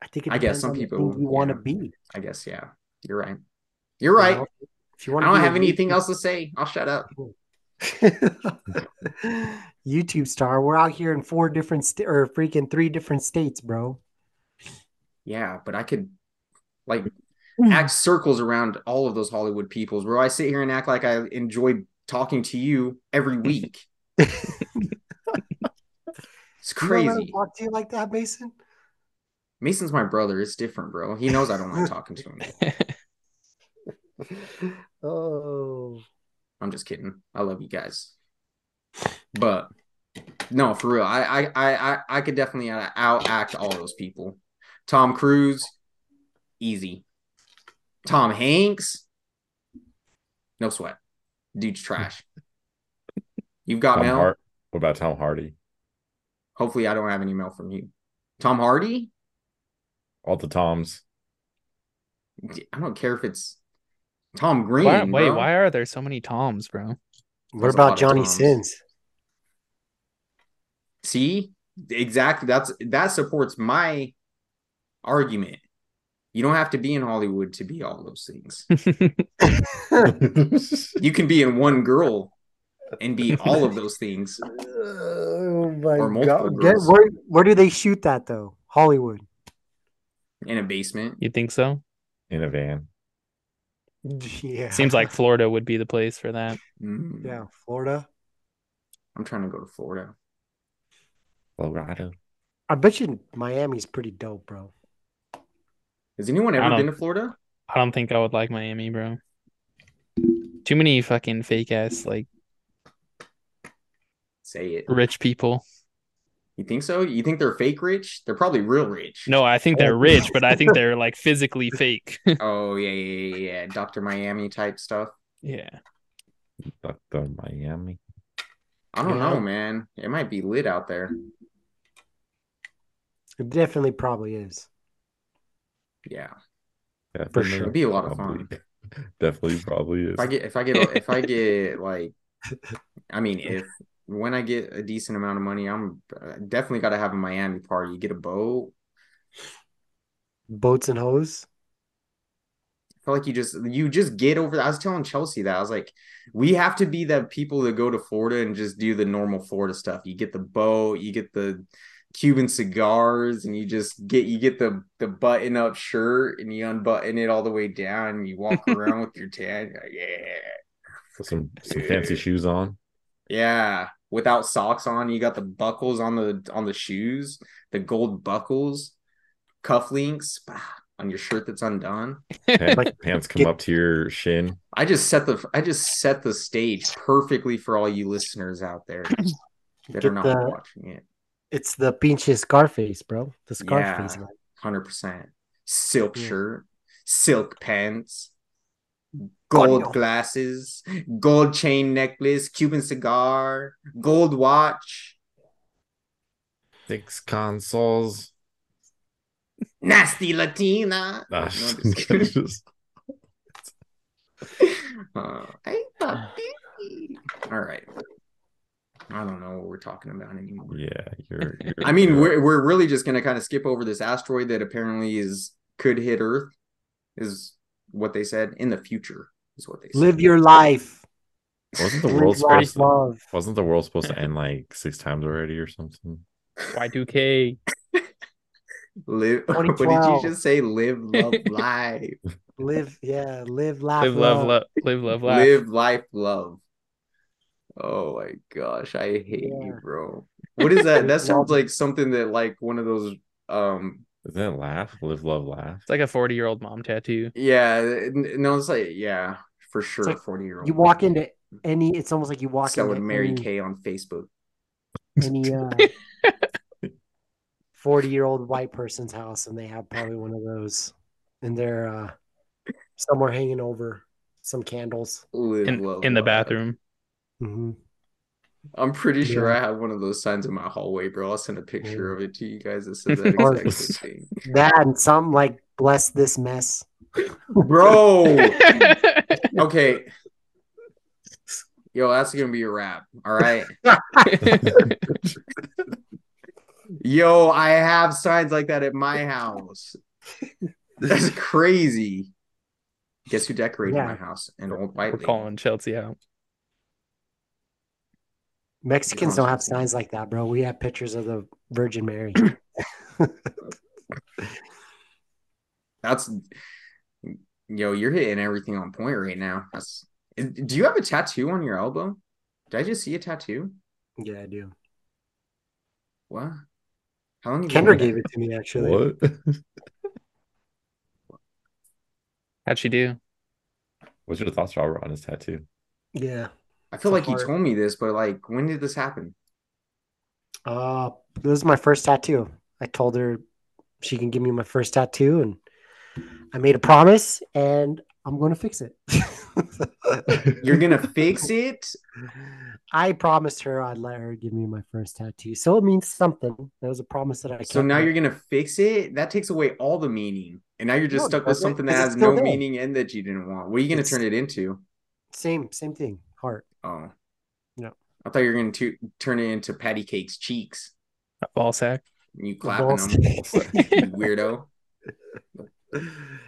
Speaker 3: I think it
Speaker 1: I guess
Speaker 3: depends
Speaker 1: some
Speaker 3: on the
Speaker 1: people-
Speaker 3: thing you want to
Speaker 1: yeah.
Speaker 3: be.
Speaker 1: I guess yeah. You're right. You're right.
Speaker 3: You know? If you
Speaker 1: I
Speaker 3: want
Speaker 1: don't have anything else to say. I'll shut up.
Speaker 3: YouTube star, we're out here in four different sta- or freaking three different states, bro.
Speaker 1: Yeah, but I could like act circles around all of those Hollywood peoples where I sit here and act like I enjoy talking to you every week. it's
Speaker 3: You don't let
Speaker 1: crazy.
Speaker 3: him talk to you like that, Mason?
Speaker 1: Mason's my brother. It's different, bro. He knows I don't like talking to him.
Speaker 3: Oh,
Speaker 1: I'm just kidding. I love you guys. But no, for real, I I I I, I could definitely out act all those people. Tom Cruise, easy. Tom Hanks, no sweat. Dude's trash. You've got
Speaker 2: Tom
Speaker 1: mail.
Speaker 2: Hart. What about Tom Hardy?
Speaker 1: Hopefully, I don't have any mail from you. Tom Hardy?
Speaker 2: All the Toms.
Speaker 1: I don't care if it's Tom Green.
Speaker 4: Why, wait,
Speaker 1: bro.
Speaker 4: why are there so many Toms, bro?
Speaker 3: What
Speaker 1: There's a lot
Speaker 3: about
Speaker 1: of
Speaker 3: Johnny
Speaker 1: Toms.
Speaker 3: Sins?
Speaker 1: See, exactly. That's that supports my argument. You don't have to be in Hollywood to be all those things. You can be in one girl and be all of those things.
Speaker 3: oh my
Speaker 1: Or multiple
Speaker 3: God.
Speaker 1: girls.
Speaker 3: where, where do they shoot that though? Hollywood.
Speaker 1: in a basement.
Speaker 4: You think so?
Speaker 2: In a van.
Speaker 3: Yeah.
Speaker 4: Seems like Florida would be the place for that.
Speaker 1: Mm.
Speaker 3: Yeah, Florida.
Speaker 1: I'm trying to go to Florida.
Speaker 2: Colorado.
Speaker 3: I bet you Miami's pretty dope, bro.
Speaker 1: Has anyone
Speaker 4: I
Speaker 1: ever
Speaker 4: don't-
Speaker 1: been to Florida?
Speaker 4: I don't think I would like Miami, bro. Too many fucking fake ass like
Speaker 1: Say it.
Speaker 4: rich people.
Speaker 1: You think so? You think they're fake rich? They're probably real rich.
Speaker 4: No, I think they're rich, but I think they're like physically fake.
Speaker 1: Oh yeah, yeah, yeah, yeah. Doctor Miami type stuff.
Speaker 4: yeah.
Speaker 2: Fuck the Miami.
Speaker 1: I don't
Speaker 3: Yeah.
Speaker 1: know, man. It might be lit out there.
Speaker 3: It definitely probably is.
Speaker 1: Yeah.
Speaker 2: Definitely,
Speaker 3: sure.
Speaker 1: It'd be a lot of
Speaker 2: probably.
Speaker 1: fun.
Speaker 2: Definitely probably is.
Speaker 1: If I get, if I get, if I get like, I mean, if when I get a decent amount of money, I'm uh, definitely got to have a Miami party. Get a boat.
Speaker 3: Boats and hose.
Speaker 1: I feel like you just you just get over that. I was telling Chelsea that I was like, we have to be the people that go to Florida and just do the normal Florida stuff. You get the boat, you get the Cuban cigars, and you just get you get the the button up shirt and you unbutton it all the way down. And you walk around with your tan, You're like, yeah,
Speaker 2: Put some some fancy shoes on.
Speaker 1: yeah, without socks on. You got the buckles on the on the shoes, the gold buckles, cufflinks bah, on your shirt that's undone.
Speaker 2: Pants,
Speaker 3: Like,
Speaker 2: pants come
Speaker 3: get-
Speaker 2: up to your shin.
Speaker 1: I just set the I just set the stage perfectly for all you listeners out there that are
Speaker 3: Get
Speaker 1: not
Speaker 3: the-
Speaker 1: watching it.
Speaker 3: It's the pinche Scarface, bro. The Scarface.
Speaker 1: Yeah.
Speaker 3: line.
Speaker 1: Hundred percent silk
Speaker 3: Yeah.
Speaker 1: shirt, silk pants, gold
Speaker 3: Coño.
Speaker 1: glasses, gold chain necklace, Cuban cigar, gold watch,
Speaker 2: Six consoles.
Speaker 1: nasty Latina.
Speaker 2: Nah,
Speaker 1: No, I'm just kidding.
Speaker 2: just-
Speaker 1: Uh, hey, puppy. All right. I don't know what we're talking about anymore.
Speaker 2: yeah, you're, you're
Speaker 1: I mean,
Speaker 2: you're-
Speaker 1: we're we're really just gonna kind of skip over this asteroid that apparently is could hit Earth, is what they said in the future. Is what they said.
Speaker 3: Live your life.
Speaker 2: wasn't the
Speaker 3: Live
Speaker 2: world
Speaker 3: life,
Speaker 2: supposed to,
Speaker 3: love.
Speaker 2: wasn't the world supposed to end like six times already or something?
Speaker 4: Y2K.
Speaker 1: Live. What did you
Speaker 3: 2012.
Speaker 1: just say? Live, love, life.
Speaker 3: Live, yeah, live, laugh,
Speaker 4: Live, love, love, live, love, laugh.
Speaker 1: Live, life, love. Oh my gosh, I hate you,
Speaker 3: Yeah.
Speaker 1: bro. What is that? That
Speaker 3: Love
Speaker 1: sounds
Speaker 3: it.
Speaker 1: like something that like one of those. Um.
Speaker 2: Isn't it laugh, live, love, laugh?
Speaker 4: It's like a 40 year old mom tattoo.
Speaker 1: Yeah. n- No, it's like yeah, for sure.
Speaker 3: like
Speaker 1: Forty year old.
Speaker 3: You walk into any. It's almost like you walk
Speaker 1: selling
Speaker 3: into
Speaker 1: Mary
Speaker 3: any,
Speaker 1: Kay on Facebook.
Speaker 3: any uh, forty-year-old white person's house, and they have probably one of those, and they're uh, somewhere hanging over some candles.
Speaker 1: Live,
Speaker 4: In,
Speaker 1: love,
Speaker 4: in the
Speaker 1: laugh.
Speaker 4: bathroom.
Speaker 3: Mm-hmm.
Speaker 1: I'm pretty sure
Speaker 3: Yeah.
Speaker 1: I have one of those signs in my hallway, bro. I'll send a picture
Speaker 3: Yeah.
Speaker 1: of it to you guys that says that
Speaker 3: Or-
Speaker 1: exact same thing.
Speaker 3: That and something like bless this mess.
Speaker 1: Bro, okay. Yo, that's gonna be a wrap. All right. Yo, I have signs like that at my house. That's crazy. Guess who decorated
Speaker 3: Yeah.
Speaker 1: my house? An old white
Speaker 4: We're
Speaker 1: lady.
Speaker 4: calling Chelsea out.
Speaker 3: Mexicans
Speaker 1: Yeah.
Speaker 3: don't have signs like that, bro. We have pictures of the Virgin Mary.
Speaker 1: That's yo, you're hitting everything on point right now. That's do you have a tattoo on your elbow? Did I just see a tattoo?
Speaker 3: yeah, I do.
Speaker 1: What? How long? have you
Speaker 3: Kendra
Speaker 1: had that?
Speaker 3: gave it to me actually.
Speaker 2: what?
Speaker 4: How'd she do?
Speaker 2: What's your thoughts, Robert, on his tattoo?
Speaker 3: Yeah.
Speaker 1: I feel
Speaker 3: It's
Speaker 1: like
Speaker 3: a
Speaker 1: you
Speaker 3: hard-
Speaker 1: told me this, but like, when did this happen?
Speaker 3: Uh, this is my first tattoo. I told her she can give me my first tattoo, and I made a promise, and I'm going to fix it.
Speaker 1: You're gonna fix it.
Speaker 3: I promised her I'd let her give me my first tattoo, so it means something. That was a promise that I.
Speaker 1: So
Speaker 3: kept.
Speaker 1: now you're gonna fix it. That takes away all the meaning, and now you're just
Speaker 3: No, it
Speaker 1: stuck with
Speaker 3: doesn't,
Speaker 1: something that
Speaker 3: 'cause it's
Speaker 1: has
Speaker 3: still
Speaker 1: no
Speaker 3: there.
Speaker 1: meaning and that you didn't want. What are you gonna
Speaker 3: It's-
Speaker 1: turn it into?
Speaker 3: same same thing. Heart.
Speaker 1: Oh,
Speaker 3: No.
Speaker 1: I thought you were gonna to turn it into patty cakes cheeks.
Speaker 4: A ball sack.
Speaker 1: You clapping
Speaker 3: Balls.
Speaker 1: them, you weirdo.
Speaker 3: Uh,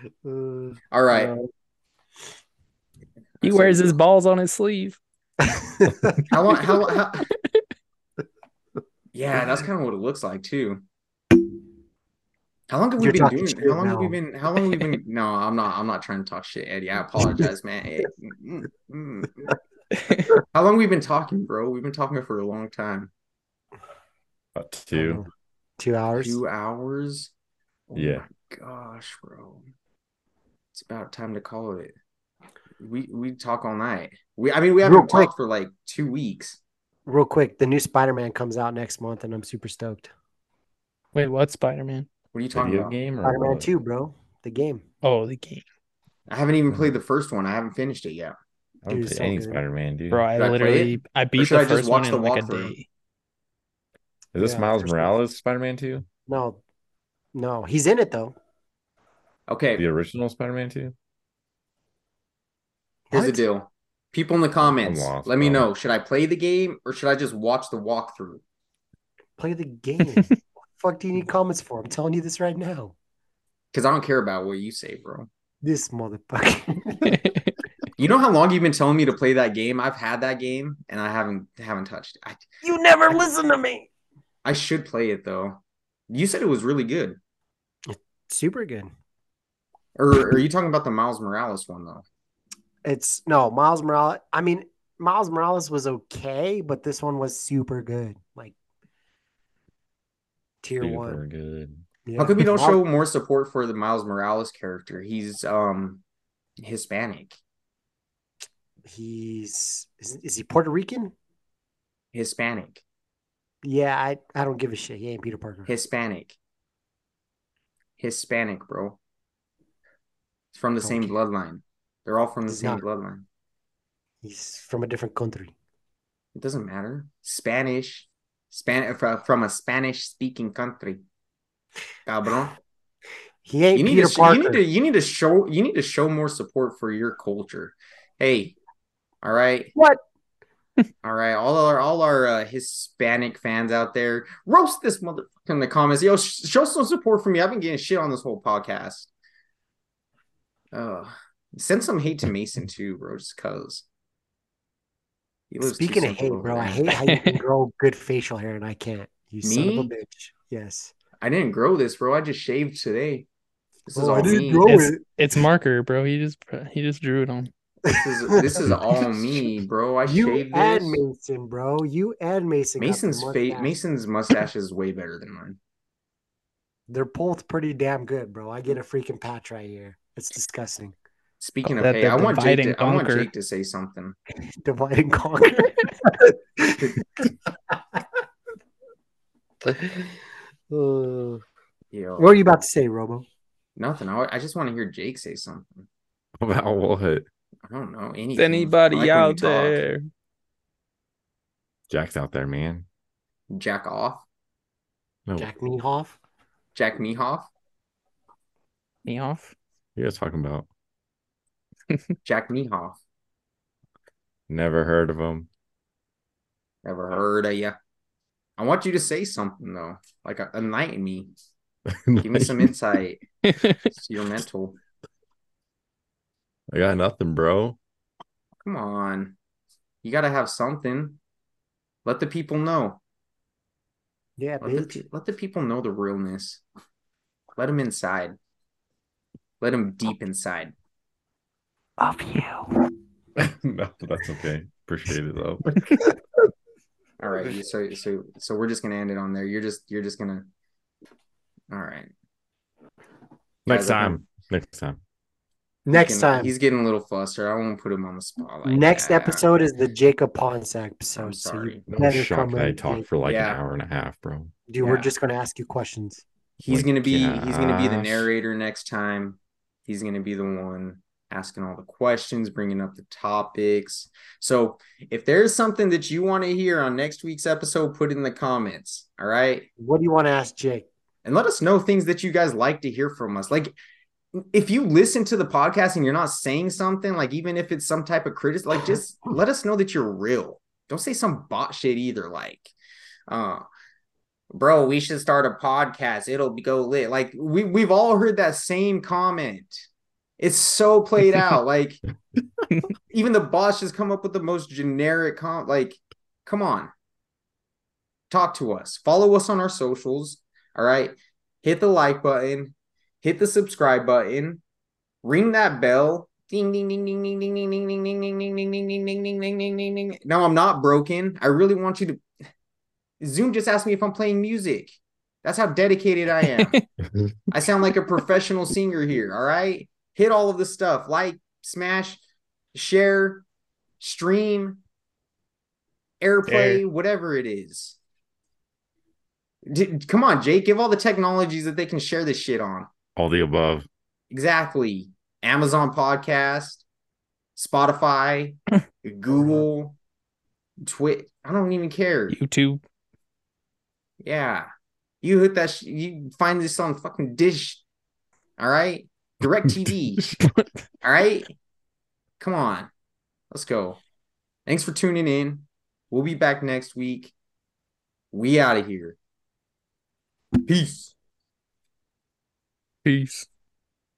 Speaker 1: All right.
Speaker 4: He wears his balls on his sleeve.
Speaker 1: How long? How? how... yeah, that's kind of what it looks like too. How long have we
Speaker 3: You're
Speaker 1: been
Speaker 3: talking
Speaker 1: doing?
Speaker 3: shit
Speaker 1: How long have we
Speaker 3: now.
Speaker 1: been? How long have we been? No, I'm not. I'm not trying to talk shit, Eddie. I apologize, man. Eh, mm, mm, mm. how long we been talking, bro? We've been talking for a long time.
Speaker 2: About Uh, two.
Speaker 3: Two hours.
Speaker 1: Two hours. Oh
Speaker 2: Yeah.
Speaker 1: My gosh, bro. It's about time to call it. We we talk all night. We I mean we
Speaker 3: Real
Speaker 1: haven't
Speaker 3: quick.
Speaker 1: talked for like two weeks.
Speaker 3: Real quick, the new Spider-Man comes out next month, and I'm super stoked.
Speaker 4: Wait, what Spider Man?
Speaker 1: What are you talking
Speaker 2: Video
Speaker 1: about?
Speaker 2: game or
Speaker 3: Spider-Man
Speaker 2: what?
Speaker 3: Two, bro, the game.
Speaker 4: Oh, the game,
Speaker 1: I haven't
Speaker 2: Uh-huh.
Speaker 1: even played the first one. I haven't finished it yet.
Speaker 2: I don't
Speaker 3: Dude,
Speaker 2: play
Speaker 3: so
Speaker 2: any
Speaker 3: good.
Speaker 2: Spider Man, dude.
Speaker 4: bro.
Speaker 2: Is
Speaker 4: I
Speaker 1: Should I play
Speaker 4: literally I, beat
Speaker 1: should
Speaker 4: the
Speaker 1: I just
Speaker 4: first one
Speaker 1: watch
Speaker 4: in
Speaker 1: the
Speaker 4: like a
Speaker 1: walkthrough?
Speaker 4: day.
Speaker 2: this
Speaker 3: Yeah,
Speaker 2: Miles
Speaker 3: first one.
Speaker 2: Morales Spider Man 2?
Speaker 3: No, no, he's in it though.
Speaker 1: Okay,
Speaker 2: The original Spider Man 2?
Speaker 1: here's the
Speaker 3: What?
Speaker 1: deal. People in the comments,
Speaker 2: lost,
Speaker 1: let me
Speaker 2: bro.
Speaker 1: know. Should I play the game or should I just watch the walkthrough?
Speaker 3: Play the game. what the fuck do you need comments for? I'm telling you this right now.
Speaker 1: Because I don't care about what you say, bro.
Speaker 3: This motherfucker.
Speaker 1: You know how long you've been telling me to play that game? I've had that game and I haven't haven't touched it. I,
Speaker 3: you never listen to me.
Speaker 1: I should play it though. You said it was really good.
Speaker 3: Super good.
Speaker 1: Or are you talking about the Miles Morales one though?
Speaker 3: It's no Miles Morales. I mean, Miles Morales was okay, but this one was super good. Like tier
Speaker 2: Super
Speaker 3: one.
Speaker 2: good.
Speaker 1: How come we
Speaker 3: we
Speaker 1: don't show more support for the Miles Morales character? He's um Hispanic.
Speaker 3: He's is, is he Puerto Rican?
Speaker 1: Hispanic.
Speaker 3: Yeah, I, I don't give a shit. He ain't Peter Parker.
Speaker 1: Hispanic. Hispanic, bro. It's from the same
Speaker 3: Okay.
Speaker 1: bloodline. They're all from the
Speaker 3: It's
Speaker 1: same
Speaker 3: not.
Speaker 1: bloodline.
Speaker 3: He's from a different country.
Speaker 1: It doesn't matter. Spanish. Span fro- from a Spanish speaking country. Cabrón.
Speaker 3: He ain't
Speaker 1: You need,
Speaker 3: Peter
Speaker 1: to, sh- you
Speaker 3: Parker.
Speaker 1: need to you need to show you need to show more support for your culture. Hey, all right.
Speaker 3: What?
Speaker 1: All right, all our all our uh, Hispanic fans out there, roast this motherfucker in the comments. Yo, sh- show some support for me. I've been getting shit on this whole podcast. Uh, send some hate to Mason too, bro. Just cause. He lives too
Speaker 3: Speaking of
Speaker 1: simple
Speaker 3: hate,
Speaker 1: over
Speaker 3: bro, I
Speaker 1: there.
Speaker 3: hate how you can grow good facial hair and I can't. You son of a
Speaker 1: Me?
Speaker 3: bitch. Yes.
Speaker 1: I didn't grow this, bro. I just shaved today. This is
Speaker 3: Oh, I
Speaker 1: all
Speaker 3: didn't
Speaker 1: me.
Speaker 3: grow it.
Speaker 4: It's, it's marker, bro. He just he just drew it on.
Speaker 1: This is this is all me, bro. I
Speaker 3: you
Speaker 1: shaved this.
Speaker 3: and Mason, bro. You and Mason. got the
Speaker 1: Mason's face,
Speaker 3: mustache.
Speaker 1: Mason's mustache is way better than mine.
Speaker 3: They're both pretty damn good, bro. I get a freaking patch right here. It's disgusting.
Speaker 1: Speaking
Speaker 4: Oh,
Speaker 1: of
Speaker 4: that-
Speaker 1: hey,
Speaker 4: that
Speaker 1: I want Jake.
Speaker 4: divide and
Speaker 1: To, I want
Speaker 4: conquer.
Speaker 1: Jake to say something.
Speaker 3: Divide and conquer. Uh,
Speaker 1: Yo,
Speaker 3: what were you about to say, Robo?
Speaker 1: nothing. I, I just want to hear Jake say something.
Speaker 2: About what?
Speaker 1: I don't know anything.
Speaker 4: Is anybody
Speaker 1: I like when you
Speaker 4: out
Speaker 1: talk.
Speaker 4: there?
Speaker 2: Jack's out there, man.
Speaker 1: Jack off.
Speaker 2: No,
Speaker 3: Jack Mehoff?
Speaker 1: Jack Mehoff.
Speaker 4: Me off.
Speaker 2: you guys talking about?
Speaker 1: Jack Mehoff.
Speaker 2: Never heard of him.
Speaker 1: Never heard of ya. I want you to say something though, like uh, enlighten me. Give me some insight
Speaker 4: That's
Speaker 1: to your mental.
Speaker 2: I got nothing, bro.
Speaker 1: Come on, you got to have something. Let the people know.
Speaker 3: Yeah,
Speaker 1: Let the,
Speaker 3: bitch.
Speaker 1: pe- let the people know the realness. Let them inside. Let them deep inside.
Speaker 3: Of you.
Speaker 2: no, that's okay. Appreciate it though.
Speaker 1: All right. you- So so so we're just gonna end it on there. You're just you're just gonna. All right.
Speaker 2: Next
Speaker 1: Guys, I think
Speaker 2: time. Next time.
Speaker 3: Next
Speaker 1: he's getting-
Speaker 3: time.
Speaker 1: He's getting a little flustered. I won't put him on the spot. like
Speaker 3: Next
Speaker 1: that.
Speaker 3: episode is the Jacob Pons episode.
Speaker 1: I'm sorry.
Speaker 2: No
Speaker 3: Better
Speaker 2: shock
Speaker 3: come
Speaker 2: that I
Speaker 3: in,
Speaker 2: talked
Speaker 3: dude.
Speaker 2: for like
Speaker 1: Yeah.
Speaker 2: an hour and a half, bro.
Speaker 3: So, dude, we're
Speaker 1: Yeah.
Speaker 3: just gonna ask you questions.
Speaker 1: He's
Speaker 2: my
Speaker 1: gonna be he's gonna be the
Speaker 2: gosh.
Speaker 1: narrator next time. He's gonna be the one. asking all the questions, bringing up the topics. So if there's something that you want to hear on next week's episode, put it in the comments. All right.
Speaker 3: What do you want to ask Jake?
Speaker 1: And let us know things that you guys like to hear from us. Like if you listen to the podcast and you're not saying something, like even if it's some type of criticism, like just let us know that you're real. Don't say some bot shit either. Like, uh, bro, we should start a podcast. It'll be go lit. Like we we've all heard that same comment. It's so played out. Like even the boss has come up with the most generic com. Like, come on. Talk to us. Follow us on our socials. All right. Hit the like button. Hit the subscribe button. Ring that bell. Ding ding ding ding ding ding ding ding ding ding ding ding ding ding ding ding ding ding ding ding. No, I'm not broken. I really want you to Zoom just asked me if I'm playing music. That's how dedicated I am. I sound like a professional singer here. All right. Hit all of the stuff like, smash, share, stream, airplay,
Speaker 2: Air.
Speaker 1: whatever it is. D- come on, Jake. Give all the technologies that they can share this shit on.
Speaker 2: All the above.
Speaker 1: Exactly. Amazon Podcast, Spotify, Google, Twit. I don't even care.
Speaker 4: YouTube.
Speaker 1: Yeah. You hit that. Sh- you find this on fucking Dish. All right. Direct TV. all right. Come on. Let's go. Thanks for tuning in. We'll be back next week. We out of here. Peace.
Speaker 4: Peace.